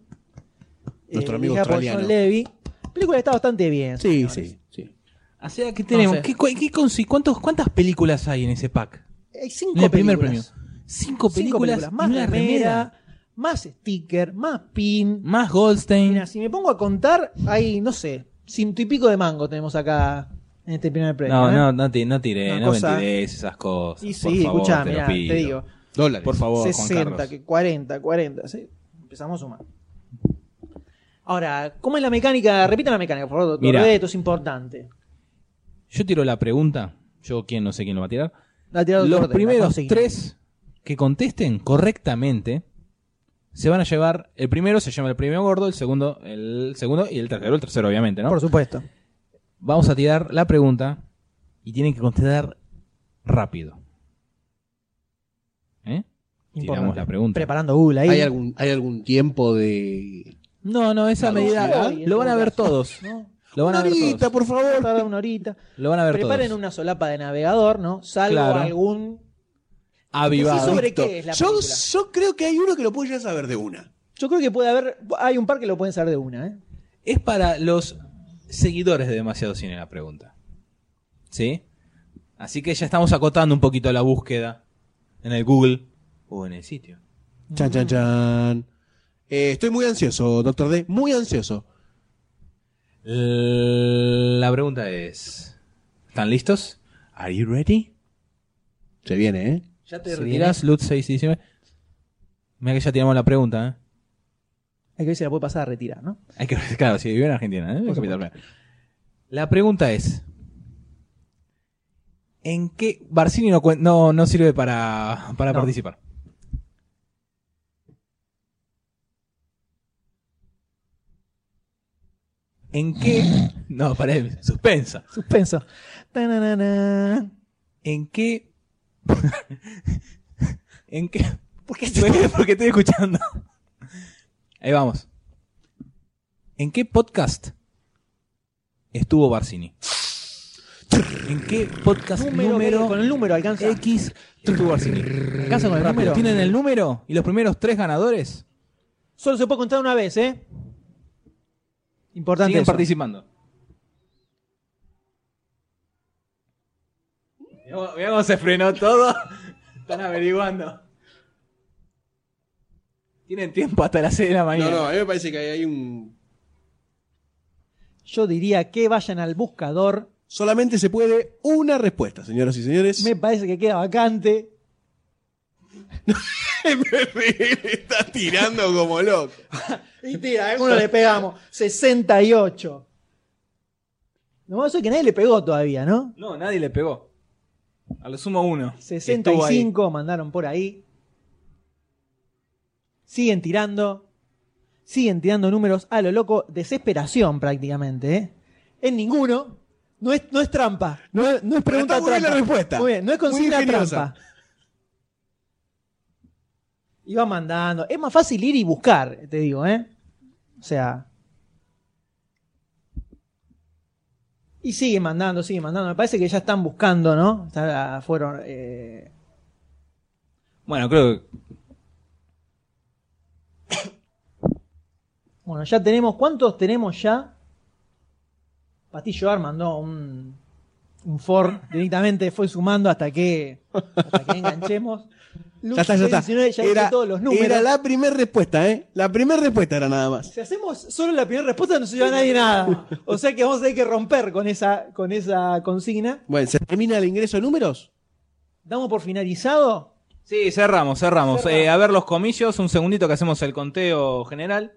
S3: Eh,
S4: Nuestro amigo
S3: dirigida por
S4: australiano.
S3: John Levy. Película que está bastante bien.
S4: Sí,
S3: señores.
S4: sí, sí.
S2: O sea, ¿qué tenemos?
S3: No sé.
S2: ¿Qué, cu- qué consi- cuántos- ¿Cuántas películas hay en ese pack?
S3: Hay cinco
S2: En el primer premio.
S3: películas.
S2: Cinco
S3: Cinco
S2: películas,
S3: Más
S2: y una remera.
S3: más sticker, más pin.
S2: Más Goldstein.
S3: Mira, si me pongo a contar, hay, no sé, ciento y pico de mango tenemos acá en este primer premio.
S2: No,
S3: ¿eh?
S2: no, no, ti- no tiré,
S3: Una
S2: no
S3: cosa-
S2: mentirés esas cosas.
S3: Y
S2: por
S3: sí,
S2: favor,
S3: escuchá,
S2: te lo
S3: mirá,
S2: pido.
S3: te digo.
S4: Dólares.
S2: Por favor, Juan
S3: 60,
S2: Carlos.
S3: que 40, 40. ¿sí? Empezamos a sumar. Ahora, ¿cómo es la mecánica? Repita la mecánica, por favor, doctor.
S2: Mirá.
S3: Bede, Esto es importante.
S2: Yo tiro la pregunta. Yo, quien no sé quién lo va a tirar.
S3: La tirada del
S2: Los
S3: orden, la
S2: primeros
S3: consigna.
S2: tres que contesten correctamente se van a llevar. El primero se llama el premio gordo, el segundo, el segundo y el tercero, el tercero, obviamente, ¿no?
S3: Por supuesto.
S2: Vamos a tirar la pregunta y tienen que contestar rápido. ¿Eh? Tiramos
S3: Importante.
S2: la pregunta.
S3: Preparando Google ahí.
S4: ¿Hay algún, ¿Hay algún tiempo de...?
S2: No, no, esa
S4: Claro,
S2: medida
S3: sí,
S2: lo van a ver
S3: en todo
S2: todos.
S3: ¿no?
S2: Lo van a ver
S4: Ahorita,
S2: todos.
S4: por favor.
S3: Tarda una horita.
S2: Lo van a ver
S3: Preparen
S2: todos.
S3: una solapa de navegador, ¿no? Salvo
S2: Claro.
S3: algún.
S2: Avivado.
S3: Sí, sobre qué es la
S4: yo,
S3: película.
S4: yo creo que hay uno que lo puede ya saber de una.
S3: Yo creo que puede haber. Hay un par que lo pueden saber de una, ¿eh?
S2: Es para los seguidores de Demasiado Cine la pregunta. ¿Sí? Así que ya estamos acotando un poquito la búsqueda en el Google o en el sitio.
S4: Chan, chan, chan. Eh, estoy muy ansioso, doctor D. Muy ansioso.
S2: L- La pregunta es, ¿están listos? Are you ready?
S4: Se viene, ¿eh?
S2: Ya te retirás, Lut 619. Mira que ya tiramos la pregunta, ¿eh?
S3: Hay que ver si la puede pasar a retirar, ¿no?
S2: Hay que ver, claro, si vive en Argentina, ¿eh? Capital Federal. La pregunta es, ¿en qué... Barcini no, cuen- no, no sirve para, para
S3: No.
S2: participar. ¿En qué... No, para él, suspensa.
S3: Suspenso. Tananana.
S2: ¿En qué... ¿En qué... ¿Por qué estoy, porque estoy escuchando? Ahí vamos. ¿En qué podcast estuvo Barcini? ¿En qué podcast
S3: Número,
S2: número,
S3: con el número alcanza.
S2: X estuvo Barcini? ¿Alcanza con el
S3: Rápido.
S2: número? ¿Tienen el número? ¿Y los primeros tres ganadores
S3: Solo se puede contar una vez, ¿eh? Importante.
S2: siguen
S3: eso.
S2: participando? Mirá cómo- mirá cómo se frenó todo. Están averiguando. Tienen tiempo hasta las 6 de la mañana.
S4: a mí me parece que hay un...
S3: Yo diría que vayan al buscador.
S4: Solamente se puede una respuesta, señoras y señores.
S3: Me parece que queda vacante.
S4: está tirando como loco.
S3: Y tira, ¿eh? a alguno le pegamos. 68. Lo malo es que nadie le pegó todavía, ¿no?
S2: No, nadie le pegó. A lo sumo uno. Estuvo ahí.
S3: 65 mandaron por ahí. Siguen tirando. Siguen tirando números a lo loco. Desesperación prácticamente. ¿eh? En ninguno. No es, no es trampa. No, es- no es pregunta
S4: está muy bien
S3: trampa.
S4: la respuesta.
S3: Muy bien, Eh, no es
S4: Muy
S3: consigna
S4: ingeniosa.
S3: trampa. Y va mandando. Es más fácil ir y buscar, te digo, ¿eh? O sea. Y sigue mandando, sigue mandando. Me parece que ya están buscando, ¿no? Está- fueron. eh,
S2: Bueno, creo que
S3: Bueno, ya tenemos. ¿Cuántos tenemos ya? Patillo Ar mandó un, un Ford directamente, fue sumando hasta que, hasta que enganchemos.
S4: Ya está, ya está.
S3: 19, ya hizo
S4: Era,
S3: todos los números.
S4: era la primera respuesta, ¿eh? La primera respuesta era nada más.
S3: Si hacemos solo la primera respuesta, no se lleva nadie nada. O sea que vamos a tener que romper con esa, con esa consigna.
S4: Bueno, ¿se termina el ingreso de números?
S3: Damos por finalizado
S2: Sí, cerramos, cerramos.
S3: Cerramos.
S2: Eh, a ver los comillos, un segundito que hacemos el conteo general.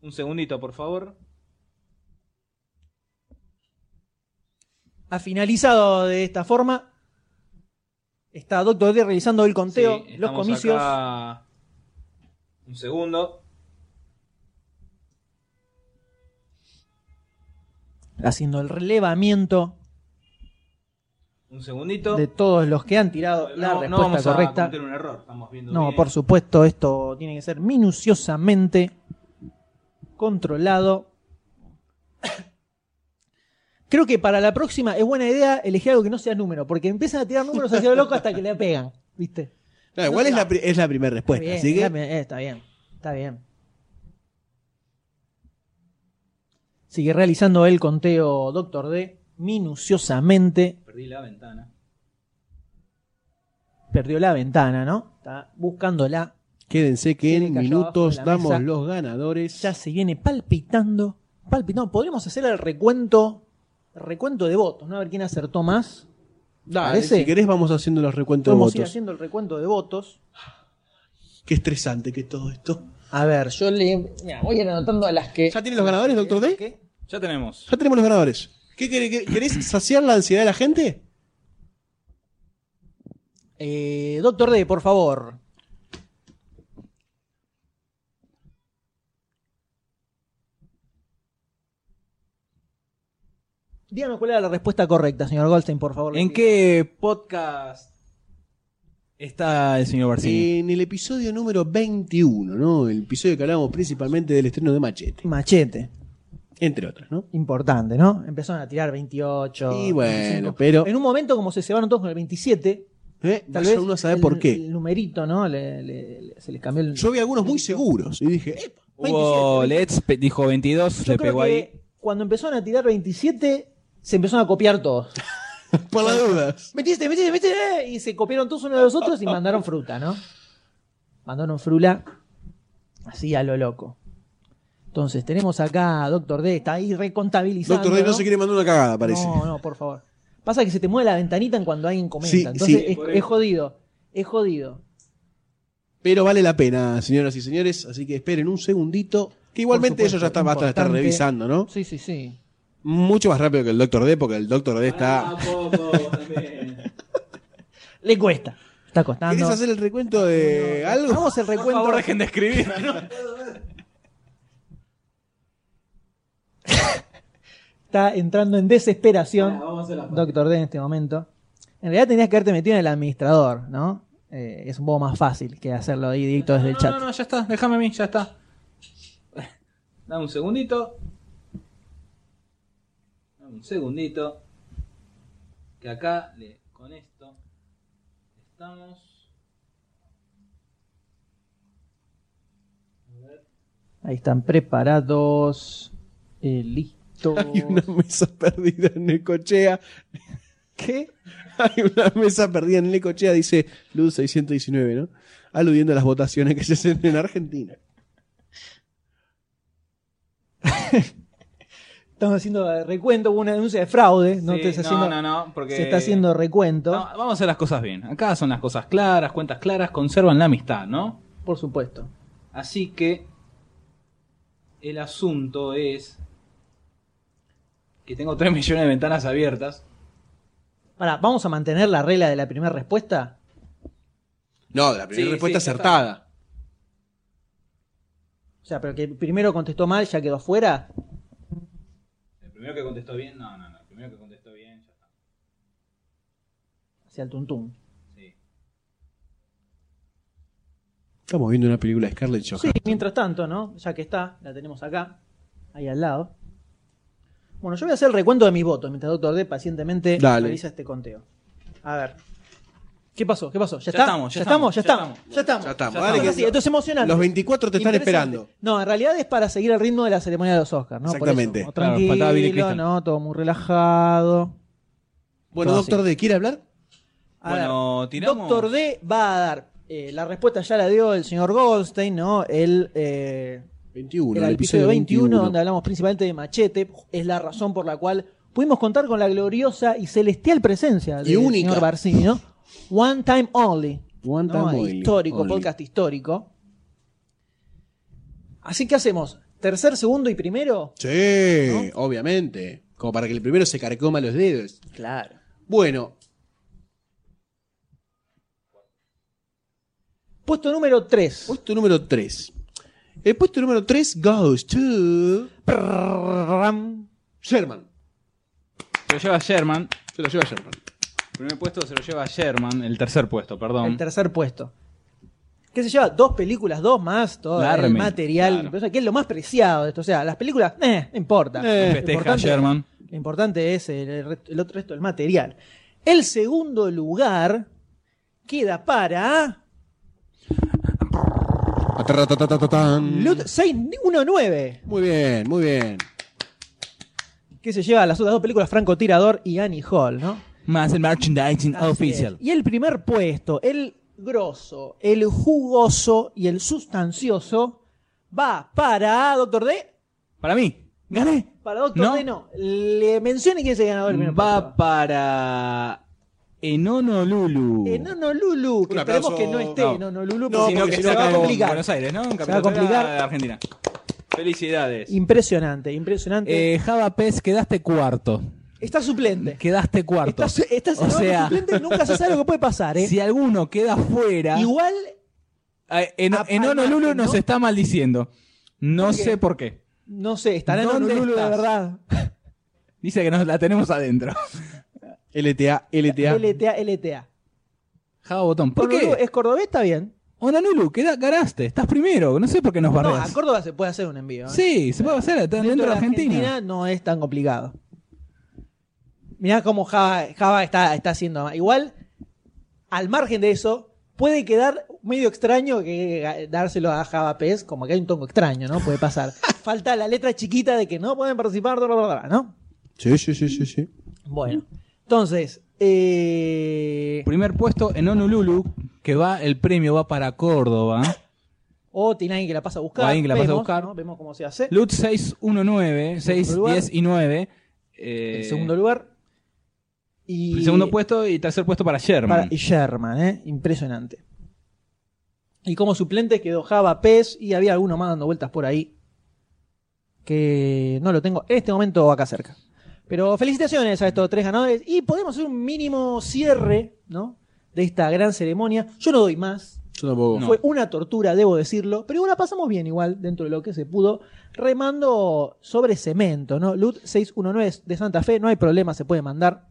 S2: Un segundito, por favor.
S3: Ha finalizado de esta forma. Está Doctor D realizando el conteo,
S2: Sí,
S3: los
S2: estamos
S3: comicios.
S2: acá. Un segundo.
S3: haciendo el relevamiento
S2: Un segundito.
S3: de todos los que han tirado
S2: No-
S3: la
S2: no,
S3: respuesta
S2: vamos a
S3: correcta.
S2: cometer un error. Estamos viendo
S3: No,
S2: bien.
S3: por supuesto, esto tiene que ser minuciosamente controlado. Creo que para la próxima es buena idea elegir algo que no sea número, porque empiezan a tirar números hacia lo loco hasta que le pegan, ¿viste?
S4: Claro, igual es la, pri- es la primera respuesta,
S3: Está
S4: así
S3: bien,
S4: que.
S3: está bien, eh, está bien, está bien. Sigue realizando el conteo, Doctor D, minuciosamente.
S2: Perdí la ventana.
S3: Perdió la ventana, ¿no? Está buscándola.
S4: Quédense que
S3: Se le
S4: en
S3: cayó abajo
S4: minutos
S3: de la
S4: damos
S3: mesa.
S4: los ganadores.
S3: Ya se viene palpitando. Palpitando. Podríamos hacer el recuento. Recuento de votos, ¿no? A ver quién acertó más.
S4: Dale,
S3: parece.
S4: si querés vamos haciendo los recuentos de
S3: Podemos ir
S4: votos.
S3: haciendo el recuento de votos.
S4: Qué estresante que es todo esto.
S3: A ver, yo le. Mira, voy a ir anotando a las que.
S4: ¿Ya tienen los ganadores, doctor D?
S3: ¿Qué?
S2: Ya tenemos.
S4: Ya tenemos los ganadores. ¿Qué, querés- qué- querés saciar la ansiedad de la gente?
S3: Eh, doctor D, por favor. Díganos cuál era la respuesta correcta, señor Goldstein, por favor.
S2: ¿En qué podcast está el señor Barcini?
S4: En el episodio número 21, ¿no? El episodio que hablábamos principalmente del estreno de Machete,
S3: Machete.
S4: entre otras, ¿no?
S3: Importante, ¿no? Empezaron a tirar 28.
S4: Y bueno,
S3: 25.
S4: pero-
S3: En un momento, como se cebaron todos con el 27,
S4: ¿Eh?
S3: tal
S4: Vaya
S3: vez.
S4: uno a saber
S3: el-
S4: por qué.
S3: El numerito, ¿no? Le- le- le- se les cambió el.
S4: Yo vi algunos muy seguros y dije, "Epa,
S2: Hubo Let's, pe- dijo 22,
S3: Yo
S2: le
S3: creo
S2: pegó
S3: que
S2: ahí.
S3: cuando empezaron a tirar 27, se empezaron a copiar todos.
S4: por las dudas.
S3: ¡Metiste, metiste, metiste! Y se copiaron todos uno de los otros y mandaron fruta, ¿no? Mandaron frula así a lo loco. Entonces, tenemos acá a Doctor D, está ahí recontabilizando.
S4: Doctor D no se quiere mandar una cagada, parece.
S3: No, no, por favor. Pasa que se te mueve la ventanita en cuando alguien comenta.
S4: Sí,
S3: Entonces
S4: sí.
S3: es, es jodido. Es jodido.
S4: Pero vale la pena, señoras y señores, así que esperen un segundito. Que igualmente
S3: Por
S4: ellos
S3: supuesto,
S4: ya está, van a estar
S3: importante.
S4: revisando, ¿no?
S3: Sí, sí, sí.
S4: Mucho más rápido que el Doctor D, porque el Doctor D
S3: Ah,
S4: está.
S3: Le cuesta. Está costando.
S4: ¿Querés hacer el recuento de algo?
S3: Vamos el recuento.
S2: dejen de escribir.
S3: Está entrando en desesperación. Doctor D en este momento. En realidad tenías que haberte metido en el administrador, ¿no? Eh, es un poco más fácil que hacerlo ahí directo desde el chat.
S2: No, no, ya está, déjame a mí, ya está. Dame un segundito. Dame un segundito. Que acá le- con esto estamos.
S3: Ahí están preparados. Eh, listos.
S4: Hay una mesa perdida en Necochea.
S3: ¿Qué?
S4: Hay una mesa perdida en Necochea, dice Luz 619, ¿no? Aludiendo a las votaciones que se hacen en Argentina.
S3: Estamos haciendo eh, recuento, hubo una denuncia de fraude, no
S2: Sí,
S3: te está haciendo,
S2: no, no, porque
S3: se está haciendo recuento,
S2: No, vamos a hacer las cosas bien. Acá son las cosas claras, cuentas claras, conservan la amistad, ¿no?
S3: por supuesto.
S2: Así que el asunto es que tengo 3 millones de ventanas abiertas.
S3: Ahora, vamos a mantener la regla de la primera respuesta.
S4: No, la primera
S2: Sí,
S4: respuesta
S2: sí, ya está.
S4: acertada.
S3: O sea, pero que primero contestó mal, ya quedó fuera.
S2: El primero que contestó bien, no, no, no. El primero que contestó bien, ya está.
S3: Hacia el tuntún.
S2: Sí.
S4: Estamos viendo una película de Scarlett
S3: Sí,
S4: Johansson.
S3: mientras tanto, ¿no? Ya que está, la tenemos acá, ahí al lado. Bueno, yo voy a hacer el recuento de mis votos mientras Doctor D pacientemente
S4: Dale.
S3: realiza este conteo. A ver. ¿Qué pasó? ¿Qué pasó? ¿Ya,
S2: Ya
S3: está?
S2: estamos, ya
S3: ya estamos, ya estamos.
S4: Ya estamos.
S3: Ah,
S4: Dale que
S3: ahora sí, esto es emocionante.
S4: los 24 te están
S3: Interesante.
S4: esperando.
S3: No, en realidad es para seguir el ritmo de la ceremonia de los Oscars, ¿no? Por eso,
S4: Exactamente.
S3: como
S2: Claro,
S3: tranquilo,
S2: faltaba Billy Crystal.
S3: ¿no? Todo muy relajado.
S4: Bueno,
S3: Todo
S4: Doctor
S3: así.
S4: D, ¿quiere hablar?
S3: A
S2: Bueno,
S3: ver,
S2: tiramos.
S3: Doctor D va a dar. eh, la respuesta ya la dio el señor Goldstein, ¿no? El, eh,
S4: 21,
S3: era el episodio 21, donde hablamos principalmente de Machete. Es la razón por la cual pudimos contar con la gloriosa y celestial presencia
S4: Y
S3: del
S4: única.
S3: señor Barcini, ¿no? One time only.
S4: One
S3: ¿no?
S4: time only.
S3: histórico,
S4: Only.
S3: podcast histórico. Así que hacemos tercer, segundo y primero.
S4: Sí, obviamente. Como para que el primero se carcoma los dedos.
S3: Claro.
S4: Bueno,
S3: Puesto número 3.
S4: puesto número 3. El puesto número 3 goes to. Sherman.
S10: Se lo lleva Sherman.
S4: Se lo lleva Sherman.
S10: El primer puesto se lo lleva Sherman. El tercer puesto, perdón.
S3: El tercer puesto. Que se lleva dos películas, dos más, todo
S10: Larme,
S3: el material.
S10: claro.
S3: O sea, que es lo más preciado de esto. O sea, las películas, eh, no importa.
S4: Eh,
S3: Lo
S10: Festeja
S3: importante-
S10: Sherman.
S3: Lo importante es el, el re- el otro resto del material. El segundo lugar queda para
S4: Atarratatatatán.
S3: Lot 619,
S4: Muy bien, muy bien.
S3: que se lleva las otras dos películas Francotirador y Annie Hall, ¿no?
S2: Más el merchandising
S3: Así
S2: official.
S3: es. Y el primer puesto, el grosso, el jugoso y el sustancioso va para Doctor D.
S10: Para mí, gané.
S3: Para Doctor
S10: ¿No?
S3: D no. Le mencione quién se ganó el primer
S10: Va
S3: puesto.
S10: para Enono Lulu.
S3: Enono Eh, Lulu, que
S4: Un
S3: esperemos
S4: aplauso.
S3: que no esté
S4: No.
S3: Enono Lulu,
S4: No,
S3: porque
S10: Sino que
S3: se
S10: está
S3: va a
S10: con
S3: complicar.
S10: Buenos Aires, ¿no?
S3: va a complicar.
S10: de Argentina. Felicidades.
S3: Impresionante, impresionante.
S2: Eh, Java Pez, quedaste cuarto.
S3: está suplente.
S2: Quedaste cuarto.
S3: Está, su- está
S2: o sea,
S3: suplente, nunca se sabe lo que puede pasar, ¿eh?
S2: si alguno queda fuera,
S3: Igual,
S2: eh, en,
S3: a-
S2: en
S3: al
S2: Ono Lulu
S3: margen, ¿no?
S2: nos está maldiciendo. No
S3: ¿Por qué?
S2: sé por qué.
S3: no sé, estará Enono
S2: ¿Dónde
S3: Lulu de
S2: estás?
S3: verdad.
S2: Dice que nos la tenemos adentro.
S4: LTA, LTA.
S3: LTA, LTA.
S2: Java Botón. ¿Por
S3: Enono Lulu
S2: qué?
S3: ¿Es cordobés? Está bien.
S2: Ono Lulu, queda, ganaste. Estás primero. No sé por qué nos
S3: No, a
S2: barreas.
S3: Córdoba se puede hacer un envío. ¿eh?
S2: sí, se puede hacer. Está dentro, de Argentina.
S3: no es tan complicado. Mirá cómo Java, Java está, está haciendo. Igual, al margen de eso, puede quedar medio extraño que dárselo a Java PES, como que hay un tongo extraño, ¿no? Puede pasar. Falta la letra chiquita de que no pueden participar, bla, bla, bla, ¿no?
S4: Sí, sí, sí, sí, sí.
S3: Bueno, entonces, eh,
S2: Primer puesto en Ono Lulu, que va, el premio va para Córdoba.
S3: o tiene alguien que la pasa a buscar.
S2: O alguien que la pasa a
S3: vemos,
S2: buscar.
S3: ¿no? Vemos cómo se hace.
S2: Lut 619, 6,
S3: lugar.
S2: 10 y 9. eh,
S3: el segundo lugar. Y
S2: el segundo puesto y tercer puesto para
S3: Para
S2: Sherman.
S3: y Sherman, ¿eh? Impresionante. Y como suplente quedó Java Pez y había alguno más dando vueltas por ahí. Que no lo tengo en este momento acá cerca. Pero felicitaciones a estos tres ganadores. Y podemos hacer un mínimo cierre, ¿no? De esta gran ceremonia. Yo no doy más.
S4: Yo tampoco.
S3: Fue una tortura, debo decirlo. Pero igual la pasamos bien, igual, dentro de lo que se pudo. Remando sobre cemento, ¿no? Lut 619 de Santa Fe, no hay problema, se puede mandar.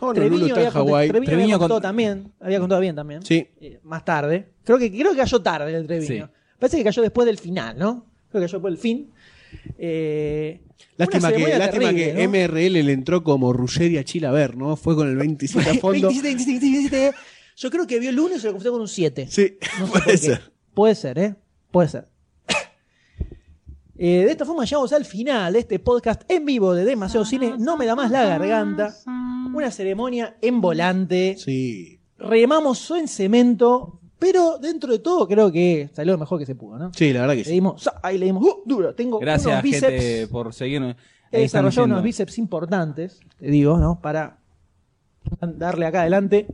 S4: Ono Lulu
S3: Treviño
S4: está en
S3: había, conte-
S4: Hawái.
S3: Treviño había
S2: Treviño
S3: contado
S2: con-
S3: también. Había contado bien también.
S4: Sí.
S3: Eh, más tarde. Creo que, creo que cayó tarde el Treviño. Parece que cayó después del final, ¿no? Creo que cayó después del fin. Eh,
S4: Lástima
S3: una
S4: que,
S3: ceremonia
S4: lástima
S3: terrible,
S4: que
S3: ¿no?
S4: MRL le entró como Ruggeri a Chilaver, ¿no? Fue con el 27 a fondo.
S3: 27, 27, 27. Yo creo que vio el 1 y se lo confundió con un 7.
S4: Sí,
S3: No sé por
S4: puede
S3: qué.
S4: ser.
S3: Puede ser, ¿eh? Puede ser. Eh, de esta forma llegamos al final de este podcast en vivo de Demasiado Cine. No me da más la garganta. Una ceremonia en volante.
S4: Sí.
S3: remamos en cemento, pero dentro de todo creo que salió lo mejor que se pudo, ¿no?
S4: Sí, la verdad que
S3: Le
S4: sí.
S3: dimos, sa- ahí le dimos, ¡uh! duro, tengo
S10: Gracias,
S3: unos bíceps,
S10: gente, por
S2: eh,
S10: seguirnos.
S3: he
S10: Ahí están
S3: desarrollado unos
S10: diciendo.
S3: bíceps importantes, te digo, ¿no? Para darle acá adelante.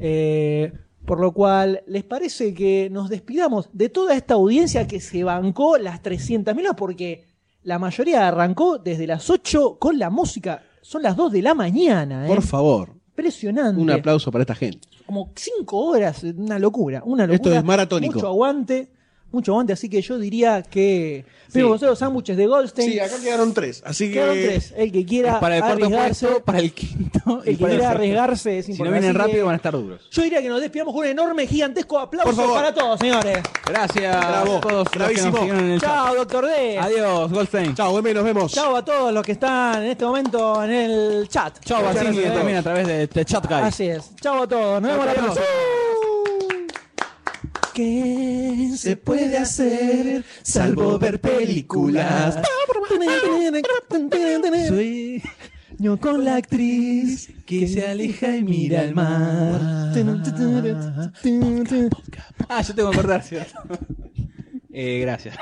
S3: Eh, por lo cual, ¿les parece que nos despidamos de toda esta audiencia que se bancó las 300.000 horas? Porque la mayoría arrancó desde las 8 con la música. Son las 2 de la mañana, ¿eh?
S4: Por favor,
S3: Impresionante
S4: un aplauso para esta gente.
S3: como cinco horas, una locura, una locura.
S4: Esto es maratónico.
S3: Mucho aguante, mucho aguante, así que yo diría que... Pero con los sándwiches de Goldstein,
S4: acá quedaron tres, así
S3: quedaron tres. El que quiera
S2: Para el cuarto
S3: arriesgarse,
S2: puesto, para el quinto. y para el
S3: el que quiera
S2: sexto.
S3: arriesgarse es
S2: Si no
S3: importante.
S2: vienen
S3: Así que
S2: rápido, van a estar duros.
S3: Yo diría que nos despidamos con un enorme, gigantesco aplauso
S4: Por favor.
S3: para todos, señores.
S2: Gracias
S4: Bravo,
S2: a todos los que
S4: bravísimo.
S2: nos siguieron en el chat.
S3: Chao, doctor D.
S2: Adiós, Goldstein.
S4: Chao, M, nos vemos.
S3: Chao a todos los que están en este momento en el chat.
S2: Chao,
S3: Muchas
S2: Basile,
S3: gracias.
S2: también a través de, de Chat Guy.
S3: Así es. Chao a todos. Nos vemos la próxima. ¿Qué se puede hacer salvo ver películas? Sueño con la actriz que se aleja y mira al mar.
S2: Ah, yo tengo que acordar, ¿cierto? eh, gracias.